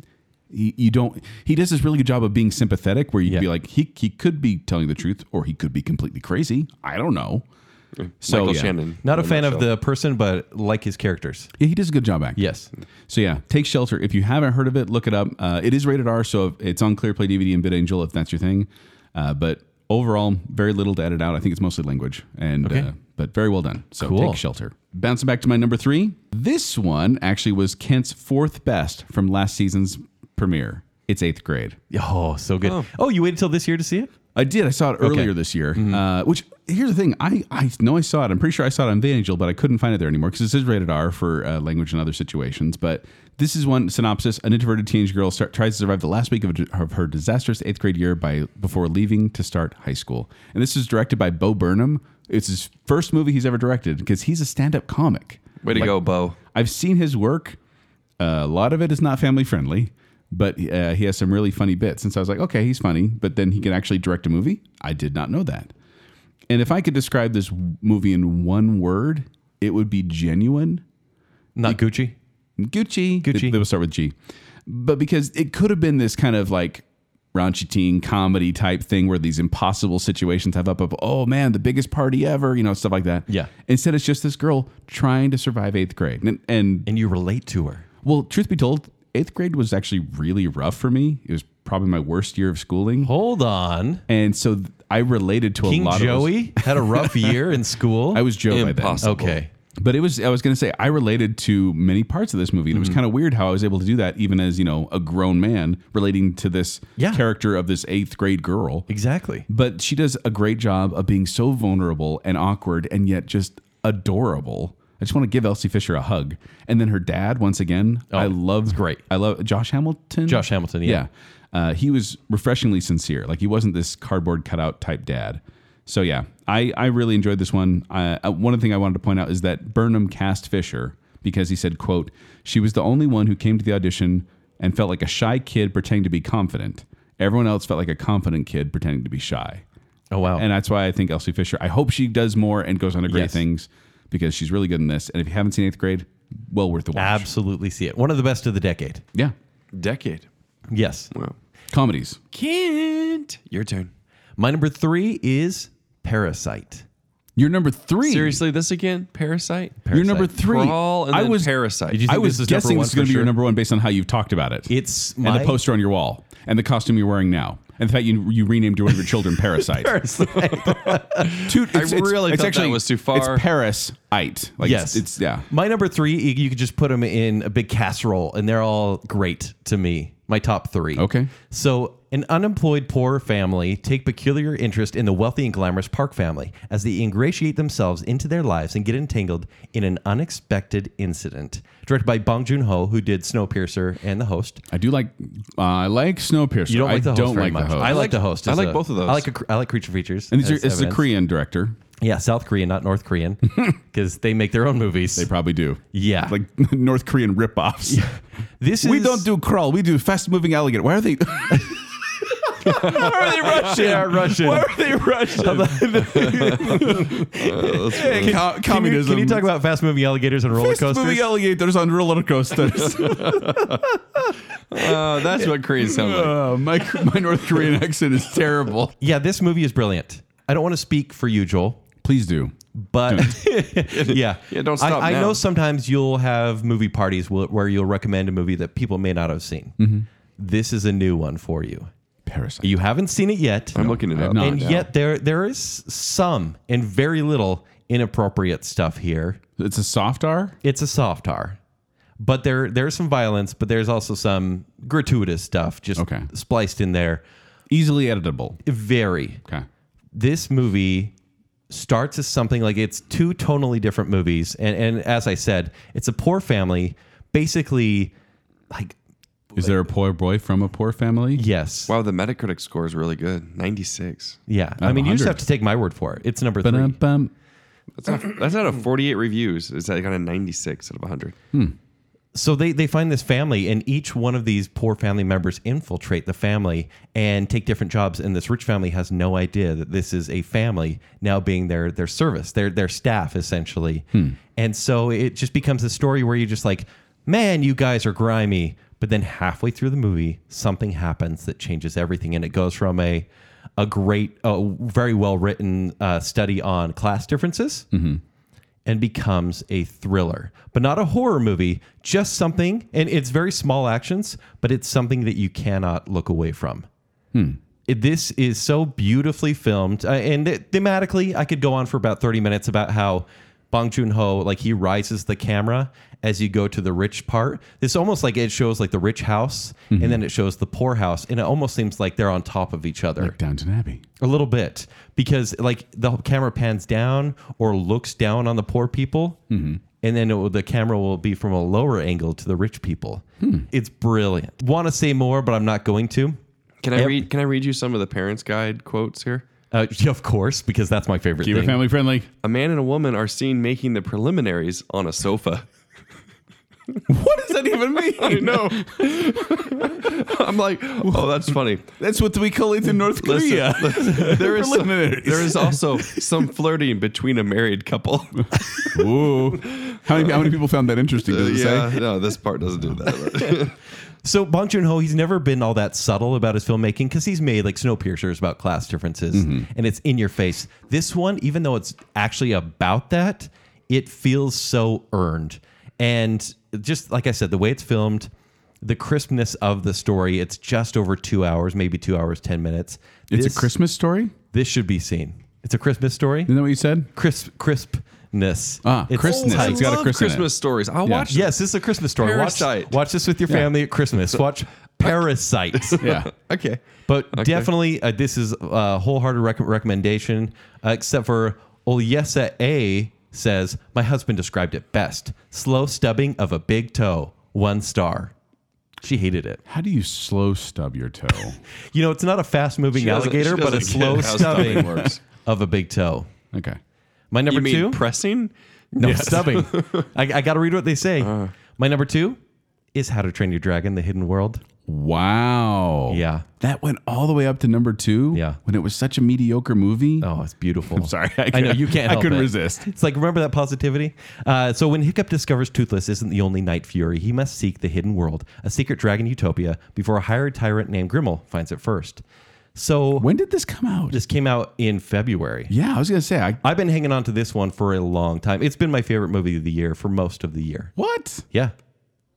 [SPEAKER 2] he, you don't he does this really good job of being sympathetic where you'd
[SPEAKER 1] Yeah.
[SPEAKER 2] be like he he could be telling the truth or he could be completely crazy. I don't know. So,
[SPEAKER 3] Mm. Michael
[SPEAKER 2] yeah.
[SPEAKER 3] Shannon.
[SPEAKER 1] Not a
[SPEAKER 3] in
[SPEAKER 1] fan of
[SPEAKER 3] nutshell.
[SPEAKER 1] the person, but like his characters.
[SPEAKER 2] Yeah, he does a good job acting.
[SPEAKER 1] Yes.
[SPEAKER 2] So yeah, Take Shelter. If you haven't heard of it, look it up. Uh, it is rated R, so it's on ClearPlay DVD and VidAngel if that's your thing. Uh, but overall, very little to edit out. I think it's mostly language, and
[SPEAKER 1] Okay.
[SPEAKER 2] uh, but very well done. So
[SPEAKER 1] Cool.
[SPEAKER 2] Take Shelter. Bouncing back to my number three. This one actually was Kent's fourth best from last season's premiere. It's eighth grade.
[SPEAKER 1] Oh, so good. Oh,
[SPEAKER 3] Oh.
[SPEAKER 1] you waited till this year to see it?
[SPEAKER 2] I did. I saw it earlier this year.
[SPEAKER 3] Mm-hmm.
[SPEAKER 2] Uh, which here's the thing. I, I know I saw it. I'm pretty sure I saw it on VanEngel, but I couldn't find it there anymore because this is rated R for uh, language and other situations. But this is one synopsis: An introverted teenage girl start, tries to survive the last week of, of her disastrous eighth grade year by before leaving to start high school. And this is directed by Bo Burnham. It's his first movie he's ever directed because he's a stand-up comic.
[SPEAKER 3] Way to
[SPEAKER 2] Like,
[SPEAKER 3] go, Bo.
[SPEAKER 2] I've seen his work. Uh, a lot of it is not family friendly, but uh, he has some really funny bits. And so I was like, okay, he's funny, but then he can actually direct a movie. I did not know that. And if I could describe this w- movie in one word, it would be genuine.
[SPEAKER 1] Not Gucci?
[SPEAKER 2] Gucci.
[SPEAKER 1] Gucci.
[SPEAKER 2] They, they will start with G. But because it could have been this kind of like raunchy teen comedy type thing where these impossible situations have up of, oh man, the biggest party ever, you know, stuff like that.
[SPEAKER 1] Yeah.
[SPEAKER 2] Instead, it's just this girl trying to survive eighth grade. And, and
[SPEAKER 1] And you relate to her.
[SPEAKER 2] well, truth be told, eighth grade was actually really rough for me. It was probably my worst year of schooling.
[SPEAKER 1] Hold on.
[SPEAKER 2] And so th- I related to a
[SPEAKER 1] King
[SPEAKER 2] lot of those-
[SPEAKER 1] Joey had a rough year in school.
[SPEAKER 2] <laughs> I was Joe by then.
[SPEAKER 3] Impossible.
[SPEAKER 1] okay.
[SPEAKER 2] But it was I was going to say I related to many parts of this movie and
[SPEAKER 1] Mm-hmm.
[SPEAKER 2] it was kind of weird how I was able to do that even as, you know, a grown man relating to this
[SPEAKER 1] Yeah.
[SPEAKER 2] character of this 8th grade girl.
[SPEAKER 1] Exactly.
[SPEAKER 2] But she does a great job of being so vulnerable and awkward and yet just adorable. I just want to give Elsie Fisher a hug. And then her dad, once again, I love
[SPEAKER 1] Oh, great.
[SPEAKER 2] I love Josh Hamilton.
[SPEAKER 1] Josh Hamilton, yeah.
[SPEAKER 2] Uh, he was refreshingly sincere. Like he wasn't this cardboard cutout type dad. So yeah, I, I really enjoyed this one. Uh, uh, one thing I wanted to point out is that Burnham cast Fisher because he said, "quote She was the only one who came to the audition and felt like a shy kid pretending to be confident. Everyone else felt like a confident kid pretending to be shy."
[SPEAKER 1] Oh wow.
[SPEAKER 2] And that's why I think Elsie Fisher. I hope she does more and goes on to great
[SPEAKER 1] Yes.
[SPEAKER 2] things because she's really good in this. And if you haven't seen Eighth Grade, well worth the watch.
[SPEAKER 1] Absolutely see it. One of the best of the decade.
[SPEAKER 2] Yeah,
[SPEAKER 3] Decade.
[SPEAKER 1] Yes.
[SPEAKER 3] Wow.
[SPEAKER 2] comedies.
[SPEAKER 3] Kent, your turn.
[SPEAKER 1] My number three is Parasite.
[SPEAKER 2] You're number three.
[SPEAKER 3] Seriously, this again? Parasite?
[SPEAKER 2] You're number three.
[SPEAKER 3] Crawl and
[SPEAKER 2] I
[SPEAKER 3] then
[SPEAKER 2] was
[SPEAKER 3] Parasite.
[SPEAKER 1] Did you-
[SPEAKER 2] I
[SPEAKER 1] think
[SPEAKER 2] was
[SPEAKER 1] this is number
[SPEAKER 2] guessing
[SPEAKER 1] one
[SPEAKER 2] this is going
[SPEAKER 1] for
[SPEAKER 2] to be your
[SPEAKER 1] sure?
[SPEAKER 2] number one based on how you've talked about it.
[SPEAKER 1] It's
[SPEAKER 2] and
[SPEAKER 1] my
[SPEAKER 2] the poster on your wall and the costume you're wearing now and the fact you you renamed one of your children
[SPEAKER 1] <laughs>
[SPEAKER 2] Parasite. Two- it's, it's-
[SPEAKER 3] really
[SPEAKER 2] it's
[SPEAKER 3] thought that
[SPEAKER 2] actually,
[SPEAKER 3] was too far.
[SPEAKER 2] It's Parasite. Like
[SPEAKER 1] yes.
[SPEAKER 2] it's, it's yeah.
[SPEAKER 1] My number three, you you could just put them in a big casserole, and they're all great to me. My top three.
[SPEAKER 2] Okay.
[SPEAKER 1] So, an unemployed poor family take peculiar interest in the wealthy and glamorous Park family as they ingratiate themselves into their lives and get entangled in an unexpected incident. Directed by Bong Joon Ho, who did Snowpiercer and The Host.
[SPEAKER 2] I do like uh, I like Snowpiercer.
[SPEAKER 1] You don't like The
[SPEAKER 2] I
[SPEAKER 1] Host
[SPEAKER 2] don't
[SPEAKER 1] very
[SPEAKER 2] like
[SPEAKER 1] much.
[SPEAKER 2] the host.
[SPEAKER 1] I like
[SPEAKER 3] like-
[SPEAKER 1] The Host.
[SPEAKER 3] I
[SPEAKER 1] as
[SPEAKER 3] like
[SPEAKER 1] a-
[SPEAKER 3] both of those.
[SPEAKER 1] I like a, I like creature features.
[SPEAKER 2] and these are,
[SPEAKER 1] as
[SPEAKER 2] it's the
[SPEAKER 1] evidence.
[SPEAKER 2] Korean director.
[SPEAKER 1] Yeah, South Korean, not North Korean, because they make their own movies.
[SPEAKER 2] They probably do.
[SPEAKER 1] Yeah.
[SPEAKER 2] Like <laughs> North Korean ripoffs.
[SPEAKER 1] this is
[SPEAKER 2] <laughs> We don't do crawl. We do fast moving alligator. Why
[SPEAKER 1] <laughs>
[SPEAKER 2] are <laughs> they? Why are they Russian?
[SPEAKER 1] They are Russian.
[SPEAKER 2] Why are they Russian? Hey, co-
[SPEAKER 1] Can you,
[SPEAKER 2] communism.
[SPEAKER 1] can you talk about fast moving alligators and roller
[SPEAKER 2] fast moving
[SPEAKER 1] coasters?
[SPEAKER 2] alligators on
[SPEAKER 1] <laughs>
[SPEAKER 2] roller coasters?
[SPEAKER 3] Oh, that's what Koreans sound like.
[SPEAKER 2] <laughs> Uh, my my North <laughs> Korean accent is terrible.
[SPEAKER 1] yeah, this movie is brilliant. I don't want to speak for you, Joel,
[SPEAKER 2] Please do.
[SPEAKER 1] but <laughs> yeah,
[SPEAKER 3] Yeah, don't stop
[SPEAKER 1] I, I
[SPEAKER 3] now.
[SPEAKER 1] know sometimes you'll have movie parties wh- where you'll recommend a movie that people may not have seen.
[SPEAKER 3] Mm-hmm.
[SPEAKER 1] This is a new one for you.
[SPEAKER 2] Parasite.
[SPEAKER 1] You haven't seen it yet,
[SPEAKER 3] I'm looking it
[SPEAKER 2] I have
[SPEAKER 3] up.
[SPEAKER 2] not.
[SPEAKER 1] and yet there there is some and very little inappropriate stuff here.
[SPEAKER 2] it's a soft R.
[SPEAKER 1] It's a soft R. But there there's some violence, but there's also some gratuitous stuff just
[SPEAKER 2] Okay.
[SPEAKER 1] spliced in there.
[SPEAKER 2] Easily editable.
[SPEAKER 1] Very.
[SPEAKER 2] Okay.
[SPEAKER 1] This movie starts as something like it's two tonally different movies. And and as I said, it's a poor family, basically like
[SPEAKER 2] Is there a poor boy from a poor family?
[SPEAKER 1] yes.
[SPEAKER 3] Wow, the Metacritic score is really good. 96.
[SPEAKER 1] yeah. I mean, you just
[SPEAKER 2] 100.
[SPEAKER 1] have to take my word for it. It's number 3.
[SPEAKER 2] Ba-dum-bum.
[SPEAKER 3] That's out, that's out of 48 reviews. It's like on a 96 out of 100.
[SPEAKER 1] so they they find this family and each one of these poor family members infiltrate the family and take different jobs and this rich family has no idea that this is a family now being their their service their their staff essentially and so it just becomes a story where you're just like man you guys are grimy but then halfway through the movie something happens that changes everything and it goes from a a great a very well written uh, study on class differences and becomes a thriller, but not a horror movie, just something. And it's very small actions, but it's something that you cannot look away from. It- this is so beautifully filmed. Uh, and th- thematically, I could go on for about 30 minutes about how Bong Joon Ho, like, he rises the camera as you go to the rich part. It's almost like it shows, like, the rich house and then it shows the poor house. And it almost seems like they're on top of each other.
[SPEAKER 2] Downton Abbey.
[SPEAKER 1] A little bit because like the camera pans down or looks down on the poor people, and then it will, the camera will be from a lower angle to the rich people. It's brilliant. Want to say more, but I'm not going to.
[SPEAKER 3] Can I read Can I read you some of the parents' guide quotes here?
[SPEAKER 1] Uh, <laughs> yeah, of course, because that's my favorite
[SPEAKER 2] Keep it
[SPEAKER 1] thing.
[SPEAKER 2] family friendly.
[SPEAKER 3] A man and a woman are seen making the preliminaries on a sofa. <laughs>
[SPEAKER 2] What does that even mean? I know.
[SPEAKER 3] <laughs> I'm like, oh, that's funny.
[SPEAKER 2] That's what we call it in North
[SPEAKER 3] <laughs> Listen,
[SPEAKER 2] Korea.
[SPEAKER 3] There is some-
[SPEAKER 2] Preliminaries.
[SPEAKER 3] there
[SPEAKER 2] <laughs>
[SPEAKER 3] is also some flirting between a married couple.
[SPEAKER 2] <laughs> Ooh. How many, how many people found that interesting? Does it
[SPEAKER 3] <laughs> yeah,
[SPEAKER 2] say?
[SPEAKER 3] no, this part doesn't do that.
[SPEAKER 1] So Bong Joon Ho, he's never been all that subtle about his filmmaking because he's made like Snowpiercer is about class differences,
[SPEAKER 2] Mm-hmm.
[SPEAKER 1] and it's in your face. This one, even though it's actually about that, it feels so earned, and just like I said, the way it's filmed, the crispness of the story. It's just over two hours, maybe two hours ten minutes.
[SPEAKER 2] It's
[SPEAKER 1] this,
[SPEAKER 2] a Christmas story?
[SPEAKER 1] This should be seen. It's a Christmas story.
[SPEAKER 2] Isn't that what you said?
[SPEAKER 1] Crisp, crispness.
[SPEAKER 2] Ah,
[SPEAKER 1] It's
[SPEAKER 2] crispness.
[SPEAKER 1] tight.
[SPEAKER 2] It's got a
[SPEAKER 3] Love
[SPEAKER 2] Christmas in it.
[SPEAKER 3] Christmas stories. I'll
[SPEAKER 2] Yeah.
[SPEAKER 3] watch.
[SPEAKER 1] Yes, this is a Christmas story. Watch,
[SPEAKER 3] Parasite.
[SPEAKER 1] watch this with your family at Christmas. Watch Parasite.
[SPEAKER 2] <laughs> Yeah.
[SPEAKER 3] Okay.
[SPEAKER 1] But definitely, uh, this is a wholehearted rec- recommendation, uh, except for Olyesa A says, My husband described it best slow stubbing of a big toe, one star. She hated it.
[SPEAKER 2] How do you slow stub your toe?
[SPEAKER 1] You know, it's not a fast moving
[SPEAKER 3] She doesn't-
[SPEAKER 1] alligator,
[SPEAKER 3] she
[SPEAKER 1] but a
[SPEAKER 3] doesn't
[SPEAKER 1] slow
[SPEAKER 3] get how stubbing
[SPEAKER 1] stubbing
[SPEAKER 3] works.
[SPEAKER 1] of a big toe.
[SPEAKER 2] Okay.
[SPEAKER 1] My number
[SPEAKER 3] you mean
[SPEAKER 1] two,
[SPEAKER 3] pressing?
[SPEAKER 1] no
[SPEAKER 3] <laughs>
[SPEAKER 1] stubbing. I, I got to read what they say.
[SPEAKER 3] Uh-huh.
[SPEAKER 1] My number two is How to Train Your Dragon: The Hidden World.
[SPEAKER 3] Oh.
[SPEAKER 2] Wow.
[SPEAKER 1] Yeah.
[SPEAKER 2] That went all the way up to number two.
[SPEAKER 1] Yeah.
[SPEAKER 2] When it was such a mediocre movie.
[SPEAKER 1] Oh, it's beautiful. I'm
[SPEAKER 2] sorry. I
[SPEAKER 1] I, know you can't.
[SPEAKER 2] I
[SPEAKER 1] help
[SPEAKER 2] couldn't
[SPEAKER 1] it.
[SPEAKER 2] resist.
[SPEAKER 1] It's like remember that positivity. Uh, so when Hiccup discovers Toothless isn't the only Night Fury, he must seek the hidden world, a secret dragon utopia, before a hired tyrant named Grimmel finds it first. So
[SPEAKER 2] When did this come out?
[SPEAKER 1] this came out in February.
[SPEAKER 2] yeah, I was gonna say. I,
[SPEAKER 1] I've been hanging on to this one for a long time. It's been my favorite movie of the year for most of the year.
[SPEAKER 2] what?
[SPEAKER 1] Yeah.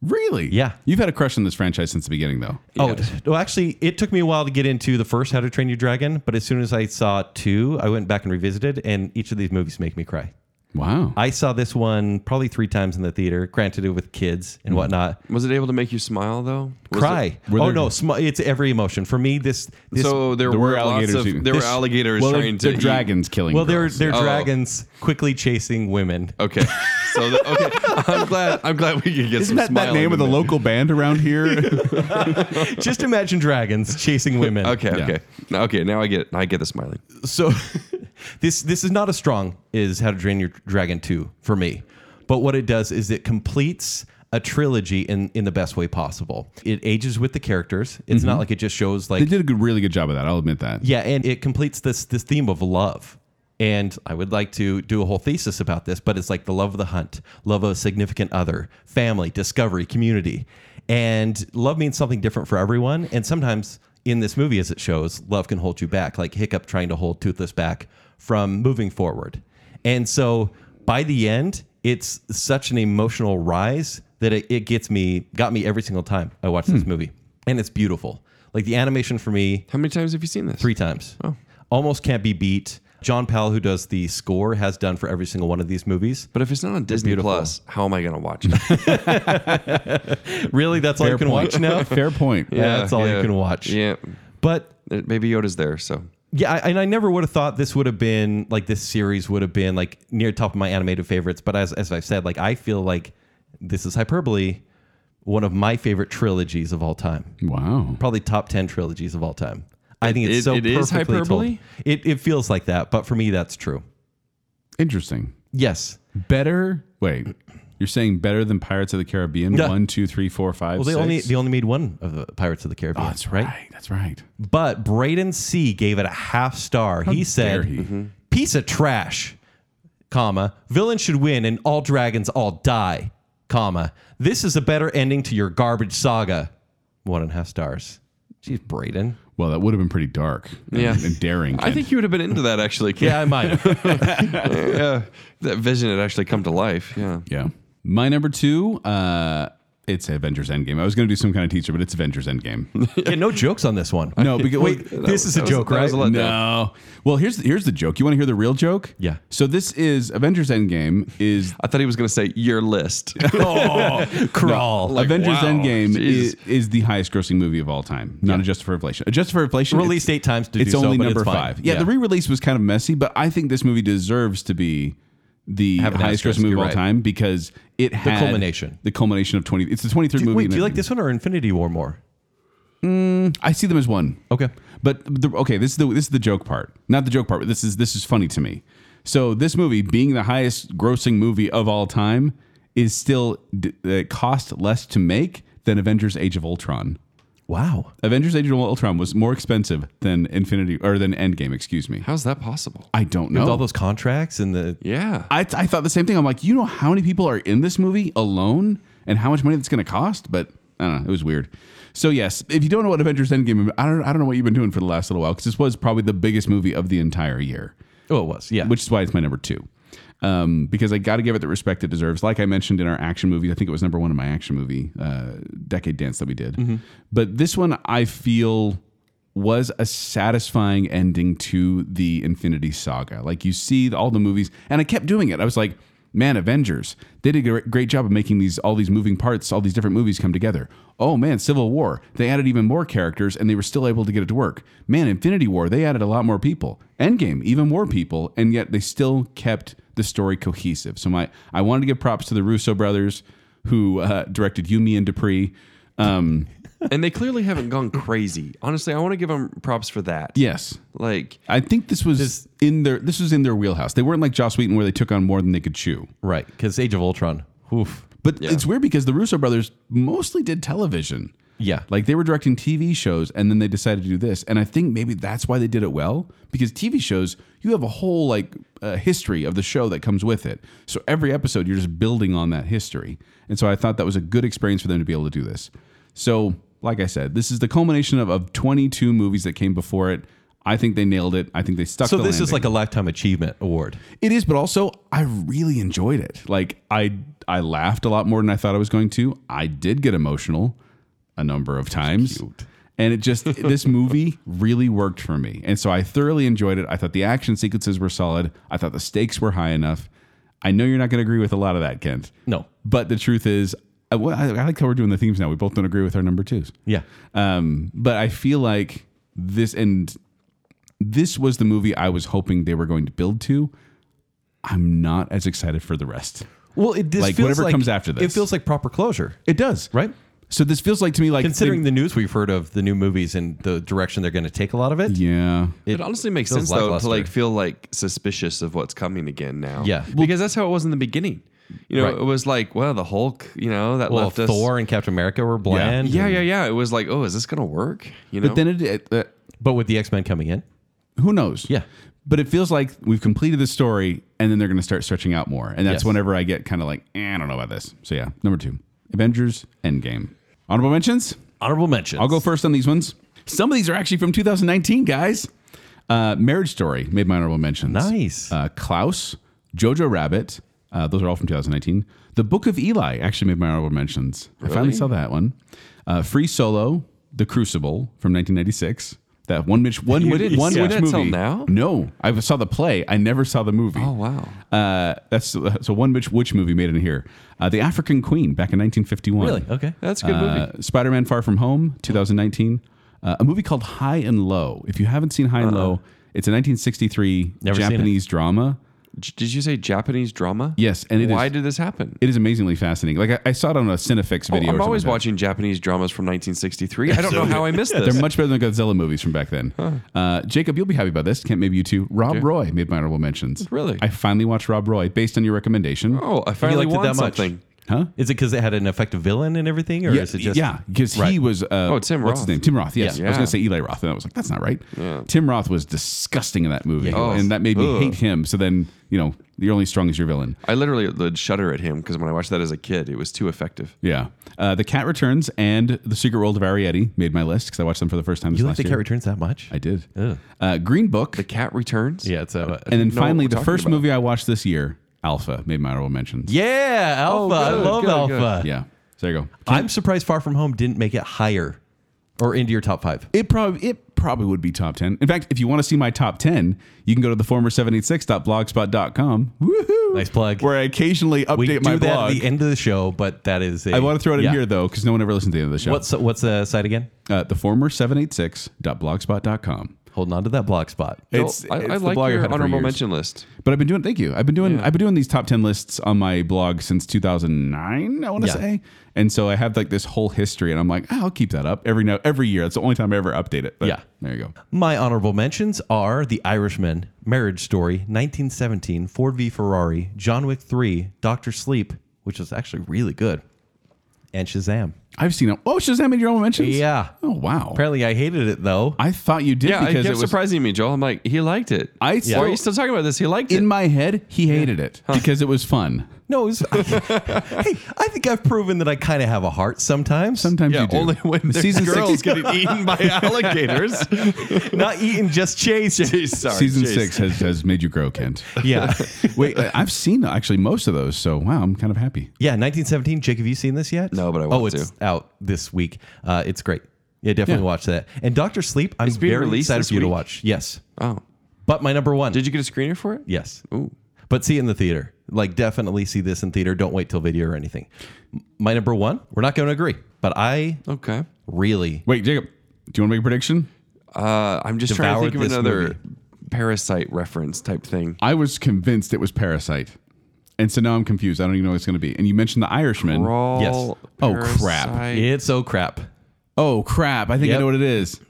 [SPEAKER 2] Really?
[SPEAKER 1] Yeah.
[SPEAKER 2] You've had a crush on this franchise since the beginning, though.
[SPEAKER 1] Oh, well, actually, it took me a while to get into the first How to Train Your Dragon, but as soon as I saw two, I went back and revisited, and each of these movies make me cry.
[SPEAKER 2] Wow.
[SPEAKER 1] I saw this one probably three times in the theater, granted it with kids and whatnot.
[SPEAKER 3] Was it able to make you smile though? Was
[SPEAKER 1] Cry.
[SPEAKER 2] were
[SPEAKER 1] oh
[SPEAKER 2] there-
[SPEAKER 1] no, sm- it's every emotion. For me, this,
[SPEAKER 3] it-
[SPEAKER 1] this
[SPEAKER 3] so there,
[SPEAKER 2] there were
[SPEAKER 3] were,
[SPEAKER 2] alligators
[SPEAKER 3] alligators. Lots
[SPEAKER 2] who-
[SPEAKER 3] of, there
[SPEAKER 1] this-
[SPEAKER 3] were alligators
[SPEAKER 2] well, they're,
[SPEAKER 3] trying to
[SPEAKER 2] they're
[SPEAKER 3] eat-
[SPEAKER 2] dragons killing.
[SPEAKER 1] well, they're
[SPEAKER 2] girls.
[SPEAKER 1] they're
[SPEAKER 3] Oh.
[SPEAKER 1] dragons quickly chasing women.
[SPEAKER 3] Okay. So the, okay, I'm glad. I'm glad we could get some
[SPEAKER 2] Isn't that that
[SPEAKER 3] smiling
[SPEAKER 2] name of the
[SPEAKER 3] in there.
[SPEAKER 2] local band <laughs> around here?
[SPEAKER 1] <laughs> Just imagine dragons chasing women.
[SPEAKER 3] Okay.
[SPEAKER 2] Yeah.
[SPEAKER 3] Okay. No, Okay. Now I get. I get the smiling.
[SPEAKER 1] so <laughs> this this is not as strong as How to Train Your Dragon 2 for me. But what it does is it completes a trilogy in in the best way possible. It ages with the characters. It's not like it just shows
[SPEAKER 2] they
[SPEAKER 1] like
[SPEAKER 2] did a good, really good job of that. I'll admit that.
[SPEAKER 1] yeah, and it completes this this theme of love. And I would like to do a whole thesis about this, but it's like the love of the hunt, love of a significant other, family, discovery, community. And love means something different for everyone. And sometimes in this movie, as it shows, love can hold you back, like Hiccup trying to hold Toothless back from moving forward. And so by the end, it's such an emotional rise that it, it gets me, got me every single time I watch this movie. And it's beautiful. Like the animation for me,
[SPEAKER 3] How many times have you seen this?
[SPEAKER 1] three times. Almost can't be beat. John Powell, who does the score, has done for every single one of these movies.
[SPEAKER 3] But if it's not on Disney
[SPEAKER 1] beautiful.
[SPEAKER 3] Plus, how am I going to
[SPEAKER 2] <laughs>
[SPEAKER 3] watch it?
[SPEAKER 1] Really, that's all you can
[SPEAKER 2] point.
[SPEAKER 1] watch now.
[SPEAKER 2] <laughs> Fair point.
[SPEAKER 1] <laughs> Yeah, that's all you can watch.
[SPEAKER 3] Yeah.
[SPEAKER 1] But
[SPEAKER 3] Baby Yoda's there, so
[SPEAKER 1] yeah, I, and I never would have thought this would have been like this series would have been like near top of my animated favorites. But as as I've said, like I feel like this is hyperbole, one of my favorite trilogies of all time.
[SPEAKER 2] Wow.
[SPEAKER 1] probably top 10 trilogies of all time. I think it's
[SPEAKER 3] It-
[SPEAKER 1] so
[SPEAKER 3] it is
[SPEAKER 1] perfectly
[SPEAKER 3] hyperbole?
[SPEAKER 1] told. It, it feels like that, but for me, that's true.
[SPEAKER 2] Interesting.
[SPEAKER 1] Yes.
[SPEAKER 2] Better. Wait. You're saying better than Pirates of the Caribbean?
[SPEAKER 1] Yeah.
[SPEAKER 2] One, two, three, four, five,
[SPEAKER 1] Well, they only
[SPEAKER 2] six?
[SPEAKER 1] they only made one of the Pirates of the Caribbean.
[SPEAKER 2] Oh, that's right. That's right.
[SPEAKER 1] But Braden C gave it a half star. he
[SPEAKER 2] Dare
[SPEAKER 1] said,
[SPEAKER 2] he?
[SPEAKER 1] "Piece of trash, comma villain should win and all dragons all die, comma this is a better ending to your garbage saga." One and a half stars. Jeez, Braden.
[SPEAKER 2] Well, that would have been pretty dark. and-
[SPEAKER 3] Yeah.
[SPEAKER 2] And, daring.
[SPEAKER 3] I
[SPEAKER 2] Ken.
[SPEAKER 3] think you would have been into
[SPEAKER 2] <laughs>
[SPEAKER 3] that actually. Kid.
[SPEAKER 1] Yeah, I might. have.
[SPEAKER 3] <laughs> yeah. That vision had actually come to life. Yeah.
[SPEAKER 2] Yeah. My number two, uh, it's Avengers Endgame. I was going to do some kind of teacher, but it's Avengers Endgame.
[SPEAKER 1] yeah, no jokes on this one.
[SPEAKER 2] <laughs> No, because
[SPEAKER 1] wait, this is a
[SPEAKER 3] that was-
[SPEAKER 1] joke,
[SPEAKER 3] that
[SPEAKER 1] right?
[SPEAKER 3] was a let
[SPEAKER 2] no. Well, here's here's the joke. You want to hear the real joke?
[SPEAKER 1] Yeah.
[SPEAKER 2] So this is Avengers Endgame
[SPEAKER 1] <laughs>
[SPEAKER 2] is
[SPEAKER 3] I thought he was going to say
[SPEAKER 2] <laughs>
[SPEAKER 3] your list.
[SPEAKER 1] <laughs> Crawl.
[SPEAKER 2] Avengers
[SPEAKER 3] wow,
[SPEAKER 2] Endgame is,
[SPEAKER 3] jeez.
[SPEAKER 2] is the highest grossing movie of all time. Not adjusted for inflation. Adjusted for inflation, it's-
[SPEAKER 1] Released eight times to
[SPEAKER 2] it's
[SPEAKER 1] do so,
[SPEAKER 2] only
[SPEAKER 1] but
[SPEAKER 2] number
[SPEAKER 1] it's fine.
[SPEAKER 2] five. Yeah, the re-release was kind of messy, but I think this movie deserves to be the
[SPEAKER 1] Have an
[SPEAKER 2] highest
[SPEAKER 1] asterisk,
[SPEAKER 2] grossing movie of
[SPEAKER 1] you're
[SPEAKER 2] all
[SPEAKER 1] right.
[SPEAKER 2] time because it had
[SPEAKER 1] culmination.
[SPEAKER 2] The culmination of twenty. It's the twenty third movie.
[SPEAKER 1] Wait,
[SPEAKER 2] and
[SPEAKER 1] do you
[SPEAKER 2] it-
[SPEAKER 1] like this one or Infinity War more?
[SPEAKER 2] I see them as one.
[SPEAKER 1] Okay.
[SPEAKER 2] But the, okay, this is the this is the joke part. Not the joke part, but this is this is funny to me. So this movie being the highest grossing movie of all time is still d- uh, cost less to make than Avengers Age of Ultron.
[SPEAKER 1] Wow.
[SPEAKER 2] Avengers Age of Ultron was more expensive than Infinity or than Endgame, excuse me.
[SPEAKER 3] How's that possible?
[SPEAKER 2] I don't
[SPEAKER 1] With all
[SPEAKER 2] know.
[SPEAKER 1] those contracts and the
[SPEAKER 3] Yeah.
[SPEAKER 2] I, I thought the same thing. I'm like, you know how many people are in this movie alone and how much money that's going to cost? But I don't know. It was weird. So, yes, if you don't know what Avengers Endgame, I don't, I don't know what you've been doing for the last little while because this was probably the biggest movie of the entire year,
[SPEAKER 1] Oh, it was. Yeah.
[SPEAKER 2] which is why it's my number two. Um, because I got to give it the respect it deserves. Like I mentioned in our action movie, I think it was number one in my action movie, uh, Decade Dance that we did. But this one, I feel was a satisfying ending to the Infinity Saga. Like you see the- all the movies, and I kept doing it. I was like, man, Avengers, they did a gr- great job of making these all these moving parts, all these different movies come together. Oh man, Civil War, they added even more characters, and they were still able to get it to work. Man, Infinity War, they added a lot more people. Endgame, even more people, and yet they still kept the story cohesive. So my, I wanted to give props to the Russo brothers who uh, directed Yumi and Dupree. Um,
[SPEAKER 3] and they clearly haven't gone crazy. Honestly, I want to give them props for that.
[SPEAKER 2] Yes.
[SPEAKER 3] Like,
[SPEAKER 2] I think this was
[SPEAKER 1] This-
[SPEAKER 2] in their this was in their wheelhouse. They weren't like Joss Wheaton where they took on more than they could chew.
[SPEAKER 1] Right, because Age of Ultron. Oof.
[SPEAKER 2] But it's weird because the Russo brothers mostly did television.
[SPEAKER 1] Yeah.
[SPEAKER 2] Like they were directing TV shows and then they decided to do this. And I think maybe that's why they did it well because TV shows, you have a whole like uh, history of the show that comes with it. So every episode, you're just building on that history. And so I thought that was a good experience for them to be able to do this. So, like I said, this is the culmination of, of 22 movies that came before it. I think they nailed it. I think they stuck
[SPEAKER 1] so
[SPEAKER 2] the
[SPEAKER 1] this is
[SPEAKER 2] landing.
[SPEAKER 1] like a lifetime achievement award.
[SPEAKER 2] It is, but also I really enjoyed it. Like I I laughed a lot more than I thought I was going to. I did get emotional a number of times. And it just this movie really worked for me. And so I thoroughly enjoyed it. I thought the action sequences were solid. I thought the stakes were high enough. I know you're not going to agree with a lot of that, Kent.
[SPEAKER 1] No.
[SPEAKER 2] But the truth is I, well, I I like how we're doing the themes now. We both don't agree with our number twos.
[SPEAKER 1] Yeah.
[SPEAKER 2] Um, but I feel like this and this was the movie I was hoping they were going to build to. I'm not as excited for the rest.
[SPEAKER 1] Well, it this
[SPEAKER 2] Like,
[SPEAKER 1] feels
[SPEAKER 2] whatever
[SPEAKER 1] like-
[SPEAKER 2] comes after
[SPEAKER 1] It
[SPEAKER 2] this.
[SPEAKER 1] feels like proper closure,
[SPEAKER 2] It does,
[SPEAKER 1] right?
[SPEAKER 2] So this feels like to me like
[SPEAKER 1] Considering the news we've heard of the new movies and the direction they're going to take a lot of it.
[SPEAKER 2] yeah,
[SPEAKER 3] it, honestly makes
[SPEAKER 1] feels
[SPEAKER 3] sense though to
[SPEAKER 1] lackluster.
[SPEAKER 3] like feel like suspicious of what's coming again now.
[SPEAKER 1] Yeah.
[SPEAKER 3] because that's how it was in the beginning. You know,
[SPEAKER 1] Right.
[SPEAKER 3] it was like, well, the Hulk. You know, that
[SPEAKER 1] well,
[SPEAKER 3] left us.
[SPEAKER 1] Thor and Captain America were bland.
[SPEAKER 3] Yeah,
[SPEAKER 1] and-
[SPEAKER 3] yeah, yeah. It was like, oh, is this gonna work? You know,
[SPEAKER 2] but then it, it uh,
[SPEAKER 1] But with the X Men coming in,
[SPEAKER 2] who knows?
[SPEAKER 1] Yeah.
[SPEAKER 2] but it feels like we've completed the story, and then they're going to start stretching out more, and that's
[SPEAKER 1] Yes.
[SPEAKER 2] whenever I get kind of like eh, I don't know about this. So yeah, number two, Avengers Endgame. Honorable mentions.
[SPEAKER 1] honorable mention.
[SPEAKER 2] I'll go first on these ones. Some of these are actually from 2019, guys. Uh, Marriage Story made my honorable mentions.
[SPEAKER 1] Nice.
[SPEAKER 2] Uh, Klaus, Jojo Rabbit. Uh, those are all from 2019. The Book of Eli actually made my honorable mentions. I finally saw that one. Uh, Free Solo, The Crucible from 1996. That one Mitch one
[SPEAKER 3] You
[SPEAKER 2] Mitch-
[SPEAKER 3] didn't
[SPEAKER 2] one
[SPEAKER 3] see
[SPEAKER 2] Mitch
[SPEAKER 3] that till
[SPEAKER 2] movie.
[SPEAKER 3] now?
[SPEAKER 2] No, I saw the play. I never saw the movie.
[SPEAKER 3] oh wow,
[SPEAKER 2] Uh, that's so one Mitch which movie made it in here. Uh, the African Queen back in 1951.
[SPEAKER 1] Really? Okay.
[SPEAKER 3] that's a good
[SPEAKER 2] Uh,
[SPEAKER 3] movie.
[SPEAKER 2] Spider-Man: Far From Home, 2019. Uh, a movie called High and Low. If you haven't seen High and Low, it's a 1963
[SPEAKER 1] Never seen it.
[SPEAKER 2] Japanese drama.
[SPEAKER 3] J- did you say Japanese drama?
[SPEAKER 2] Yes, and it is.
[SPEAKER 3] Why did this happen?
[SPEAKER 2] it is amazingly fascinating. Like I, I saw it on a Cinefix video.
[SPEAKER 3] Oh,
[SPEAKER 2] or
[SPEAKER 3] I'm
[SPEAKER 2] something
[SPEAKER 3] always
[SPEAKER 2] like that.
[SPEAKER 3] watching Japanese dramas from 1963. I don't know how I missed this.
[SPEAKER 2] They're much better than Godzilla movies from back then. Uh, Jacob, you'll be happy about this. Kent, maybe you too. Rob Roy made my honorable mentions.
[SPEAKER 3] Really?
[SPEAKER 2] I finally watched Rob Roy based on your recommendation.
[SPEAKER 3] oh, I finally
[SPEAKER 1] liked it
[SPEAKER 3] won
[SPEAKER 1] that much?
[SPEAKER 3] something.
[SPEAKER 2] Huh?
[SPEAKER 1] Is it because it had an effective villain and everything, or
[SPEAKER 2] Yeah,
[SPEAKER 1] is it just
[SPEAKER 2] yeah, because he
[SPEAKER 1] Right.
[SPEAKER 2] was. Uh, oh,
[SPEAKER 3] Tim
[SPEAKER 2] What's his
[SPEAKER 3] Roth.
[SPEAKER 2] name? Tim Roth. Yes,
[SPEAKER 1] Yeah.
[SPEAKER 2] I was
[SPEAKER 3] Yeah.
[SPEAKER 2] gonna say Eli Roth, and I was like, that's not right. Tim Roth was disgusting in that movie,
[SPEAKER 1] Yeah, he
[SPEAKER 3] was.
[SPEAKER 2] and that made me
[SPEAKER 3] Ugh.
[SPEAKER 2] hate him. So then, you know, you're only as strong as your villain.
[SPEAKER 3] I literally would shudder at him because when I watched that as a kid, it was too effective.
[SPEAKER 2] Yeah. Uh, the Cat Returns and The Secret World of Arietti made my list because I watched them for the first time. This
[SPEAKER 1] You like
[SPEAKER 2] last
[SPEAKER 1] the
[SPEAKER 2] year.
[SPEAKER 1] Cat Returns that much?
[SPEAKER 2] I did.
[SPEAKER 1] Ugh.
[SPEAKER 2] Uh, Green Book.
[SPEAKER 3] The cat returns.
[SPEAKER 1] yeah, it's uh, a.
[SPEAKER 2] and then
[SPEAKER 3] know what
[SPEAKER 2] finally,
[SPEAKER 3] we're
[SPEAKER 2] the
[SPEAKER 3] talking
[SPEAKER 2] first
[SPEAKER 3] about.
[SPEAKER 2] movie I watched this year, Alpha, made my honorable mentions.
[SPEAKER 1] yeah,
[SPEAKER 2] Oh,
[SPEAKER 1] Alpha. I
[SPEAKER 3] good,
[SPEAKER 1] love
[SPEAKER 3] good,
[SPEAKER 1] Alpha.
[SPEAKER 3] good.
[SPEAKER 2] Yeah. So there you go.
[SPEAKER 1] I'm surprised Far From Home didn't make it higher or into your top five.
[SPEAKER 2] It probably it probably would be top ten. In fact, if you want to see my top ten, you can go to the former 786.blogspot.com. Woohoo!
[SPEAKER 1] Nice plug.
[SPEAKER 2] Where I occasionally update
[SPEAKER 1] We do
[SPEAKER 2] my
[SPEAKER 1] that
[SPEAKER 2] blog.
[SPEAKER 1] at the end of the show, but that is. a-
[SPEAKER 2] I want to throw it in
[SPEAKER 1] yeah.
[SPEAKER 2] here though, because no one ever listens to the end of the show.
[SPEAKER 1] What's what's the site again?
[SPEAKER 2] uh, the former 786.blogspot.com.
[SPEAKER 1] Holding on to that blog spot.
[SPEAKER 3] No,
[SPEAKER 2] It's-
[SPEAKER 3] I,
[SPEAKER 2] it's
[SPEAKER 3] I
[SPEAKER 2] the
[SPEAKER 3] like
[SPEAKER 2] blogger
[SPEAKER 3] your
[SPEAKER 2] had it for
[SPEAKER 3] honorable
[SPEAKER 2] years.
[SPEAKER 3] mention list.
[SPEAKER 2] But I've been doing. Thank you. I've been doing. I've been doing these top ten lists on my blog since 2009. I want to
[SPEAKER 1] Yeah.
[SPEAKER 2] say, and so I have like this whole history, and I'm like, "Ah, I'll keep that up every now every year. That's the only time I ever update it. But
[SPEAKER 1] Yeah.
[SPEAKER 2] there you go.
[SPEAKER 1] My honorable mentions are The Irishman, Marriage Story, 1917, Ford v Ferrari, John Wick 3, Doctor Sleep, which was actually really good, and Shazam.
[SPEAKER 2] I've seen it. Oh, Shazam made your own mentions.
[SPEAKER 1] Yeah.
[SPEAKER 2] Oh wow.
[SPEAKER 1] Apparently, I hated it though.
[SPEAKER 2] I thought you did
[SPEAKER 3] Yeah, it
[SPEAKER 2] because
[SPEAKER 3] kept
[SPEAKER 2] it was
[SPEAKER 3] surprising me, Joel. I'm like, he liked it.
[SPEAKER 2] I
[SPEAKER 3] Why
[SPEAKER 2] still-
[SPEAKER 3] are you still talking about this? He liked
[SPEAKER 2] in
[SPEAKER 3] it.
[SPEAKER 2] my head. He hated it because it was fun.
[SPEAKER 1] No, it was, <laughs> hey, I think I've proven that I kind of have a heart sometimes.
[SPEAKER 2] Sometimes you do.
[SPEAKER 3] there's
[SPEAKER 2] season six.
[SPEAKER 3] getting
[SPEAKER 1] <laughs>
[SPEAKER 3] eaten by alligators.
[SPEAKER 1] Not eating, just chase.
[SPEAKER 3] Sorry,
[SPEAKER 2] Season
[SPEAKER 3] Jason.
[SPEAKER 2] six has, has made you grow, Kent.
[SPEAKER 1] <laughs>
[SPEAKER 3] <laughs>
[SPEAKER 1] yeah,
[SPEAKER 2] Wait, I- I've seen actually most of those, so wow, I'm kind of happy.
[SPEAKER 1] yeah. 1917. Jake, have you seen this yet?
[SPEAKER 3] No, but I
[SPEAKER 1] oh,
[SPEAKER 3] want
[SPEAKER 1] it's
[SPEAKER 3] to.
[SPEAKER 1] out this week. Uh, it's great. Yeah, definitely
[SPEAKER 2] Yeah.
[SPEAKER 1] watch that. And Doctor Sleep, I'm
[SPEAKER 3] being
[SPEAKER 1] very
[SPEAKER 3] released
[SPEAKER 1] excited
[SPEAKER 3] this
[SPEAKER 1] for you to
[SPEAKER 3] week?
[SPEAKER 1] watch. Yes,
[SPEAKER 3] Oh,
[SPEAKER 1] but my number one.
[SPEAKER 3] did you get a screener for it?
[SPEAKER 1] Yes.
[SPEAKER 3] Ooh.
[SPEAKER 1] But see it in the theater. Like definitely see this in theater. Don't wait till video or anything. M- My number one, we're not going to agree, but I
[SPEAKER 3] Okay.
[SPEAKER 1] really
[SPEAKER 2] Wait, Jacob, do you want to make a prediction?
[SPEAKER 3] Uh, I'm just trying to
[SPEAKER 1] Devoured
[SPEAKER 3] think of
[SPEAKER 1] this
[SPEAKER 3] another
[SPEAKER 1] movie.
[SPEAKER 3] parasite reference type thing.
[SPEAKER 2] I was convinced it was Parasite, and so now I'm confused. I don't even know what it's going to be. And you mentioned The Irishman.
[SPEAKER 3] Crawl,
[SPEAKER 1] Yes.
[SPEAKER 2] Oh, crap.
[SPEAKER 3] Parasite.
[SPEAKER 1] it's so crap.
[SPEAKER 2] Oh crap! I think
[SPEAKER 1] Yep.
[SPEAKER 2] I know what it is.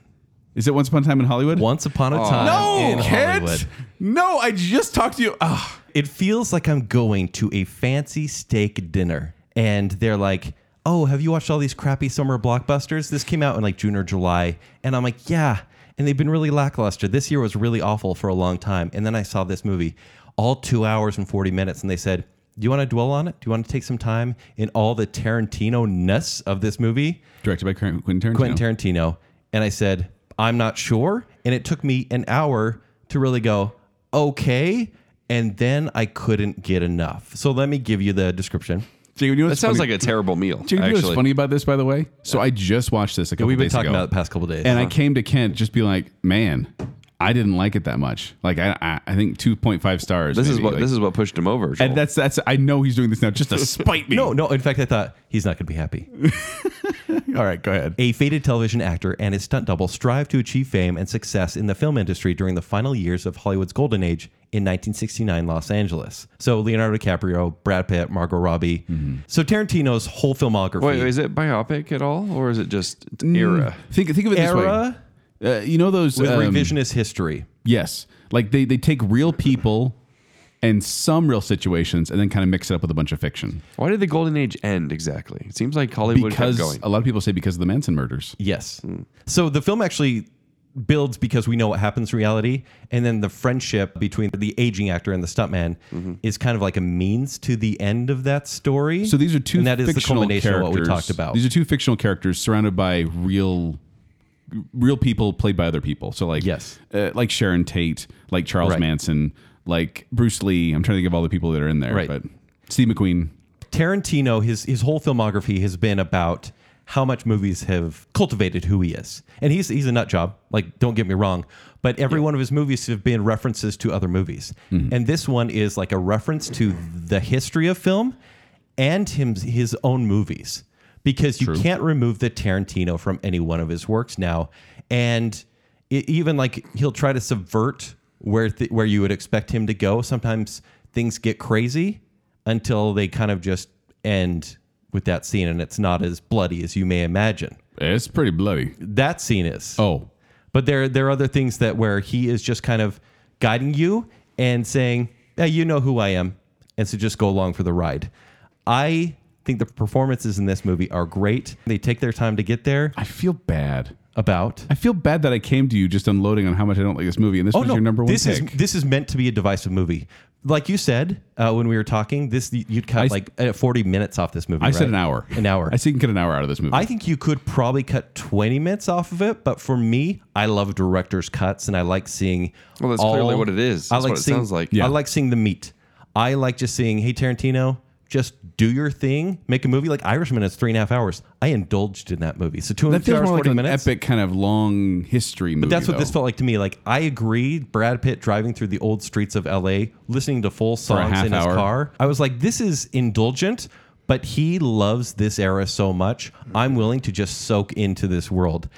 [SPEAKER 2] Is it Once Upon a Time in Hollywood?
[SPEAKER 1] Once upon a time.
[SPEAKER 2] no,
[SPEAKER 1] in
[SPEAKER 2] Kent.
[SPEAKER 1] Hollywood.
[SPEAKER 2] No, I just talked to you. Ah.
[SPEAKER 1] It feels like I'm going to a fancy steak dinner and they're like, Oh, have you watched all these crappy summer blockbusters? This came out in like June or July. And I'm like, Yeah. And they've been really lackluster. This year was really awful for a long time. And then I saw this movie, all two hours and 40 minutes. And they said, Do you want to dwell on it? Do you want to take some time in all the Tarantino ness of this movie?
[SPEAKER 2] Directed by Quentin Tarantino.
[SPEAKER 1] Quentin Tarantino. And I said, I'm not sure. And it took me an hour to really go, okay. And then I couldn't get enough. So let me give you the description.
[SPEAKER 2] Jacob, you know
[SPEAKER 3] That
[SPEAKER 2] what's
[SPEAKER 3] sounds
[SPEAKER 2] funny?
[SPEAKER 3] like a terrible meal.
[SPEAKER 2] Do you know
[SPEAKER 3] actually.
[SPEAKER 2] what's funny about this, by the way? So I just watched this a couple
[SPEAKER 1] We've been
[SPEAKER 2] days
[SPEAKER 1] talking
[SPEAKER 2] ago,
[SPEAKER 1] about it the past couple days.
[SPEAKER 2] and I came to Kent just be like, man, I didn't like it that much. Like I, I, I think two point five stars.
[SPEAKER 3] This is
[SPEAKER 2] maybe,
[SPEAKER 3] what
[SPEAKER 2] like-
[SPEAKER 3] this is what pushed him over. Joel.
[SPEAKER 2] And that's that's. I know he's doing this now
[SPEAKER 3] <laughs>
[SPEAKER 2] just to spite me.
[SPEAKER 1] no, no. In fact, I thought he's not going to be happy.
[SPEAKER 2] All right, go ahead.
[SPEAKER 1] A fated television actor and his stunt double strive to achieve fame and success in the film industry during the final years of Hollywood's golden age in 1969 Los Angeles. So Leonardo DiCaprio, Brad Pitt, Margot Robbie.
[SPEAKER 2] Mm-hmm.
[SPEAKER 1] So Tarantino's whole filmography.
[SPEAKER 3] Wait, is it biopic at all, or is it just era?
[SPEAKER 2] Mm, Think think of it this
[SPEAKER 1] Era
[SPEAKER 2] way. Uh, you know those
[SPEAKER 1] with
[SPEAKER 2] um,
[SPEAKER 1] revisionist history.
[SPEAKER 2] Yes, like they they take real people and some real situations and then kind of mix it up with a bunch of fiction
[SPEAKER 3] Why did the golden age end exactly? It seems like Hollywood
[SPEAKER 2] because
[SPEAKER 3] kept going.
[SPEAKER 2] a lot of people say because of the Manson murders.
[SPEAKER 1] Yes. So the film actually builds because we know what happens in reality. And then the friendship between the aging actor and the stuntman is kind of like a means to the end of that story.
[SPEAKER 2] So these are two
[SPEAKER 1] And that is the
[SPEAKER 2] fictional
[SPEAKER 1] culmination
[SPEAKER 2] characters.
[SPEAKER 1] of what we talked about.
[SPEAKER 2] These are two fictional characters surrounded by real real people played by other people. So like
[SPEAKER 1] Yes.
[SPEAKER 2] uh, like Sharon Tate, like Charles
[SPEAKER 1] Right.
[SPEAKER 2] Manson, like Bruce Lee. I'm trying to think of all the people that are in there,
[SPEAKER 1] Right.
[SPEAKER 2] but Steve McQueen.
[SPEAKER 1] Tarantino, his his whole filmography has been about how much movies have cultivated who he is. And he's he's a nut job, like don't get me wrong, but every one of his movies have been references to other movies. And this one is like a reference to the history of film and him his own movies because you can't remove the Tarantino from any one of his works now. And it, even like he'll try to subvert where th- where you would expect him to go. Sometimes things get crazy until they kind of just end with that scene, and it's not as bloody as you may imagine.
[SPEAKER 2] It's pretty bloody.
[SPEAKER 1] That scene is.
[SPEAKER 2] Oh,
[SPEAKER 1] But there there are other things that where he is just kind of guiding you and saying, "Hey, you know who I am," and so just go along for the ride. I think the performances in this movie are great. They take their time to get there.
[SPEAKER 2] I feel bad.
[SPEAKER 1] About
[SPEAKER 2] I feel bad that I came to you just unloading on how much I don't like this movie, and this was your number one
[SPEAKER 1] Oh, this
[SPEAKER 2] pick.
[SPEAKER 1] is this is meant to be a divisive movie. Like you said uh, when we were talking, this you'd cut
[SPEAKER 2] I s-
[SPEAKER 1] like uh, forty minutes off this movie.
[SPEAKER 2] I said
[SPEAKER 1] right?
[SPEAKER 2] an hour.
[SPEAKER 1] An hour.
[SPEAKER 2] I see you can get an hour out of this movie.
[SPEAKER 1] I think you could probably cut 20 minutes off of it, but for me, I love director's cuts and I like seeing.
[SPEAKER 3] Well, that's
[SPEAKER 1] all-
[SPEAKER 3] clearly what it is.
[SPEAKER 1] I
[SPEAKER 3] That's
[SPEAKER 1] like
[SPEAKER 3] what it
[SPEAKER 1] seeing,
[SPEAKER 3] sounds like.
[SPEAKER 1] I
[SPEAKER 2] Yeah.
[SPEAKER 1] like seeing the meat. I like just seeing, hey, Tarantino, just do your thing, make a movie. Like Irishman is three and a half hours. I indulged in that movie. So two,
[SPEAKER 2] that
[SPEAKER 1] two
[SPEAKER 2] feels
[SPEAKER 1] hours,
[SPEAKER 2] more like
[SPEAKER 1] 40
[SPEAKER 2] an
[SPEAKER 1] minutes.
[SPEAKER 2] epic kind of long history movie.
[SPEAKER 1] That's what
[SPEAKER 2] though.
[SPEAKER 1] this felt like to me. Like I agree, Brad Pitt driving through the old streets of LA, listening to full songs
[SPEAKER 2] half
[SPEAKER 1] in his
[SPEAKER 2] hour.
[SPEAKER 1] car. I was like, this is indulgent, but he loves this era so much. I'm willing to just soak into this world.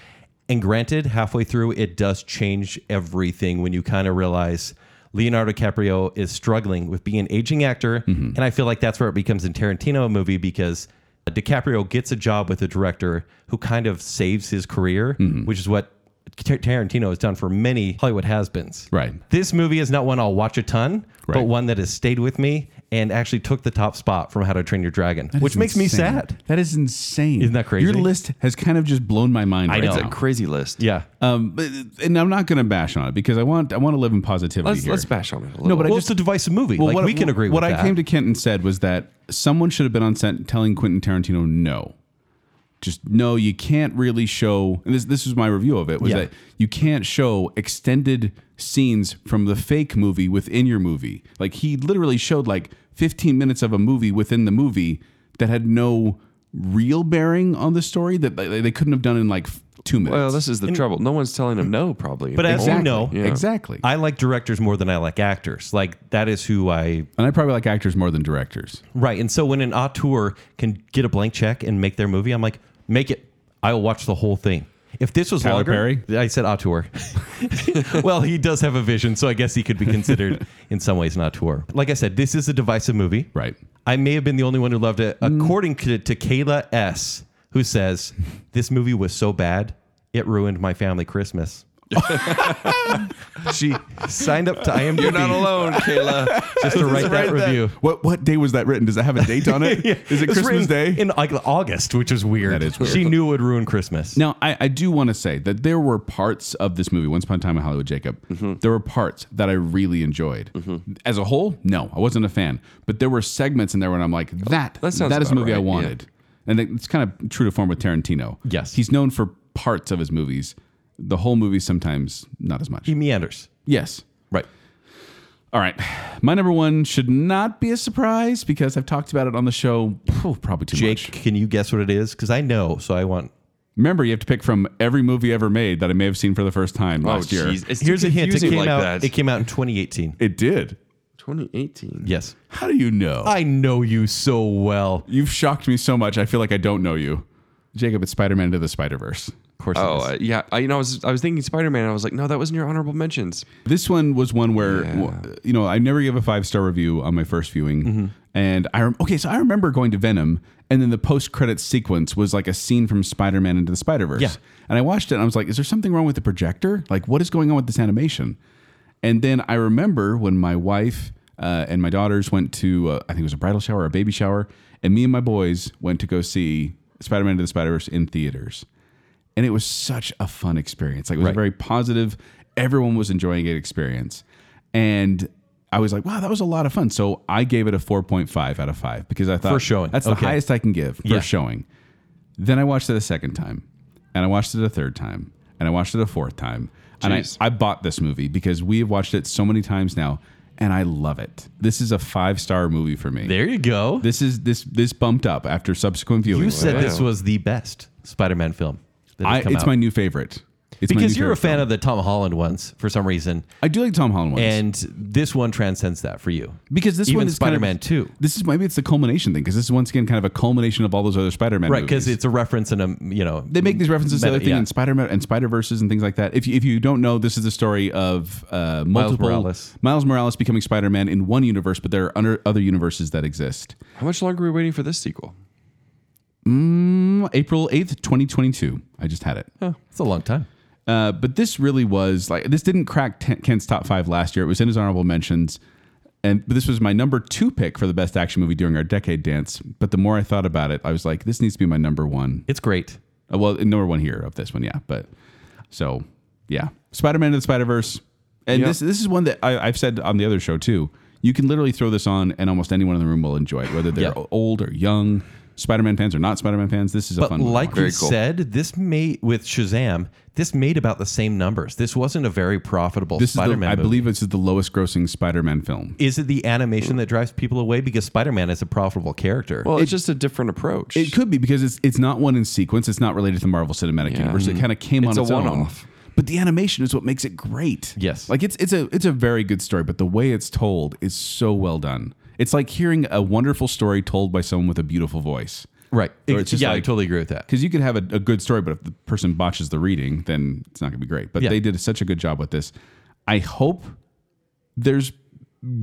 [SPEAKER 1] And granted, halfway through, it does change everything when you kind of realize Leonardo DiCaprio is struggling with being an aging actor. And I feel like that's where it becomes a Tarantino movie because DiCaprio gets a job with a director who kind of saves his career, which is what Tar- Tarantino has done for many Hollywood has-beens.
[SPEAKER 2] Right.
[SPEAKER 1] This movie is not one I'll watch a ton, but
[SPEAKER 2] Right.
[SPEAKER 1] one that has stayed with me and actually took the top spot from How to Train Your Dragon,
[SPEAKER 2] That
[SPEAKER 1] which
[SPEAKER 2] is
[SPEAKER 1] makes me
[SPEAKER 2] insane.
[SPEAKER 1] sad.
[SPEAKER 2] That is insane.
[SPEAKER 1] Isn't that crazy?
[SPEAKER 2] Your list has kind of just blown my mind. I right
[SPEAKER 3] It's
[SPEAKER 2] now.
[SPEAKER 3] a crazy list.
[SPEAKER 1] Yeah.
[SPEAKER 2] um, but- and I'm not going to bash on it because I want I want to live in positivity
[SPEAKER 3] Let's
[SPEAKER 2] here.
[SPEAKER 3] let's bash on it a little.
[SPEAKER 2] No, but I
[SPEAKER 1] well,
[SPEAKER 2] just-
[SPEAKER 1] it's a divisive movie.
[SPEAKER 2] Well,
[SPEAKER 1] like, we can agree
[SPEAKER 2] What
[SPEAKER 1] with
[SPEAKER 2] I
[SPEAKER 1] that.
[SPEAKER 2] came to Kent and said was that someone should have been on set telling Quentin Tarantino no. Just no, you can't really show. And this this was my review of it was
[SPEAKER 1] Yeah.
[SPEAKER 2] that you can't show extended scenes from the fake movie within your movie. Like he literally showed like 15 minutes of a movie within the movie that had no real bearing on the story that they, they couldn't have done in like f- two minutes.
[SPEAKER 3] well, this is the trouble. No one's telling him no, probably.
[SPEAKER 1] But as
[SPEAKER 3] Exactly.
[SPEAKER 1] you know,
[SPEAKER 3] Yeah.
[SPEAKER 2] exactly.
[SPEAKER 1] I like directors more than I like actors. Like, that is who I
[SPEAKER 2] and I probably like actors more than directors.
[SPEAKER 1] Right. And so when an auteur can get a blank check and make their movie, I'm like, make it. I will watch the whole thing. If this was
[SPEAKER 2] Tyler
[SPEAKER 1] longer,
[SPEAKER 2] Perry?
[SPEAKER 1] I said auteur. <laughs> well, he does have a vision, so I guess he could be
[SPEAKER 2] <laughs>
[SPEAKER 1] considered in some ways an auteur. Like I said, this is a divisive movie.
[SPEAKER 2] Right.
[SPEAKER 1] I may have been the only one who loved it, according to, to Kayla S., who says, This movie was so bad, it ruined my family Christmas. <laughs> she signed up to IMDb
[SPEAKER 3] You're not alone, Kayla.
[SPEAKER 1] <laughs> just to write that
[SPEAKER 3] right there.
[SPEAKER 1] review.
[SPEAKER 2] What what day was that written? Does that have a
[SPEAKER 1] <laughs>
[SPEAKER 2] date on it? Is
[SPEAKER 1] Yeah.
[SPEAKER 2] it
[SPEAKER 1] was
[SPEAKER 2] Christmas Day?
[SPEAKER 1] written In like August, which is weird.
[SPEAKER 2] That is weird.
[SPEAKER 1] She knew it would ruin Christmas.
[SPEAKER 2] Now, I, I do want to say that there were parts of this movie, Once Upon a Time in Hollywood, Jacob. There were parts that I really enjoyed. As a whole, no, I wasn't a fan. But there were segments in there when I'm like, that,
[SPEAKER 3] That sounds
[SPEAKER 2] that is a
[SPEAKER 3] about
[SPEAKER 2] movie I
[SPEAKER 3] right, yeah.
[SPEAKER 2] wanted. And that- it's kind of true to form with Tarantino.
[SPEAKER 1] Yes.
[SPEAKER 2] He's known for parts of his movies, the whole movie sometimes not as much.
[SPEAKER 1] He meanders.
[SPEAKER 2] yes.
[SPEAKER 1] Right.
[SPEAKER 2] All right. My number one should not be a surprise because I've talked about it on the show phew, probably too
[SPEAKER 1] Jake,
[SPEAKER 2] much.
[SPEAKER 1] can you guess what it is? Because I know, so I want.
[SPEAKER 2] Remember, you have to pick from every movie ever made that I may have seen for the first time last year.
[SPEAKER 3] Oh, jeez. It's too
[SPEAKER 1] Here's a hint. It
[SPEAKER 3] confusing
[SPEAKER 1] came
[SPEAKER 3] like
[SPEAKER 1] out.
[SPEAKER 3] that.
[SPEAKER 1] It came out in 2018.
[SPEAKER 2] It did.
[SPEAKER 3] 2018.
[SPEAKER 1] Yes.
[SPEAKER 2] How do you know?
[SPEAKER 1] I know you so well.
[SPEAKER 2] You've shocked me so much. I feel like I don't know you. Jacob, it's Spider Man to the Spider Verse.
[SPEAKER 1] Of course.
[SPEAKER 3] Oh
[SPEAKER 1] it is.
[SPEAKER 3] uh, yeah, I, you know, I was I was thinking Spider Man. I was like, no, that wasn't your honorable mentions.
[SPEAKER 2] This one was one where,
[SPEAKER 3] Yeah.
[SPEAKER 2] w- you know, I never gave a five star review on my first viewing. And I, rem- okay, so I remember going to Venom, and then the post credit sequence was like a scene from Spider Man into the Spider Verse.
[SPEAKER 1] Yeah.
[SPEAKER 2] And I watched it and I was like, is there something wrong with the projector? Like, what is going on with this animation? And then I remember when my wife uh, and my daughters went to, uh, I think it was a bridal shower or a baby shower, and me and my boys went to go see Spider Man to the Spider Verse in theaters. And it was such a fun experience. Like, it was a very positive, everyone was enjoying it experience. And I was like, wow, that was a lot of fun. So I gave it a 4.5 out of 5 because I thought
[SPEAKER 1] For showing.
[SPEAKER 2] that's the
[SPEAKER 1] Okay.
[SPEAKER 2] highest I can give for
[SPEAKER 1] Yeah.
[SPEAKER 2] showing. Then I watched it a second time, and I watched it a third time, and I watched it a fourth time. And I,
[SPEAKER 3] Jeez.
[SPEAKER 2] I bought this movie because we have watched it so many times now, and I love it. This is a five star movie for me.
[SPEAKER 1] There you go.
[SPEAKER 2] This is this this bumped up after subsequent viewing.
[SPEAKER 1] you said
[SPEAKER 3] Wow.
[SPEAKER 1] this was the best Spider-Man film. That
[SPEAKER 2] I,
[SPEAKER 1] has come
[SPEAKER 2] it's
[SPEAKER 1] out.
[SPEAKER 2] my new favorite. It's my
[SPEAKER 1] because
[SPEAKER 2] new
[SPEAKER 1] you're a
[SPEAKER 2] favorite
[SPEAKER 1] fan
[SPEAKER 2] film.
[SPEAKER 1] of the Tom Holland ones for some reason,
[SPEAKER 2] I do like Tom Holland ones.
[SPEAKER 1] and this one transcends that for you.
[SPEAKER 2] because this
[SPEAKER 1] even
[SPEAKER 2] one is kind of-
[SPEAKER 1] Spider-Man 2.
[SPEAKER 2] This is maybe it's the culmination thing because this is once again kind of a culmination of all those other Spider-Man
[SPEAKER 1] Right,
[SPEAKER 2] movies.
[SPEAKER 1] because it's a reference and a you know
[SPEAKER 2] they make these references to
[SPEAKER 1] meta-
[SPEAKER 2] other things
[SPEAKER 1] yeah.
[SPEAKER 2] in Spider Man and Spider Verses and things like that. If you, if you don't know, this is the story of uh, multiple
[SPEAKER 1] Morales.
[SPEAKER 2] Miles Morales becoming Spider Man in one universe, but there are under, other universes that exist.
[SPEAKER 3] How much longer are we waiting for this sequel?
[SPEAKER 2] Mm, April eighth, twenty twenty two. I just had it.
[SPEAKER 1] eh, It's a long time.
[SPEAKER 2] Uh, but this really was like this didn't crack Ten- Ken's top five last year. It was in his honorable mentions, and but this was my number two pick for the best action movie during our decade dance. But the more I thought about it, I was like, this needs to be my number one.
[SPEAKER 1] It's great.
[SPEAKER 2] Uh, well, number one here of this one, yeah. But so, yeah, Spider Man and the Spider Verse, and
[SPEAKER 3] Yeah.
[SPEAKER 2] this this is one that I, I've said on the other show too. You can literally throw this on, and almost anyone in the room will enjoy it, whether they're
[SPEAKER 1] Yeah.
[SPEAKER 2] old or young, Spider Man fans or not Spider Man fans. This is a
[SPEAKER 1] But
[SPEAKER 2] fun one. to
[SPEAKER 1] like
[SPEAKER 2] watch.
[SPEAKER 1] we
[SPEAKER 3] Very cool.
[SPEAKER 1] said, this made with Shazam, this made about the same numbers. This wasn't a very profitable
[SPEAKER 2] this is the,
[SPEAKER 1] Spider-Man.
[SPEAKER 2] I
[SPEAKER 1] movie.
[SPEAKER 2] believe this is the lowest grossing Spider Man film.
[SPEAKER 1] Is it the animation that drives people away because Spider-Man is a profitable character?
[SPEAKER 3] Well, it's just a different approach.
[SPEAKER 2] It could be because it's it's not one in sequence. It's not related to the Marvel Cinematic
[SPEAKER 3] Yeah.
[SPEAKER 2] Universe.
[SPEAKER 1] Mm-hmm.
[SPEAKER 2] It kind of came
[SPEAKER 3] It's
[SPEAKER 2] on
[SPEAKER 3] a
[SPEAKER 2] its own.
[SPEAKER 3] one-off.
[SPEAKER 2] But the animation is what makes it great.
[SPEAKER 1] Yes.
[SPEAKER 2] like it's it's a it's a very good story. But the way it's told is so well done. It's like hearing a wonderful story told by someone with a beautiful voice.
[SPEAKER 1] right.
[SPEAKER 2] Or it's just
[SPEAKER 1] yeah, I
[SPEAKER 2] like-
[SPEAKER 1] totally agree with that.
[SPEAKER 2] Because you could have a, a good story, but if the person botches the reading, then it's not going to be great. But
[SPEAKER 1] Yeah.
[SPEAKER 2] they did such a good job with this. I hope there's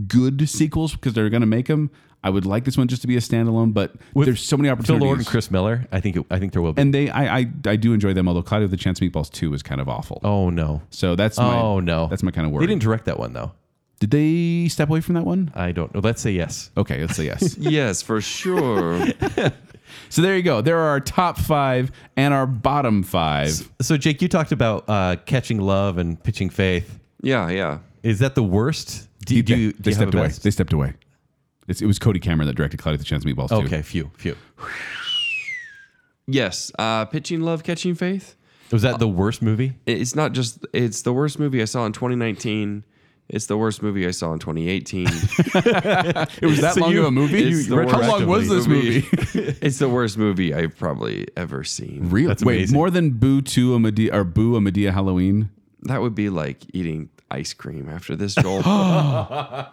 [SPEAKER 2] good sequels because they're going to make them. I would like this one just to be a standalone, but
[SPEAKER 1] With
[SPEAKER 2] there's so many
[SPEAKER 1] Phil
[SPEAKER 2] opportunities.
[SPEAKER 1] Lord and Chris Miller. I think it, I think there will be.
[SPEAKER 2] and they I, I I do enjoy them. Although Cloud of the Chance Meatballs two was kind of awful.
[SPEAKER 1] oh no.
[SPEAKER 2] So that's my,
[SPEAKER 1] oh no.
[SPEAKER 2] that's my kind of worry.
[SPEAKER 1] They didn't direct that one though.
[SPEAKER 2] Did they step away from that one?
[SPEAKER 1] I don't know. Let's say yes.
[SPEAKER 2] Okay, let's
[SPEAKER 1] <laughs>
[SPEAKER 2] say yes.
[SPEAKER 3] yes,
[SPEAKER 2] <laughs>
[SPEAKER 3] for sure.
[SPEAKER 2] so there you go. There are our top five and our bottom five.
[SPEAKER 1] So Jake, you talked about uh, catching love and pitching faith.
[SPEAKER 3] yeah, yeah.
[SPEAKER 1] Is that the worst? Do you, do you, do
[SPEAKER 2] they
[SPEAKER 1] you have
[SPEAKER 2] stepped
[SPEAKER 1] a
[SPEAKER 2] away.
[SPEAKER 1] best?
[SPEAKER 2] They stepped away. It's, it was Cody Cameron that directed Cloud of the Chance Meatballs two.
[SPEAKER 1] Okay, few, few.
[SPEAKER 3] Yes, uh, pitching love, catching faith.
[SPEAKER 1] Was that the worst movie?
[SPEAKER 3] It- It's not just. It's the worst movie I saw in 2019. It's the worst movie I saw
[SPEAKER 2] <laughs>
[SPEAKER 3] in 2018.
[SPEAKER 2] It was that
[SPEAKER 1] So
[SPEAKER 2] long
[SPEAKER 1] you-
[SPEAKER 2] of a movie.
[SPEAKER 3] it's the
[SPEAKER 2] how
[SPEAKER 3] worst
[SPEAKER 2] long was this <laughs> movie?
[SPEAKER 3] it's the worst movie I've probably ever seen.
[SPEAKER 2] Really?
[SPEAKER 1] That's
[SPEAKER 2] Wait,
[SPEAKER 1] amazing.
[SPEAKER 2] more than Boo Two a Medea or Boo a Medea Halloween.
[SPEAKER 3] That would be like eating ice cream after
[SPEAKER 2] <gasps>
[SPEAKER 3] this, Joel.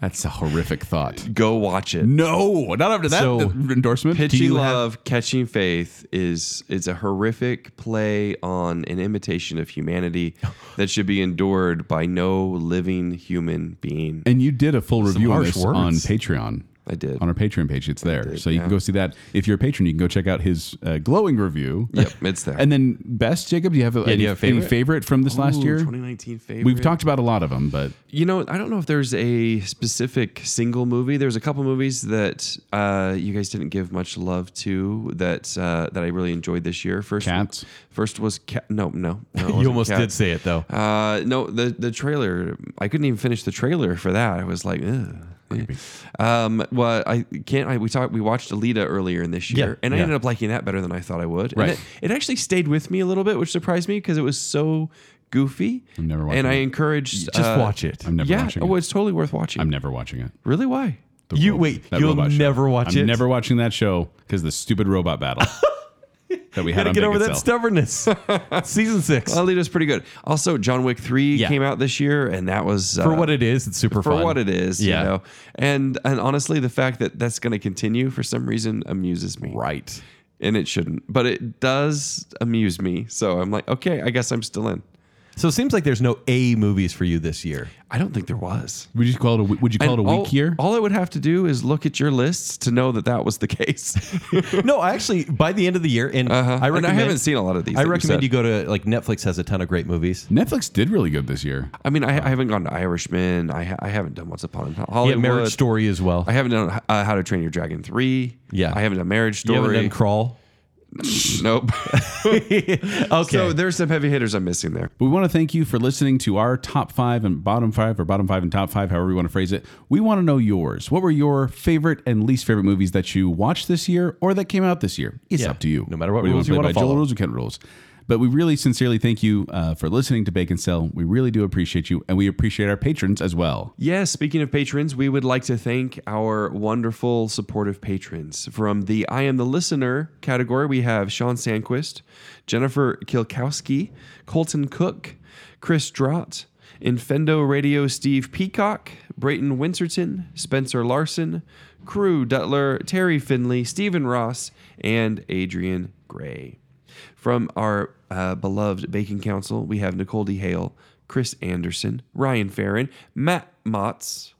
[SPEAKER 2] That's a horrific thought.
[SPEAKER 3] Go watch it.
[SPEAKER 2] No, not after that
[SPEAKER 1] So,
[SPEAKER 2] endorsement.
[SPEAKER 1] Do
[SPEAKER 3] Pitching
[SPEAKER 1] you have-
[SPEAKER 3] Love, Catching Faith is it's a horrific play on an imitation of humanity that should be endured by no living human being.
[SPEAKER 2] And you did a full review on
[SPEAKER 1] harsh
[SPEAKER 2] this on
[SPEAKER 1] words.
[SPEAKER 2] Patreon.
[SPEAKER 3] I did.
[SPEAKER 2] on our Patreon page. It's there, so you can
[SPEAKER 3] yeah.
[SPEAKER 2] go see that. If you're a patron, you can go check out his uh, glowing review.
[SPEAKER 3] Yep, it's there.
[SPEAKER 2] And then best Jacob, do you have a, any,
[SPEAKER 1] you have a
[SPEAKER 2] any
[SPEAKER 1] favorite?
[SPEAKER 2] favorite from this last
[SPEAKER 3] Ooh,
[SPEAKER 2] year?
[SPEAKER 3] 2019 favorite.
[SPEAKER 2] We've talked about a lot of them, but
[SPEAKER 3] You know, I don't know if there's a specific single movie. There's a couple movies that uh, you guys didn't give much love to that uh, that I really enjoyed this year. First,
[SPEAKER 2] Cats?
[SPEAKER 3] First was cat. No, no, no, it
[SPEAKER 1] You
[SPEAKER 3] wasn't
[SPEAKER 1] almost
[SPEAKER 3] Cats.
[SPEAKER 1] did say it though.
[SPEAKER 3] Uh, no, the the trailer. I couldn't even finish the trailer for that. I was like, Ugh. Um, well, I can't. I, we talked. We watched Alita earlier in this year,
[SPEAKER 1] Yeah,
[SPEAKER 3] and I
[SPEAKER 1] yeah.
[SPEAKER 3] ended up liking that better than I thought I would.
[SPEAKER 2] Right.
[SPEAKER 3] And it, it actually stayed with me a little bit, which surprised me because it was so goofy.
[SPEAKER 2] I've never watched
[SPEAKER 3] And I
[SPEAKER 2] it.
[SPEAKER 3] encouraged.
[SPEAKER 1] Just
[SPEAKER 3] uh,
[SPEAKER 1] watch it.
[SPEAKER 2] I'm never
[SPEAKER 3] yeah,
[SPEAKER 2] watching
[SPEAKER 3] oh,
[SPEAKER 2] it.
[SPEAKER 3] it's totally worth watching.
[SPEAKER 2] I'm never watching it.
[SPEAKER 3] really? Why?
[SPEAKER 2] The
[SPEAKER 1] You-
[SPEAKER 2] ro-
[SPEAKER 1] wait,
[SPEAKER 2] that
[SPEAKER 1] you'll
[SPEAKER 2] robot show.
[SPEAKER 1] never watch
[SPEAKER 2] I'm
[SPEAKER 1] it?
[SPEAKER 2] never watching that show because the stupid robot battle
[SPEAKER 1] <laughs>
[SPEAKER 2] that we had
[SPEAKER 1] Gotta
[SPEAKER 2] on
[SPEAKER 1] get
[SPEAKER 2] Big
[SPEAKER 1] over that
[SPEAKER 2] Excel.
[SPEAKER 1] stubbornness.
[SPEAKER 3] <laughs>
[SPEAKER 1] Season six.
[SPEAKER 3] Well, Alita's pretty good. Also, John Wick Three
[SPEAKER 1] Yeah.
[SPEAKER 3] came out this year, and that was uh,
[SPEAKER 1] for what it is, it's super
[SPEAKER 3] for
[SPEAKER 1] fun.
[SPEAKER 3] what it is,
[SPEAKER 1] Yeah.
[SPEAKER 3] you know. And and honestly, the fact that that's going to continue for some reason amuses me.
[SPEAKER 1] Right.
[SPEAKER 3] And it shouldn't, but it does amuse me. So I'm like, okay, I guess I'm still in.
[SPEAKER 1] So it seems like there's no A movies for you this year.
[SPEAKER 3] I don't think there was.
[SPEAKER 2] Would you call it a, w- would you call
[SPEAKER 3] And
[SPEAKER 2] it a weak
[SPEAKER 3] all,
[SPEAKER 2] year?
[SPEAKER 3] All I would have to do is look at your lists to know that that was
[SPEAKER 1] <laughs>
[SPEAKER 3] the <laughs> case.
[SPEAKER 1] no, I actually by the end of the year, and
[SPEAKER 3] Uh-huh.
[SPEAKER 1] I
[SPEAKER 3] And
[SPEAKER 1] recommend
[SPEAKER 3] I haven't seen a lot of these.
[SPEAKER 1] I
[SPEAKER 3] that you
[SPEAKER 1] recommend
[SPEAKER 3] said.
[SPEAKER 1] you, go to like Netflix has a ton of great movies.
[SPEAKER 2] Netflix did really good this year.
[SPEAKER 3] I mean, I, I haven't gone to Irishman. I, ha- I haven't done Once Upon a Hollywood.
[SPEAKER 1] Yeah, Marriage Story as well.
[SPEAKER 3] I haven't done uh, How to Train Your Dragon three.
[SPEAKER 1] Yeah.
[SPEAKER 3] I haven't done Marriage
[SPEAKER 1] you haven't
[SPEAKER 3] Story.
[SPEAKER 1] done
[SPEAKER 3] <laughs>
[SPEAKER 1] Crawl. <laughs>
[SPEAKER 3] nope.
[SPEAKER 1] Okay.
[SPEAKER 3] So there's some heavy hitters I'm missing there.
[SPEAKER 2] But we want to thank you for listening to our top five and bottom five, or bottom five and top five, however you want to phrase it. We want to know yours. What were your favorite and least favorite movies that you watched this year or that came out this year? It's
[SPEAKER 1] Yeah.
[SPEAKER 2] up to you.
[SPEAKER 1] No matter what
[SPEAKER 2] Whether
[SPEAKER 1] rules you
[SPEAKER 2] play
[SPEAKER 1] want to
[SPEAKER 2] by Joel
[SPEAKER 1] follow.
[SPEAKER 2] rules or Kent rules. But we really sincerely thank you uh, for listening to Bake and Sell. We really do appreciate you, and we appreciate our patrons as well.
[SPEAKER 3] Yeah, speaking of patrons, we would like to thank our wonderful supportive patrons. From the I Am the Listener category, we have Sean Sandquist, Jennifer Kilkowski, Colton Cook, Chris Drott, Infendo Radio Steve Peacock, Brayton Winserton, Spencer Larson, Crew Dutler, Terry Finley, Stephen Ross, and Adrian Gray. From our uh, beloved Baking Council, we have Nicole D. Hale, Chris Anderson, Ryan Farron, Matt Motz,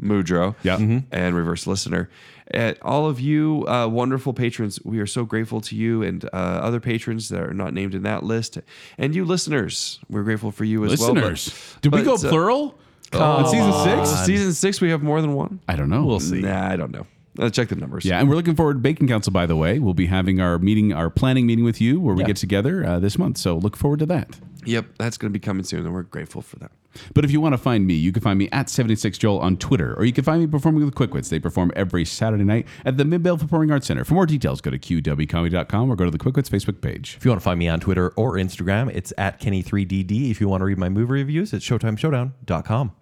[SPEAKER 3] Mudro,
[SPEAKER 2] Yeah.
[SPEAKER 3] and Reverse Listener. And all of you uh, wonderful patrons, we are so grateful to you and uh, other patrons that are not named in that list. And you listeners, we're grateful for you as well. but-
[SPEAKER 2] Listeners, did we go
[SPEAKER 3] but, uh,
[SPEAKER 2] plural? on season six?
[SPEAKER 3] Season six, we have more than one.
[SPEAKER 2] I don't know. We'll see.
[SPEAKER 3] Nah, I don't know. Uh, check the numbers.
[SPEAKER 2] Yeah, and we're looking forward to Bacon Council, by the way. We'll be having our meeting, our planning meeting with you where we
[SPEAKER 1] Yeah.
[SPEAKER 2] get together uh, this month. So look forward to that.
[SPEAKER 3] Yep, that's going to be coming soon, and we're grateful for that.
[SPEAKER 2] But if you want to find me, you can find me at 76Joel on Twitter, or you can find me performing with Quickwits. They perform every Saturday night at the Midvale Performing Arts Center. For more details, go to qwcomedy.com or go to the Quickwits Facebook page.
[SPEAKER 1] If you want to find me on Twitter or Instagram, it's at Kenny3DD. If you want to read my movie reviews, it's ShowtimeShowdown.com.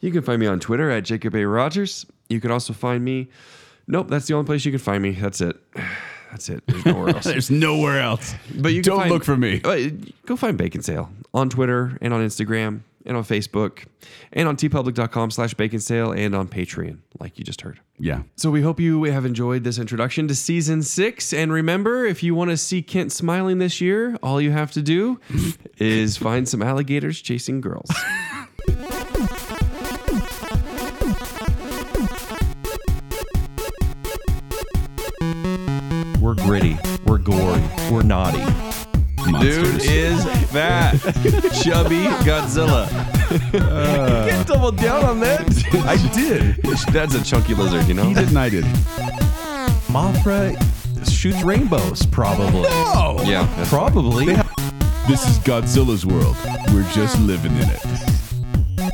[SPEAKER 3] You can find me on Twitter at Jacob A. Rogers. You can also find me. Nope, that's the only place you can find me. That's it. <sighs> That's it. There's nowhere <laughs> else.
[SPEAKER 2] There's nowhere else.
[SPEAKER 3] but you can
[SPEAKER 2] don't
[SPEAKER 3] find-
[SPEAKER 2] look for me.
[SPEAKER 3] Uh, Go find Bacon Sale on Twitter and on Instagram and on Facebook and on tpublic.com slash bacon sale and on Patreon, like you just heard.
[SPEAKER 2] Yeah.
[SPEAKER 3] So we hope you have enjoyed this introduction to season six. And remember, if you want to see Kent smiling this year, all you have to <laughs> do is find some alligators chasing girls.
[SPEAKER 1] We're gritty. We're gory. We're naughty.
[SPEAKER 2] Monsters.
[SPEAKER 3] is fat, chubby Godzilla. you can't double down
[SPEAKER 1] <laughs>
[SPEAKER 3] on that. I did. <laughs> That's a chunky lizard, you know.
[SPEAKER 2] he didn't, I did.
[SPEAKER 1] Mothra shoots rainbows, probably.
[SPEAKER 2] Oh!
[SPEAKER 3] Yeah, that's
[SPEAKER 1] Probably.
[SPEAKER 2] This is Godzilla's world. We're just living in it.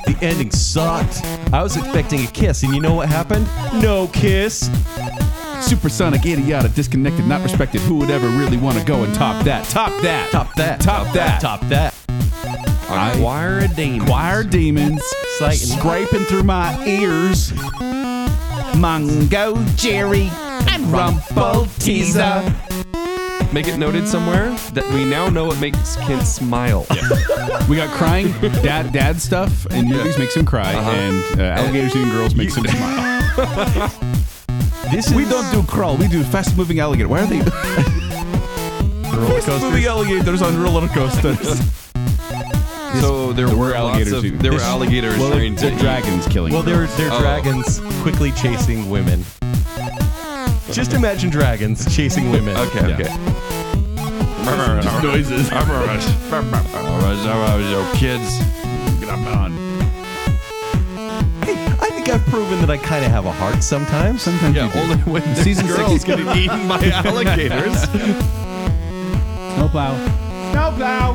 [SPEAKER 1] The ending sucked. I was expecting a kiss, and you know what happened? No kiss.
[SPEAKER 2] Supersonic, idiotic, disconnected, not respected. Who would ever really want to go and top that? Top that.
[SPEAKER 1] Top that.
[SPEAKER 2] Top that.
[SPEAKER 1] Top that.
[SPEAKER 3] I wire a dame.
[SPEAKER 2] Choir demons
[SPEAKER 1] Satan.
[SPEAKER 2] scraping through my ears. Mungo Jerry and Rumble Teaser.
[SPEAKER 3] Make it noted somewhere that we now know what makes Kent smile.
[SPEAKER 2] We got crying dad dad stuff and movies makes him cry and uh, alligators eating girls makes him smile.
[SPEAKER 1] This is
[SPEAKER 2] We don't do crawl, we do fast moving alligator. Why are they
[SPEAKER 1] <laughs> roller coasters. <laughs>
[SPEAKER 2] alligators on roller coasters?
[SPEAKER 3] So there, were, alligators. Lots
[SPEAKER 2] eating-
[SPEAKER 3] of, there were alligators
[SPEAKER 2] Well,
[SPEAKER 3] trying
[SPEAKER 2] the
[SPEAKER 3] to eat.
[SPEAKER 2] dragons killing.
[SPEAKER 1] Well,
[SPEAKER 2] them.
[SPEAKER 1] they're they're
[SPEAKER 3] Oh.
[SPEAKER 1] dragons quickly chasing women. Just imagine dragons chasing women.
[SPEAKER 3] Okay, okay.
[SPEAKER 2] noises.
[SPEAKER 3] All right, all right, yo, kids.
[SPEAKER 1] I think I've proven that I kind of have a heart sometimes.
[SPEAKER 2] Sometimes
[SPEAKER 3] Yeah,
[SPEAKER 2] you do. <laughs>
[SPEAKER 3] only when the
[SPEAKER 2] Season
[SPEAKER 3] girls
[SPEAKER 2] six.
[SPEAKER 3] getting eaten by alligators.
[SPEAKER 2] Snowplow. Snowplow.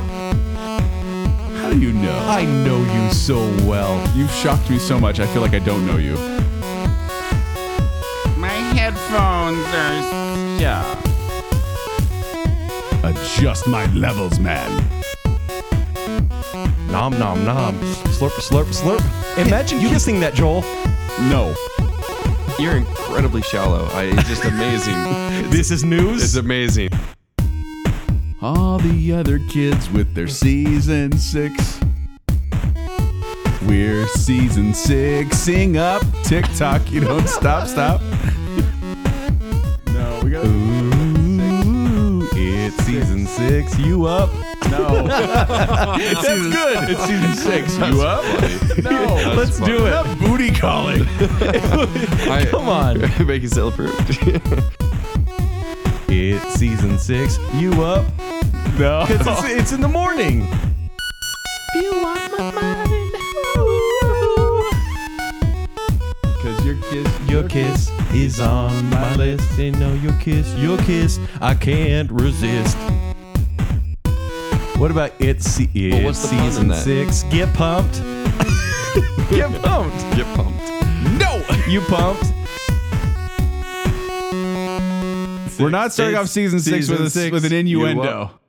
[SPEAKER 2] How do you know?
[SPEAKER 1] I know you so well.
[SPEAKER 2] You've shocked me so much. I feel like I don't know you.
[SPEAKER 5] My headphones are stuck.
[SPEAKER 2] Adjust my levels, man.
[SPEAKER 1] Nom nom nom. Slurp slurp slurp. Imagine you kissing that, Joel.
[SPEAKER 2] No.
[SPEAKER 3] You're incredibly shallow. I, it's just <laughs> amazing.
[SPEAKER 1] This is
[SPEAKER 3] It's
[SPEAKER 1] news.
[SPEAKER 3] amazing.
[SPEAKER 2] All the other kids with their season six. We're season six. Sing up, TikTok. You don't stop, stop. No, we got
[SPEAKER 1] Ooh, it's season six. You up?
[SPEAKER 2] no. it's season, good. It's season six. <laughs> You up? No.
[SPEAKER 1] Let's do it.
[SPEAKER 2] Not booty calling.
[SPEAKER 3] I,
[SPEAKER 1] Come on.
[SPEAKER 3] <laughs> Bacon sale approved.
[SPEAKER 1] It's season six. You up?
[SPEAKER 2] No. <laughs>
[SPEAKER 1] Because it's, it's in the morning.
[SPEAKER 2] Because your kiss,
[SPEAKER 1] Your kiss is on my list. And no, your kiss, your kiss, I can't resist. What about it's, se- it's
[SPEAKER 3] what's the pun in
[SPEAKER 1] season
[SPEAKER 3] that?
[SPEAKER 1] six? Get pumped. Get pumped.
[SPEAKER 3] <laughs> Get pumped.
[SPEAKER 2] No.
[SPEAKER 1] You pumped.
[SPEAKER 2] We're not starting
[SPEAKER 1] It's
[SPEAKER 2] off season six,
[SPEAKER 1] season
[SPEAKER 2] with, a,
[SPEAKER 1] six.
[SPEAKER 2] with an
[SPEAKER 1] You
[SPEAKER 2] innuendo.
[SPEAKER 3] up?